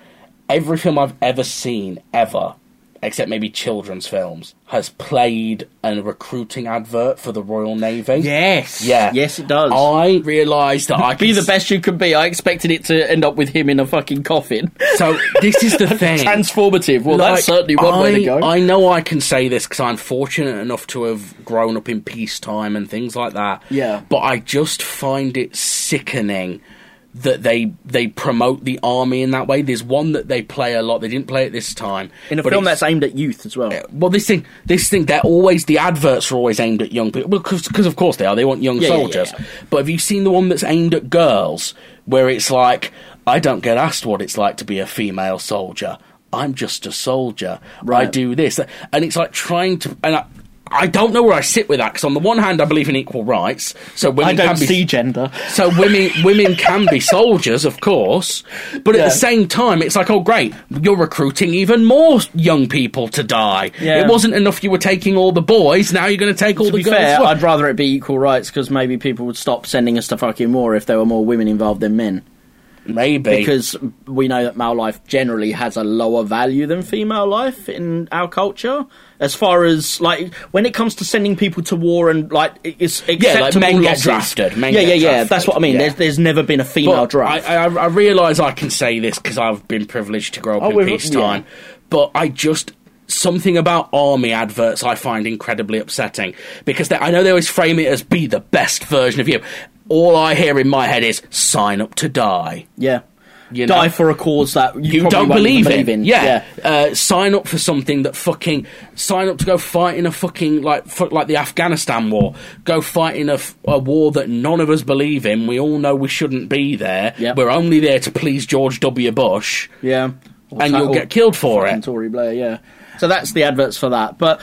Every film I've ever seen, ever, except maybe children's films, has played a recruiting advert for the Royal Navy.
Yes.
Yeah.
Yes, it does.
I realised that I could
Oh, Be the best you could be. I expected it to end up with him in a fucking coffin.
So this is the thing.
Transformative. Well,
Like,
that's certainly one
I,
way to go.
I know I can say this because I'm fortunate enough to have grown up in peacetime and things like that.
Yeah.
But I just find it sickening that they they promote the army in that way. There's one that they play a lot. They didn't play it this time.
in a
but
film
it's-
that's aimed at youth as well.
well, this thing, this thing, they're always the adverts are always aimed at young people. Well, because of course they are. They want young
Yeah, yeah,
soldiers.
yeah, yeah.
But have you seen the one that's aimed at girls, where it's like, I don't get asked what it's like to be a female soldier. I'm just a soldier. I
Right.
do this, and it's like trying to. And I, I don't know where I sit with that because on the one hand I believe in equal rights, so
I
women
don't
can be
see gender.
so women women can be soldiers, of course, but at
Yeah.
the same time, it's like, oh great, you're recruiting even more young people to die.
Yeah.
It wasn't enough you were taking all the boys. Now you're going to take all
to
the
be
girls. as
fair,
well.
I'd rather it be equal rights because maybe people would stop sending us to fucking war if there were more women involved than men.
Maybe
Because we know that male life generally has a lower value than female life in our culture.
As far as like when it comes to sending people to war and like it's acceptable
like, men get
losses.
drafted, men
yeah,
get
yeah, yeah.
drafted,
That's what I mean.
yeah.
There's, there's never been a female
But
draft.
I, I, I realise I can say this because I've been privileged to grow up
Oh,
in
we've-
peacetime. But I just something about army adverts I find incredibly upsetting because they, I know they always frame it as be the best version of you. All I hear in my head is sign up to die.
Yeah.
You know?
Die for a cause that you,
you
probably
don't
won't even
believe,
believe
it.
in.
Yeah, Uh, sign up for something that fucking sign up to go fight in a fucking like fuck like the Afghanistan war. Go fight in a, f- a war that none of us believe in. We all know we shouldn't be there.
Yep.
We're only there to please George W. Bush,
Yeah.
and you'll get killed for
Fucking
it.
Tory Blair, yeah.
so that's the adverts for that. But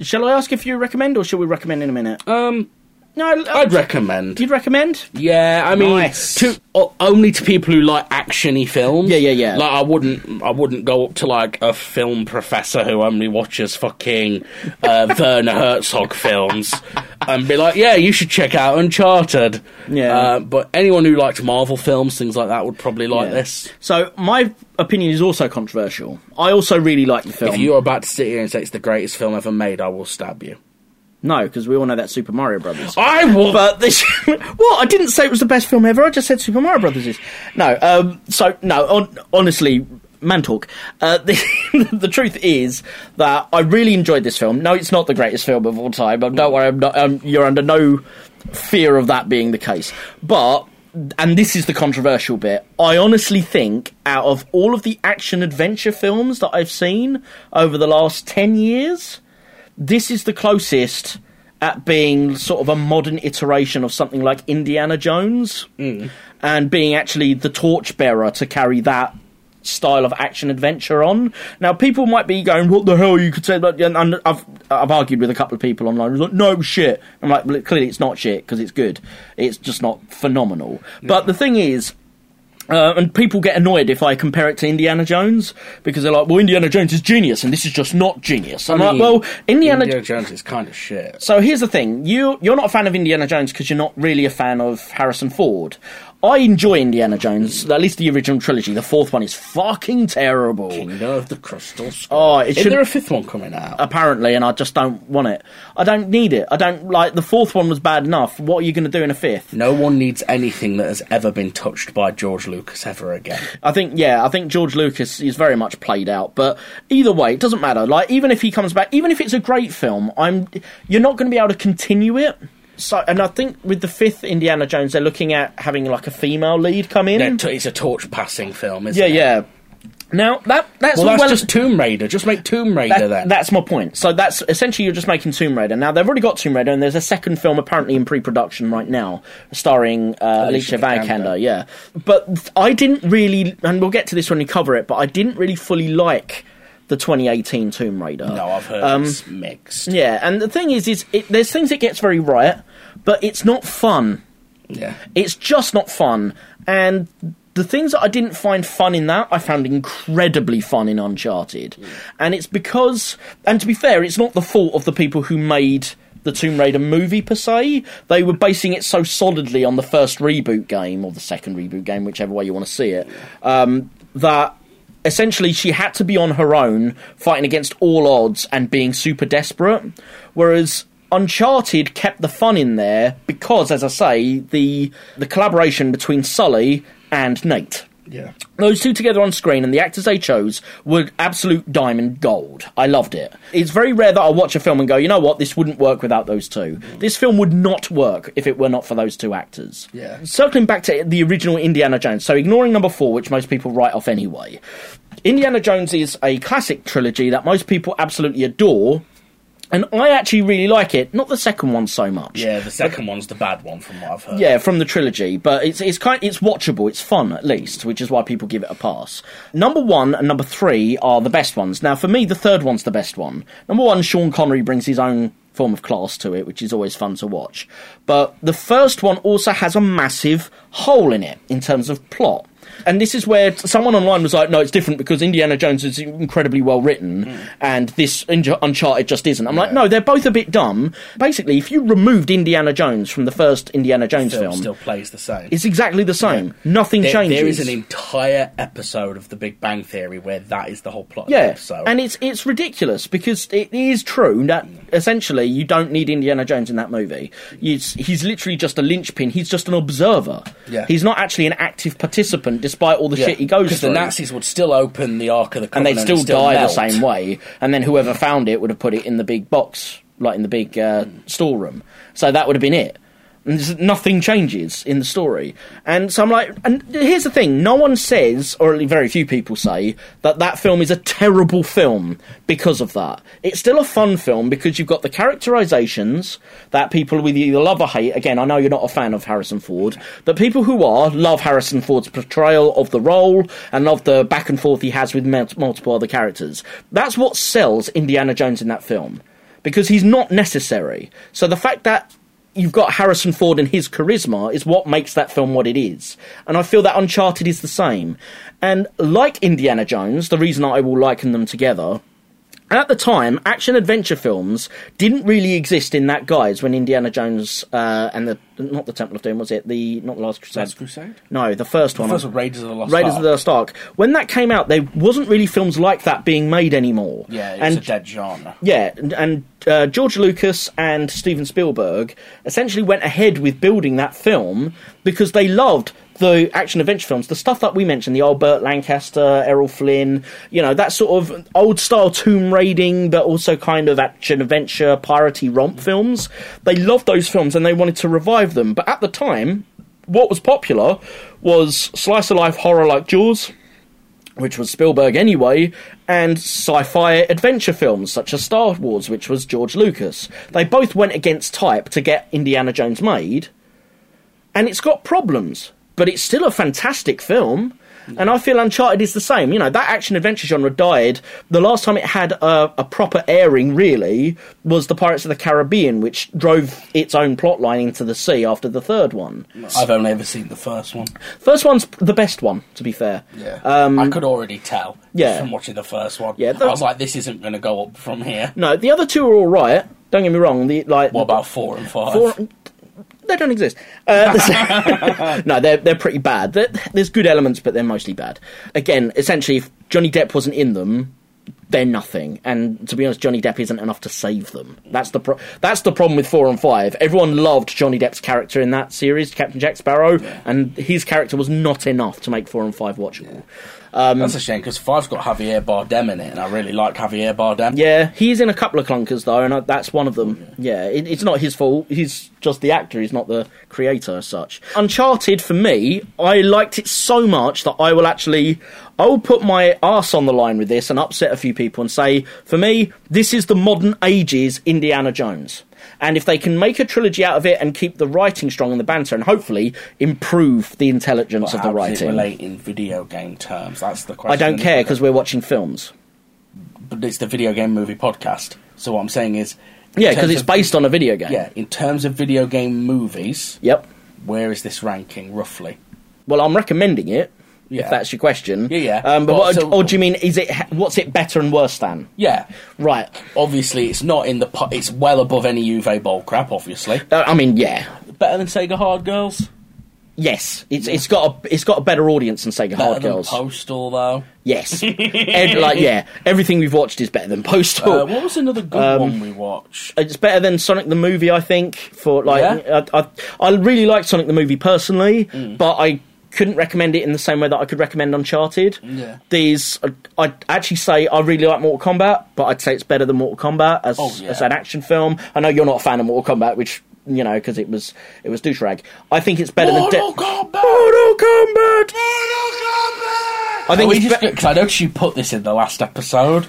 shall I ask if you recommend or shall we recommend in a minute?
Um,
no, uh,
I'd recommend.
you'd recommend.
Yeah, I mean,
Nice.
to o- only to people who like actiony films.
Yeah, yeah, yeah.
Like, I wouldn't, I wouldn't go up to like a film professor who only watches fucking uh, Werner Herzog films and be like, "Yeah, you should check out Uncharted."
Yeah.
Uh, but anyone who liked Marvel films, things like that, would probably like
Yeah.
this.
So my opinion is also controversial. I also really like the film.
If you're about to sit here and say it's the greatest film ever made, I will stab you.
No, because we all know that Super Mario Brothers.
I will.
But this, well, I didn't say it was the best film ever. I just said Super Mario Brothers is. No, um, so no. On, honestly, man talk. Uh, the, the truth is that I really enjoyed this film. No, it's not the greatest film of all time. But don't worry, I'm not, um, you're under no fear of that being the case. But and this is the controversial bit. I honestly think out of all of the action adventure films that I've seen over the last ten years this is the closest at being sort of a modern iteration of something like Indiana Jones and being actually the torchbearer to carry that style of action adventure on. Now, people might be going, "What the hell? You could say that." And and I've I've argued with a couple of people online. who's Like, no shit. I'm like, well, clearly it's not shit because it's good. It's just not phenomenal. But the thing is. Uh, and people get annoyed if I compare it to Indiana Jones because they're like, "Well, Indiana Jones is genius, and this is just not genius." I'm like,
mean,
"Well, Indiana,
Indiana Jones is kind of shit.
so here's the thing: you you're not a fan of Indiana Jones because you're not really a fan of Harrison Ford. I enjoy Indiana Jones, at least the original trilogy. The fourth one is fucking terrible.
Kingdom of the Crystal Skull.
Oh, it
is
should
there a fifth one coming out?
apparently, and I just don't want it. I don't need it. I don't like the fourth one was bad enough. What are you going to do in a fifth?
No one needs anything that has ever been touched by George Lucas ever again.
I think yeah, I think George Lucas is very much played out. But either way, it doesn't matter. Like even if he comes back, even if it's a great film, I'm you're not going to be able to continue it. So, and I think with the fifth Indiana Jones, they're looking at having like a female lead come in.
No, t- it's a torch passing film, isn't
yeah,
it?
yeah. Now that that's
Well,
all
that's
well-
just Tomb Raider. Just make Tomb Raider
That-
then.
That's my point. So that's essentially you're just making Tomb Raider. Now they've already got Tomb Raider, and there's a second film apparently in pre-production right now, starring uh,
Alicia
Alicia
Vikander.
Vikander. Yeah, but th- I didn't really, and we'll get to this when we cover it. But I didn't really fully like the 2018 Tomb Raider.
No, I've heard
Um,
it's mixed.
Yeah, and the thing is, is it, there's things it gets very right, but it's not fun.
Yeah.
It's just not fun. And the things that I didn't find fun in that, I found incredibly fun in Uncharted. And it's because, and to be fair, it's not the fault of the people who made the Tomb Raider movie per se. They were basing it so solidly on the first reboot game, or the second reboot game, whichever way you want to see it, um, that essentially she had to be on her own fighting against all odds and being super desperate whereas uncharted kept the fun in there because as i say the the collaboration between sully and nate
Yeah.
those two together on screen and the actors they chose were absolute diamond gold. I loved it. It's very rare that I watch a film and go, you know what, this wouldn't work without those two. This film would not work if it were not for those two actors.
Yeah.
Circling back to the original Indiana Jones, so ignoring number four, which most people write off anyway. Indiana Jones is a classic trilogy that most people absolutely adore. And I actually really like it. Not the second one so much.
Yeah, the second one's the bad one from what I've heard.
Yeah, from the trilogy, but it's it's kind it's watchable, it's fun at least, which is why people give it a pass. Number one and number three are the best ones. Now, for me, the third one's the best one. Number one, Sean Connery brings his own form of class to it, which is always fun to watch. But the first one also has a massive hole in it in terms of plot. And this is where t- someone online was like, no, it's different because Indiana Jones is incredibly well written and this Inja- Uncharted just isn't. I'm like, no, they're both a bit dumb. Basically, if you removed Indiana Jones from the first Indiana Jones
Film
film,
still plays the same.
it's exactly the same. Nothing
There-
changes.
There is an entire episode of The Big Bang Theory where that is the whole plot. Of the
yeah,
episode.
and it's it's ridiculous because it is true that essentially you don't need Indiana Jones in that movie. He's he's literally just a linchpin. He's just an observer.
Yeah.
he's not actually an active participant, despite all the
Yeah,
shit he goes
because
through.
the Nazis would still open the Ark of the
and
Covenant
they'd still,
still
die
melt.
the same way. And then whoever found it would have put it in the big box, like in the big uh, storeroom. So that would have been it. And there's- nothing changes in the story. And so I'm like, and here's the thing: no one says, or at least very few people say, that that film is a terrible film because of that. It's still a fun film because you've got the characterizations that people with either love or hate. Again, I know you're not a fan of Harrison Ford, but people who are love Harrison Ford's portrayal of the role and of the back and forth he has with mul- multiple other characters. That's what sells Indiana Jones in that film because he's not necessary. So the fact that you've got Harrison Ford and his charisma is what makes that film what it is. And I feel that Uncharted is the same. And like Indiana Jones, the reason I will liken them together at the time, action adventure films didn't really exist in that guise when Indiana Jones uh, and the not the Temple of Doom was it the not the Last Crusade?
Last Crusade?
No, the first one.
first one, Raiders of the Lost
Raiders
Ark.
of the Lost Ark. When that came out, there wasn't really films like that being made anymore.
Yeah, it's
and
a dead genre.
yeah, and, and uh, George Lucas and Steven Spielberg essentially went ahead with building that film because they loved the action adventure films, the stuff that we mentioned, the old Burt Lancaster, Errol Flynn, you know, that sort of old style tomb raiding, but also kind of action adventure, piratey romp films. They loved those films and they wanted to revive them. But at the time, what was popular was slice of life horror like Jaws which was Spielberg anyway, and sci fi adventure films such as Star Wars, which was George Lucas. They both went against type to get Indiana Jones made, and it's got problems, but it's still a fantastic film. And I feel Uncharted is the same. You know, that action adventure genre died. The last time it had a, a proper airing, really, was the Pirates of the Caribbean, which drove its own plotline into the sea after the third one.
I've only ever seen the first one.
First one's the best one, to be fair.
Yeah,
Um,
I could already tell.
yeah.
from watching the first one.
Yeah, the-
I was like, this isn't going to go up from here.
No, the other two are all right. Don't get me wrong. The like
What about four and five?
four? They don't exist. Uh, the- no, they're they're pretty bad. There- there's good elements, but they're mostly bad. Again, essentially, if Johnny Depp wasn't in them, they're nothing. And to be honest, Johnny Depp isn't enough to save them. That's the pro- that's the problem with four and five. Everyone loved Johnny Depp's character in that series, Captain Jack Sparrow, and his character was not enough to make four and five watchable.
Um, That's a shame because five's got Javier Bardem in it, and I really like Javier Bardem.
Yeah, he's in a couple of clunkers though, and I, that's one of them. Yeah, it, it's not his fault. He's just the actor. He's not the creator as such. Uncharted for me, I liked it so much that I will actually, I will put my ass on the line with this and upset a few people and say, for me, this is the modern ages Indiana Jones. And if they can make a trilogy out of it and keep the writing strong and the banter, and hopefully improve the intelligence
But
of the
how does
writing,
It relate in video game terms. That's the question.
I don't care because we're watching films.
But it's the video game movie podcast. So what I'm saying is, in
Yeah, because
terms
it's
of-
based on a video game.
Yeah, in terms of video game movies.
Yep.
Where is this ranking roughly?
Well, I'm recommending it.
Yeah.
If that's your question.
Yeah, yeah.
Um, but
Well,
what,
so-
or do you mean is it what's it better and worse than?
Yeah,
right.
Obviously, it's not in the. Po- it's well above any Juve bowl crap. Obviously,
Uh, I mean, yeah.
better than Sega Hard Girls.
Yes, it's it's got a it's got a better audience than Sega
Better
Hard
than
Girls.
Postal though.
yes, Ev- like yeah, everything we've watched is better than Postal.
Uh, what was another good
Um,
one we watched?
It's better than Sonic the movie, I think. For like,
Yeah? Mm.
I, I, I really liked Sonic the movie personally, but I couldn't recommend it in the same way that I could recommend Uncharted.
Yeah.
These, I, I'd actually say I really like Mortal Kombat, but I'd say it's better than Mortal Kombat as,
Oh, yeah.
as an action film. I know you're not a fan of Mortal Kombat, which you know because it was it was douche rag. I think it's better
Mortal
than De-
Kombat.
Mortal Kombat. I
I think
think
we
it's
just
be-
because I noticed you put this in the last episode.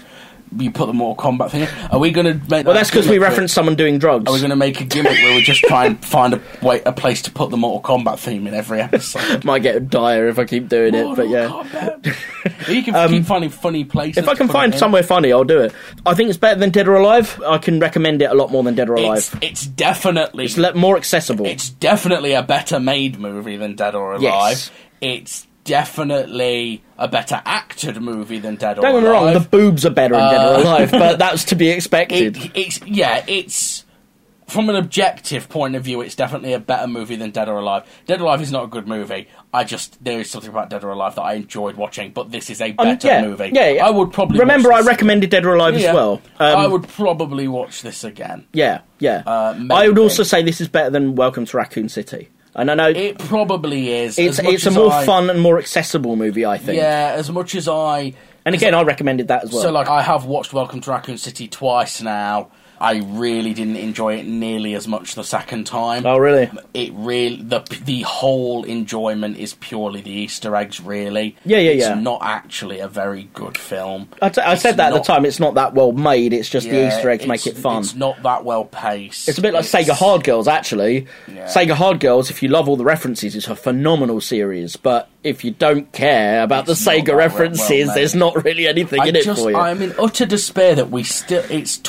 You put the Mortal Kombat thing. in. Are we going to make?
well, that's because we
gimmick
referenced someone doing drugs.
That, are we going to make a gimmick where we just try and find a way, a place to put the Mortal Kombat theme in every episode?
Might get a dire if I keep doing it, but yeah. Um,
you can keep finding funny places.
If I
to
can
put
find
it in.
somewhere funny, I'll do it. I think it's better than Dead or Alive. I can recommend it a lot more than Dead or Alive.
it's, it's definitely
It's le- more accessible.
it's definitely a better made movie than Dead or Alive.
Yes.
It's definitely a better acted movie than Dead or
Don't get me wrong,
Alive.
the boobs are better in Dead or
Uh,
Alive, but that's to be expected.
It, it's yeah, it's from an objective point of view, it's definitely a better movie than Dead or Alive. Dead or Alive is not a good movie. I just there is something about Dead or Alive that I enjoyed watching, but this is a
Um,
better
yeah,
movie.
yeah, yeah.
I would probably
Remember,
watch
I
this
recommended Dead or Alive
Yeah.
as well. Um,
I would probably watch this again.
Yeah, yeah.
Uh,
I would
maybe.
also say this is better than Welcome to Raccoon City. And I know
It probably is.
it's
As much
it's a
as
more
I-
fun and more accessible movie, I think.
Yeah, as much as I
And again, I recommended that as well.
So, like, I have watched Welcome to Raccoon City twice now. I really didn't enjoy it nearly as much the second time.
Oh, really?
It really the the whole enjoyment is purely the Easter eggs. Really,
Yeah, yeah,
it's
yeah.
Not actually a very good film.
I t- I
It's
said that at
not-
the time. It's not that well made. It's just the
yeah,
Easter eggs make it
it's-
fun.
It's not that well paced.
It's a bit like Sega Hard Girls, actually.
Yeah.
Sega Hard Girls, if you love all the references, is a phenomenal series. But if you don't care about
It's
the
not that
Sega
well-
references,
well made.
there's not really anything
I
in it
just,
for you.
I'm in utter despair that we still. It's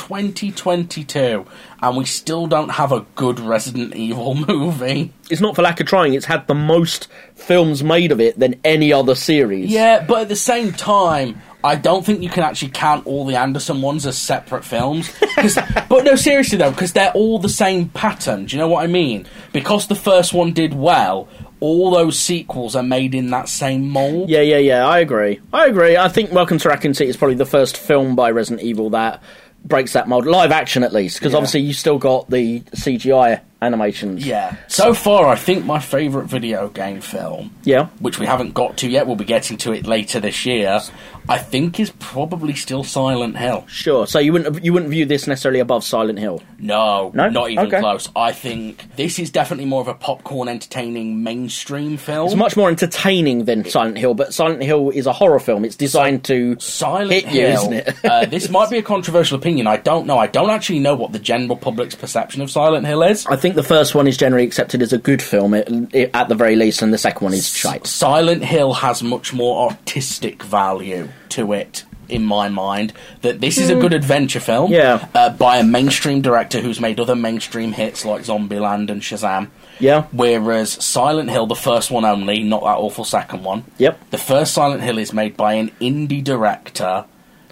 2022, and we still don't have a good Resident Evil movie.
It's not for lack of trying. It's had the most films made of it than any other series.
Yeah, but at the same time, I don't think you can actually count all the Anderson ones as separate films. 'Cause- but no, seriously though, because they're all the same pattern. Do you know what I mean? Because the first one did well, all those sequels are made in that same mold.
yeah, yeah, yeah. I agree. I agree. I think Welcome to Raccoon City is probably the first film by Resident Evil that breaks that mold, live action at least, because obviously you still got the CGI animations.
Yeah. So far, I think my favourite video game film,
Yeah.
which we haven't got to yet, we'll be getting to it later this year, I think is probably still Silent Hill.
Sure. So you wouldn't you wouldn't view this necessarily above Silent Hill.
No,
No?
not even
Okay.
close. I think this is definitely more of a popcorn entertaining mainstream film.
It's much more entertaining than Silent Hill, but Silent Hill is a horror film. It's designed to
Silent
hit you,
Hill.
isn't it?
uh, this might be a controversial opinion. I don't know. I don't actually know what the general public's perception of Silent Hill is.
I think the first one is generally accepted as a good film it, it- at the very least, and the second one is shite.
Silent Hill has much more artistic value to it. In my mind, that this is a good adventure film,
Hmm. Yeah.
uh, by a mainstream director who's made other mainstream hits like Zombieland and Shazam.
Yeah.
Whereas Silent Hill, the first one only, not that awful second one.
Yep.
The first Silent Hill is made by an indie director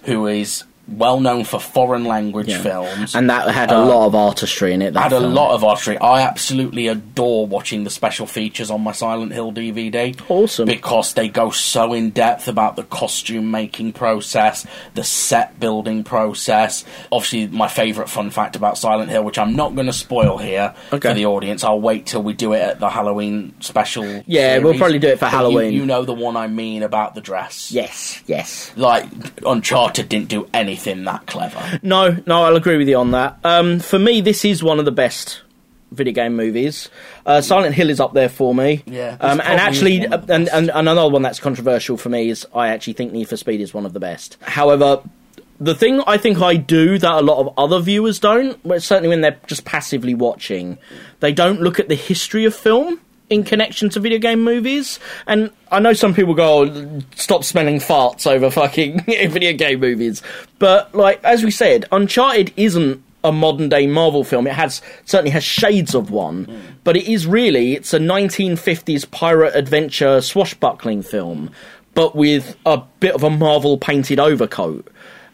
who is well known for foreign language yeah. films,
and that had a um, lot of artistry in it. That
had
film.
a lot of artistry. I absolutely adore watching the special features on my Silent Hill DVD.
Awesome,
because they go so in depth about the costume making process, the set building process. Obviously, my favourite fun fact about Silent Hill, which I'm not going to spoil here okay. for the audience. I'll wait till we do it at the Halloween special.
Yeah,
series.
we'll probably do it for but Halloween.
You, you know the one I mean about the dress.
Yes, yes.
Like Uncharted didn't do anything anything that clever.
No, no, I'll agree with you on that. Um, for me, this is one of the best video game movies. Uh, Silent Hill is up there for me.
Yeah,
um, and actually, and, and, and another one that's controversial for me is I actually think Need for Speed is one of the best. However, the thing I think I do that a lot of other viewers don't, certainly when they're just passively watching, they don't look at the history of film in connection to video game movies. And I know some people go, oh, stop smelling farts over fucking video game movies. But, like, as we said, Uncharted isn't a modern day Marvel film. It has certainly has shades of one, mm. but it is really it's a 1950s pirate adventure swashbuckling film, but with a bit of a Marvel painted overcoat.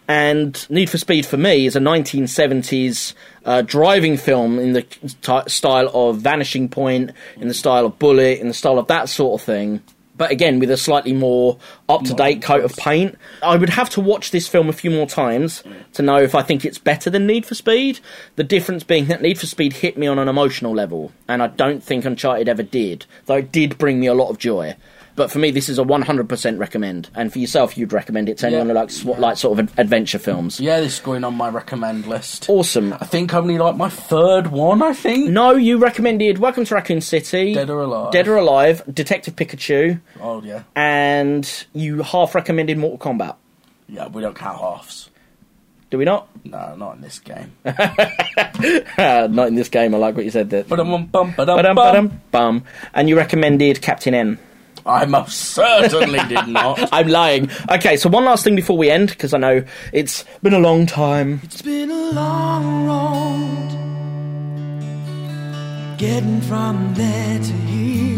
And Need for Speed for me is a 1970s uh, driving film in the t- style of Vanishing Point, in the style of Bullet, in the style of that sort of thing. But again, with a slightly more up to date coat of paint. I would have to watch this film a few more times to know if I think it's better than Need for Speed. The difference being that Need for Speed hit me on an emotional level, and I don't think Uncharted ever did, though it did bring me a lot of joy. But for me, this is a 100% recommend. And for yourself, you'd recommend it to anyone yeah. who likes yeah. like sort of adventure films.
Yeah, this is going on my recommend list.
Awesome.
I think only like my third one. I think.
No, you recommended Welcome to Raccoon City,
Dead or Alive,
Dead or Alive, Detective Pikachu.
Oh yeah.
And you half recommended Mortal Kombat.
Yeah, we don't count halves.
Do we not?
No, not in this game.
Ah, not in this game. I like what you said there.
Ba-dum, bum, ba-dum, bum.
bum. And you recommended Captain N.
I most certainly did not.
I'm lying. Okay, so one last thing before we end, because I know it's been a long time.
It's been a long road getting from there to here.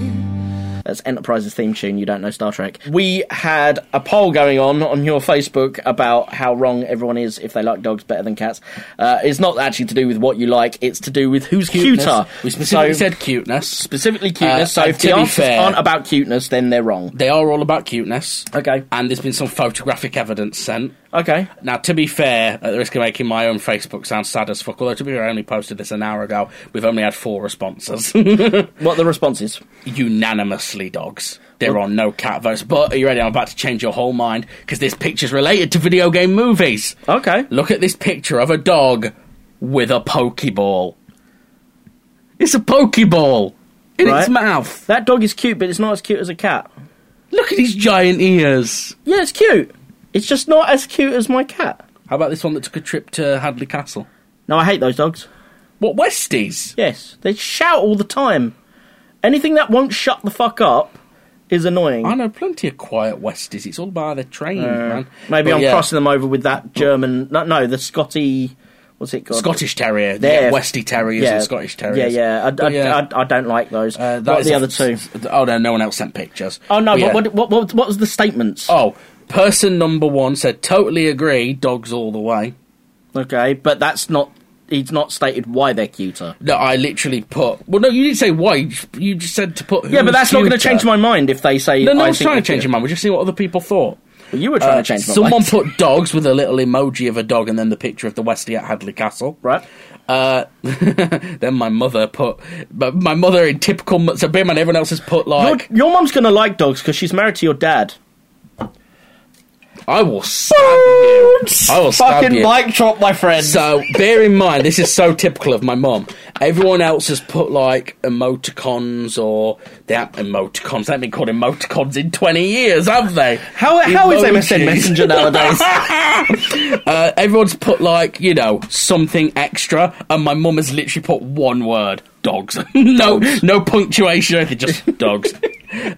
That's Enterprise's theme tune. You don't know Star Trek. We had a poll going on on your Facebook about how wrong everyone is if they like dogs better than cats. Uh, it's not actually to do with what you like. It's to do with who's cuteness. cuter.
We specifically so, said cuteness.
Specifically cuteness. Uh, so if the answers fair, aren't about cuteness, then they're wrong.
They are all about cuteness.
Okay.
And there's been some photographic evidence sent.
Okay.
Now, to be fair, at the risk of making my own Facebook sound sad as fuck, although to be fair, I only posted this an hour ago, we've only had four responses.
what the responses?
Unanimously dogs. There well, are no cat votes. But are you ready? I'm about to change your whole mind because this picture's related to video game movies.
Okay.
Look at this picture of a dog with a Pokeball. It's a Pokeball in right. its mouth.
That dog is cute, but it's not as cute as a cat.
Look at his giant ears.
Yeah, it's cute. It's just not as cute as my cat.
How about this one that took a trip to Hadley Castle?
No, I hate those dogs.
What, Westies?
Yes, they shout all the time. Anything that won't shut the fuck up is annoying.
I know plenty of quiet Westies. It's all by the train, uh, man.
Maybe but I'm yeah. crossing them over with that German. No, no the Scotty. What's it called?
Scottish Terrier. They're, yeah, Westie Terriers yeah, and Scottish Terriers.
Yeah, yeah. I, I, yeah. I, I don't like those. Uh, the other two.
Oh, no, no one else sent pictures.
Oh, no, but, what, what, what, what was the statements?
Oh, person number one said totally agree dogs all the way
okay but that's not he's not stated why they're cuter
no i literally put well no you didn't say why you just said to put
yeah but that's
cuter.
not going to change my mind if they say
no no i was trying to change your mind we're just seeing what other people thought
well, you were trying uh, to change my
someone
mind.
put dogs with a little emoji of a dog and then the picture of the westie at hadley castle
right
uh, then my mother put, but my mother in typical so being man, everyone else has put like
your, your mum's gonna like dogs because she's married to your dad.
I will stab you. I will stab
Fucking
you.
mic drop, my friend.
So bear in mind, this is so typical of my mom. Everyone else has put like emoticons or that emoticons. They've been called emoticons in twenty years, have they?
How how Emojis. is MSN Messenger nowadays?
uh, everyone's put like you know something extra, and my mum has literally put one word: dogs. no dogs. no punctuation, anything, just dogs.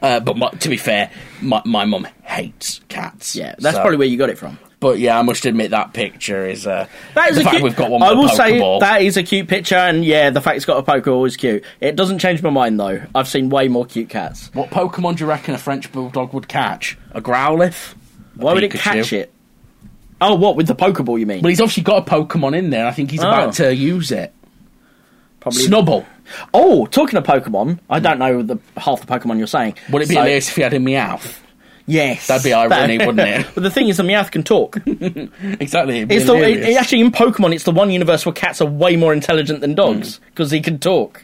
Uh, but my, to be fair, my, my mum hates cats.
Yeah, that's so. probably where you got it from.
But yeah, I must admit that picture is uh,
that is
the
a
fact
cute,
we've got one. I
will say
ball.
that is a cute picture, and yeah, the fact it's got a Pokeball is cute. It doesn't change my mind though. I've seen way more cute cats.
What Pokemon do you reckon a French bulldog would catch? A Growlithe?
Why a would Pikachu? it catch it? Oh, what with the Pokeball? You mean?
Well, he's obviously got a Pokemon in there. I think he's
Oh.
about to use it.
Probably
Snubble.
Oh, talking of Pokemon, I don't know the half the Pokemon you're saying.
Would it be
So-
hilarious if he had a Meowth?
Yes,
That'd be irony,
That-
wouldn't it?
but the thing is, the Meowth can talk.
Exactly. it'd be
It's the, it,
hilarious.
it- actually in Pokemon, it's the one universe where cats are way more intelligent than dogs because he can talk.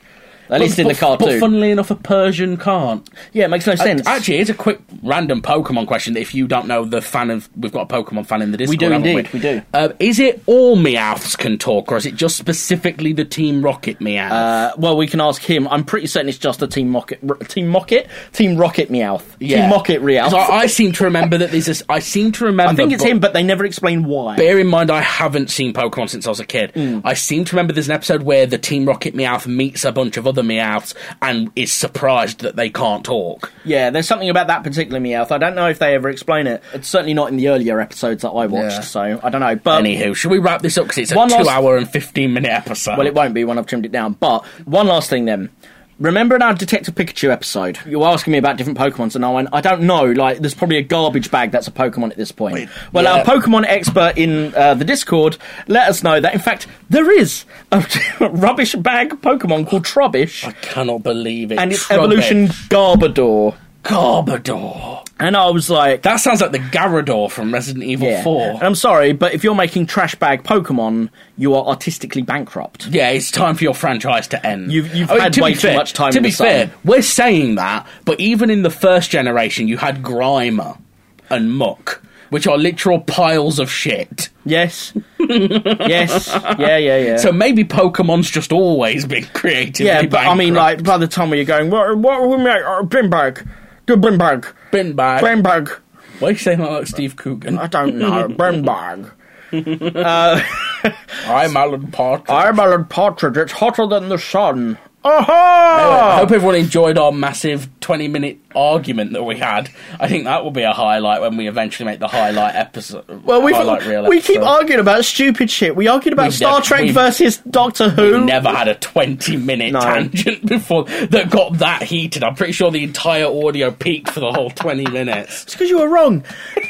At least in the cartoon.
Hmm. But funnily enough, a Persian can't.
yeah, it makes no sense.
Actually, here's a quick random Pokemon question. That if you don't know, the fan of we've got a Pokemon fan in the Discord.
do
haven't
indeed, we do.
Uh, is it all Meowths can talk, or is it just specifically the Team Rocket Meowth?
Uh, well, we can ask him. I'm pretty certain it's just a Team Rocket, R- Team Rocket, Team Rocket Meowth, Team Rocket Meowth.
'Cause I, I seem to remember that there's this. I seem to remember.
I think it's
but-
him, but they never explain why.
Bear in mind, I haven't seen Pokemon since I was a kid.
Mm.
I seem to remember there's an episode where the Team Rocket Meowth meets a bunch of other Meowths and is surprised that they can't talk.
Yeah, there's something about that particular Meowth. I don't know if they ever explain it. It's certainly not in the earlier episodes that I watched,
Yeah.
so I don't know. But
Anywho, should we wrap this up? Because it's a
Um, One last-
two hour and 15 minute episode.
Well, it won't be when I've trimmed it down. But one last thing then. Remember in our Detective Pikachu episode, you were asking me about different Pokemons, and I went, I don't know, like, there's probably a garbage bag that's a Pokemon at this point. well,
yeah.
our Pokemon expert in uh, the Discord let us know that, in fact, there is a rubbish bag Pokemon called Trubbish,
cannot believe it.
and it's
Trubbish.
evolution Garbodor.
Garbodor.
And I was like,
That sounds like the Garador from Resident Evil
yeah.
4.
And I'm sorry, but if you're making trash bag Pokemon, you are artistically bankrupt.
Yeah, it's time for your franchise to end.
You've- you've
I mean,
had
to be
way too
fair-
much time
To
in
be
the sun.
fair, we're saying that, but even in the first generation, you had Grimer and Muck, which are literal piles of shit.
Yes. yes. Yeah, yeah, yeah.
So maybe Pokemon's just always been creative.
Yeah, but I mean, like by the time we are going, what what we make? Uh, Brimberg, do Brimberg,
bin bag.
Brimberg.
Why are you saying that like Steve Coogan?
I don't know, Brimberg.
I'm Alan Partridge.
I'm Alan Partridge. It's hotter than the sun.
I
Aha!
hope everyone enjoyed our massive 20 minute argument that we had. I think that will be a highlight when we eventually make the highlight episode.
Well, we've,
highlight reel
we keep
episode.
arguing about stupid shit. We argued about
We've
Star
never-
Trek
we've-
versus Doctor Who.
We never had a 20 minute
No.
tangent before that got that heated. I'm pretty sure the entire audio peaked for the whole 20 minutes.
It's because you were wrong.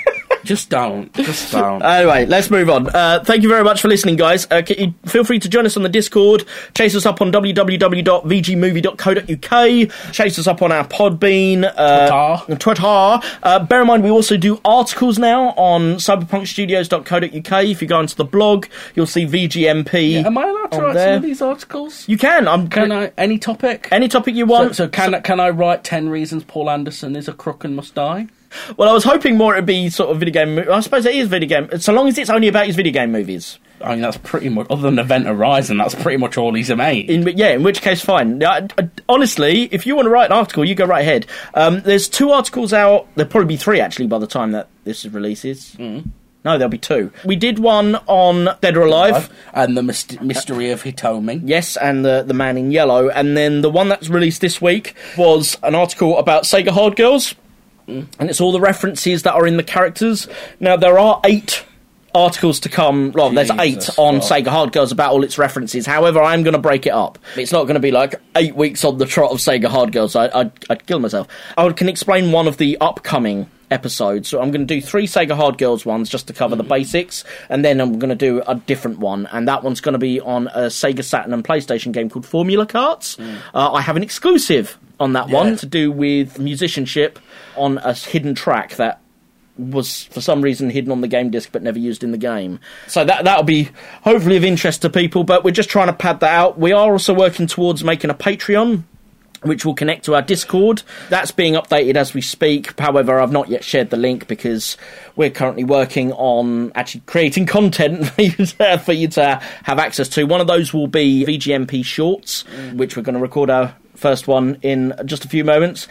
Just don't. Just don't.
Anyway, let's move on. Uh, thank you very much for listening, guys. Uh, c- you- feel free to join us on the Discord. Chase us up on www.vgmovie.co.uk. Chase us up on our Podbean. Uh,
Twitter.
Twitter. Uh, bear in mind, we also do articles now on cyberpunkstudios.co.uk. If you go onto the blog, you'll see VGMP.
Am I allowed to
on
write
there.
some of these articles?
You can. I'm,
Can I? Any topic?
Any topic you
so,
want.
so can I can I write ten reasons Paul Anderson is a crook and must die?
well, I was hoping more it'd be sort of video game. mo- I suppose it is video game. So long as it's only about his video game movies.
I mean that's pretty much other than Event Horizon. That's pretty much all he's made.
In yeah, in which case, fine. Yeah, I- I- honestly, if you want to write an article, you go right ahead. Um, there's two articles out. There'll probably be three actually by the time that this is releases. Mm. No, there'll be two. We did one on Dead or Alive.
and the myst- mystery of Hitomi.
Yes, and the the man in yellow, and then the one that's released this week was an article about Sega Hard Girls, and it's all the references that are in the characters. Now there are eight articles to come. Well, there's eight
Jesus,
on
God.
Sega Hard Girls about all its references. However, I'm going to break it up. It's not going to be like eight weeks on the trot of Sega Hard Girls. I, I'd, I'd kill myself. I can explain one of the upcoming episodes. So I'm going to do three Sega Hard Girls ones just to cover the basics, and then I'm going to do a different one, and that one's going to be on a Sega Saturn and PlayStation game called Formula Carts. Uh, I have an exclusive on that one to do with musicianship on a hidden track that was for some reason hidden on the game disc but never used in the game. So that that'll be hopefully of interest to people, but we're just trying to pad that out. We are also working towards making a Patreon which will connect to our Discord. That's being updated as we speak. However, I've not yet shared the link because we're currently working on actually creating content for you to, for you to have access to. One of those will be VGMP Shorts, which we're going to record our first one in just a few moments.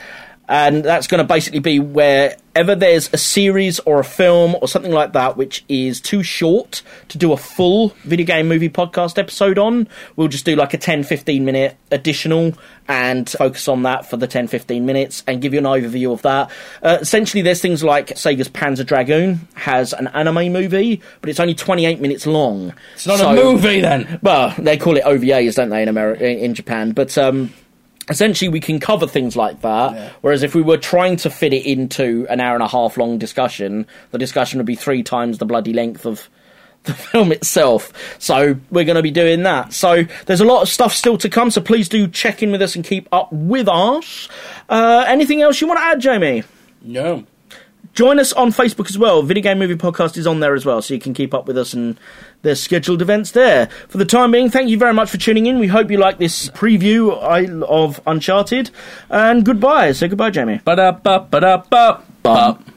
And that's going to basically be wherever there's a series or a film or something like that which is too short to do a full video game movie podcast episode on, we'll just do like a 10 15 minute additional and focus on that for the 10 15 minutes and give you an overview of that. Uh, essentially, there's things like Sega's Panzer Dragoon has an anime movie, but it's only 28 minutes long.
It's not a movie then.
Well, they call it OVAs, don't they, in America, in Japan? But um, essentially we can cover things like that
Yeah.
whereas if we were trying to fit it into an hour and a half long discussion the discussion would be three times the bloody length of the film itself so we're going to be doing that so there's a lot of stuff still to come so please do check in with us and keep up with us uh, anything else you want to add jamie
no
join us on Facebook as well. Video Game Movie Podcast is on there as well, so you can keep up with us and there's scheduled events there. For the time being, thank you very much for tuning in. We hope you like this preview I- of Uncharted. And goodbye. Say goodbye, Jamie.
Ba da ba ba da ba. Bump.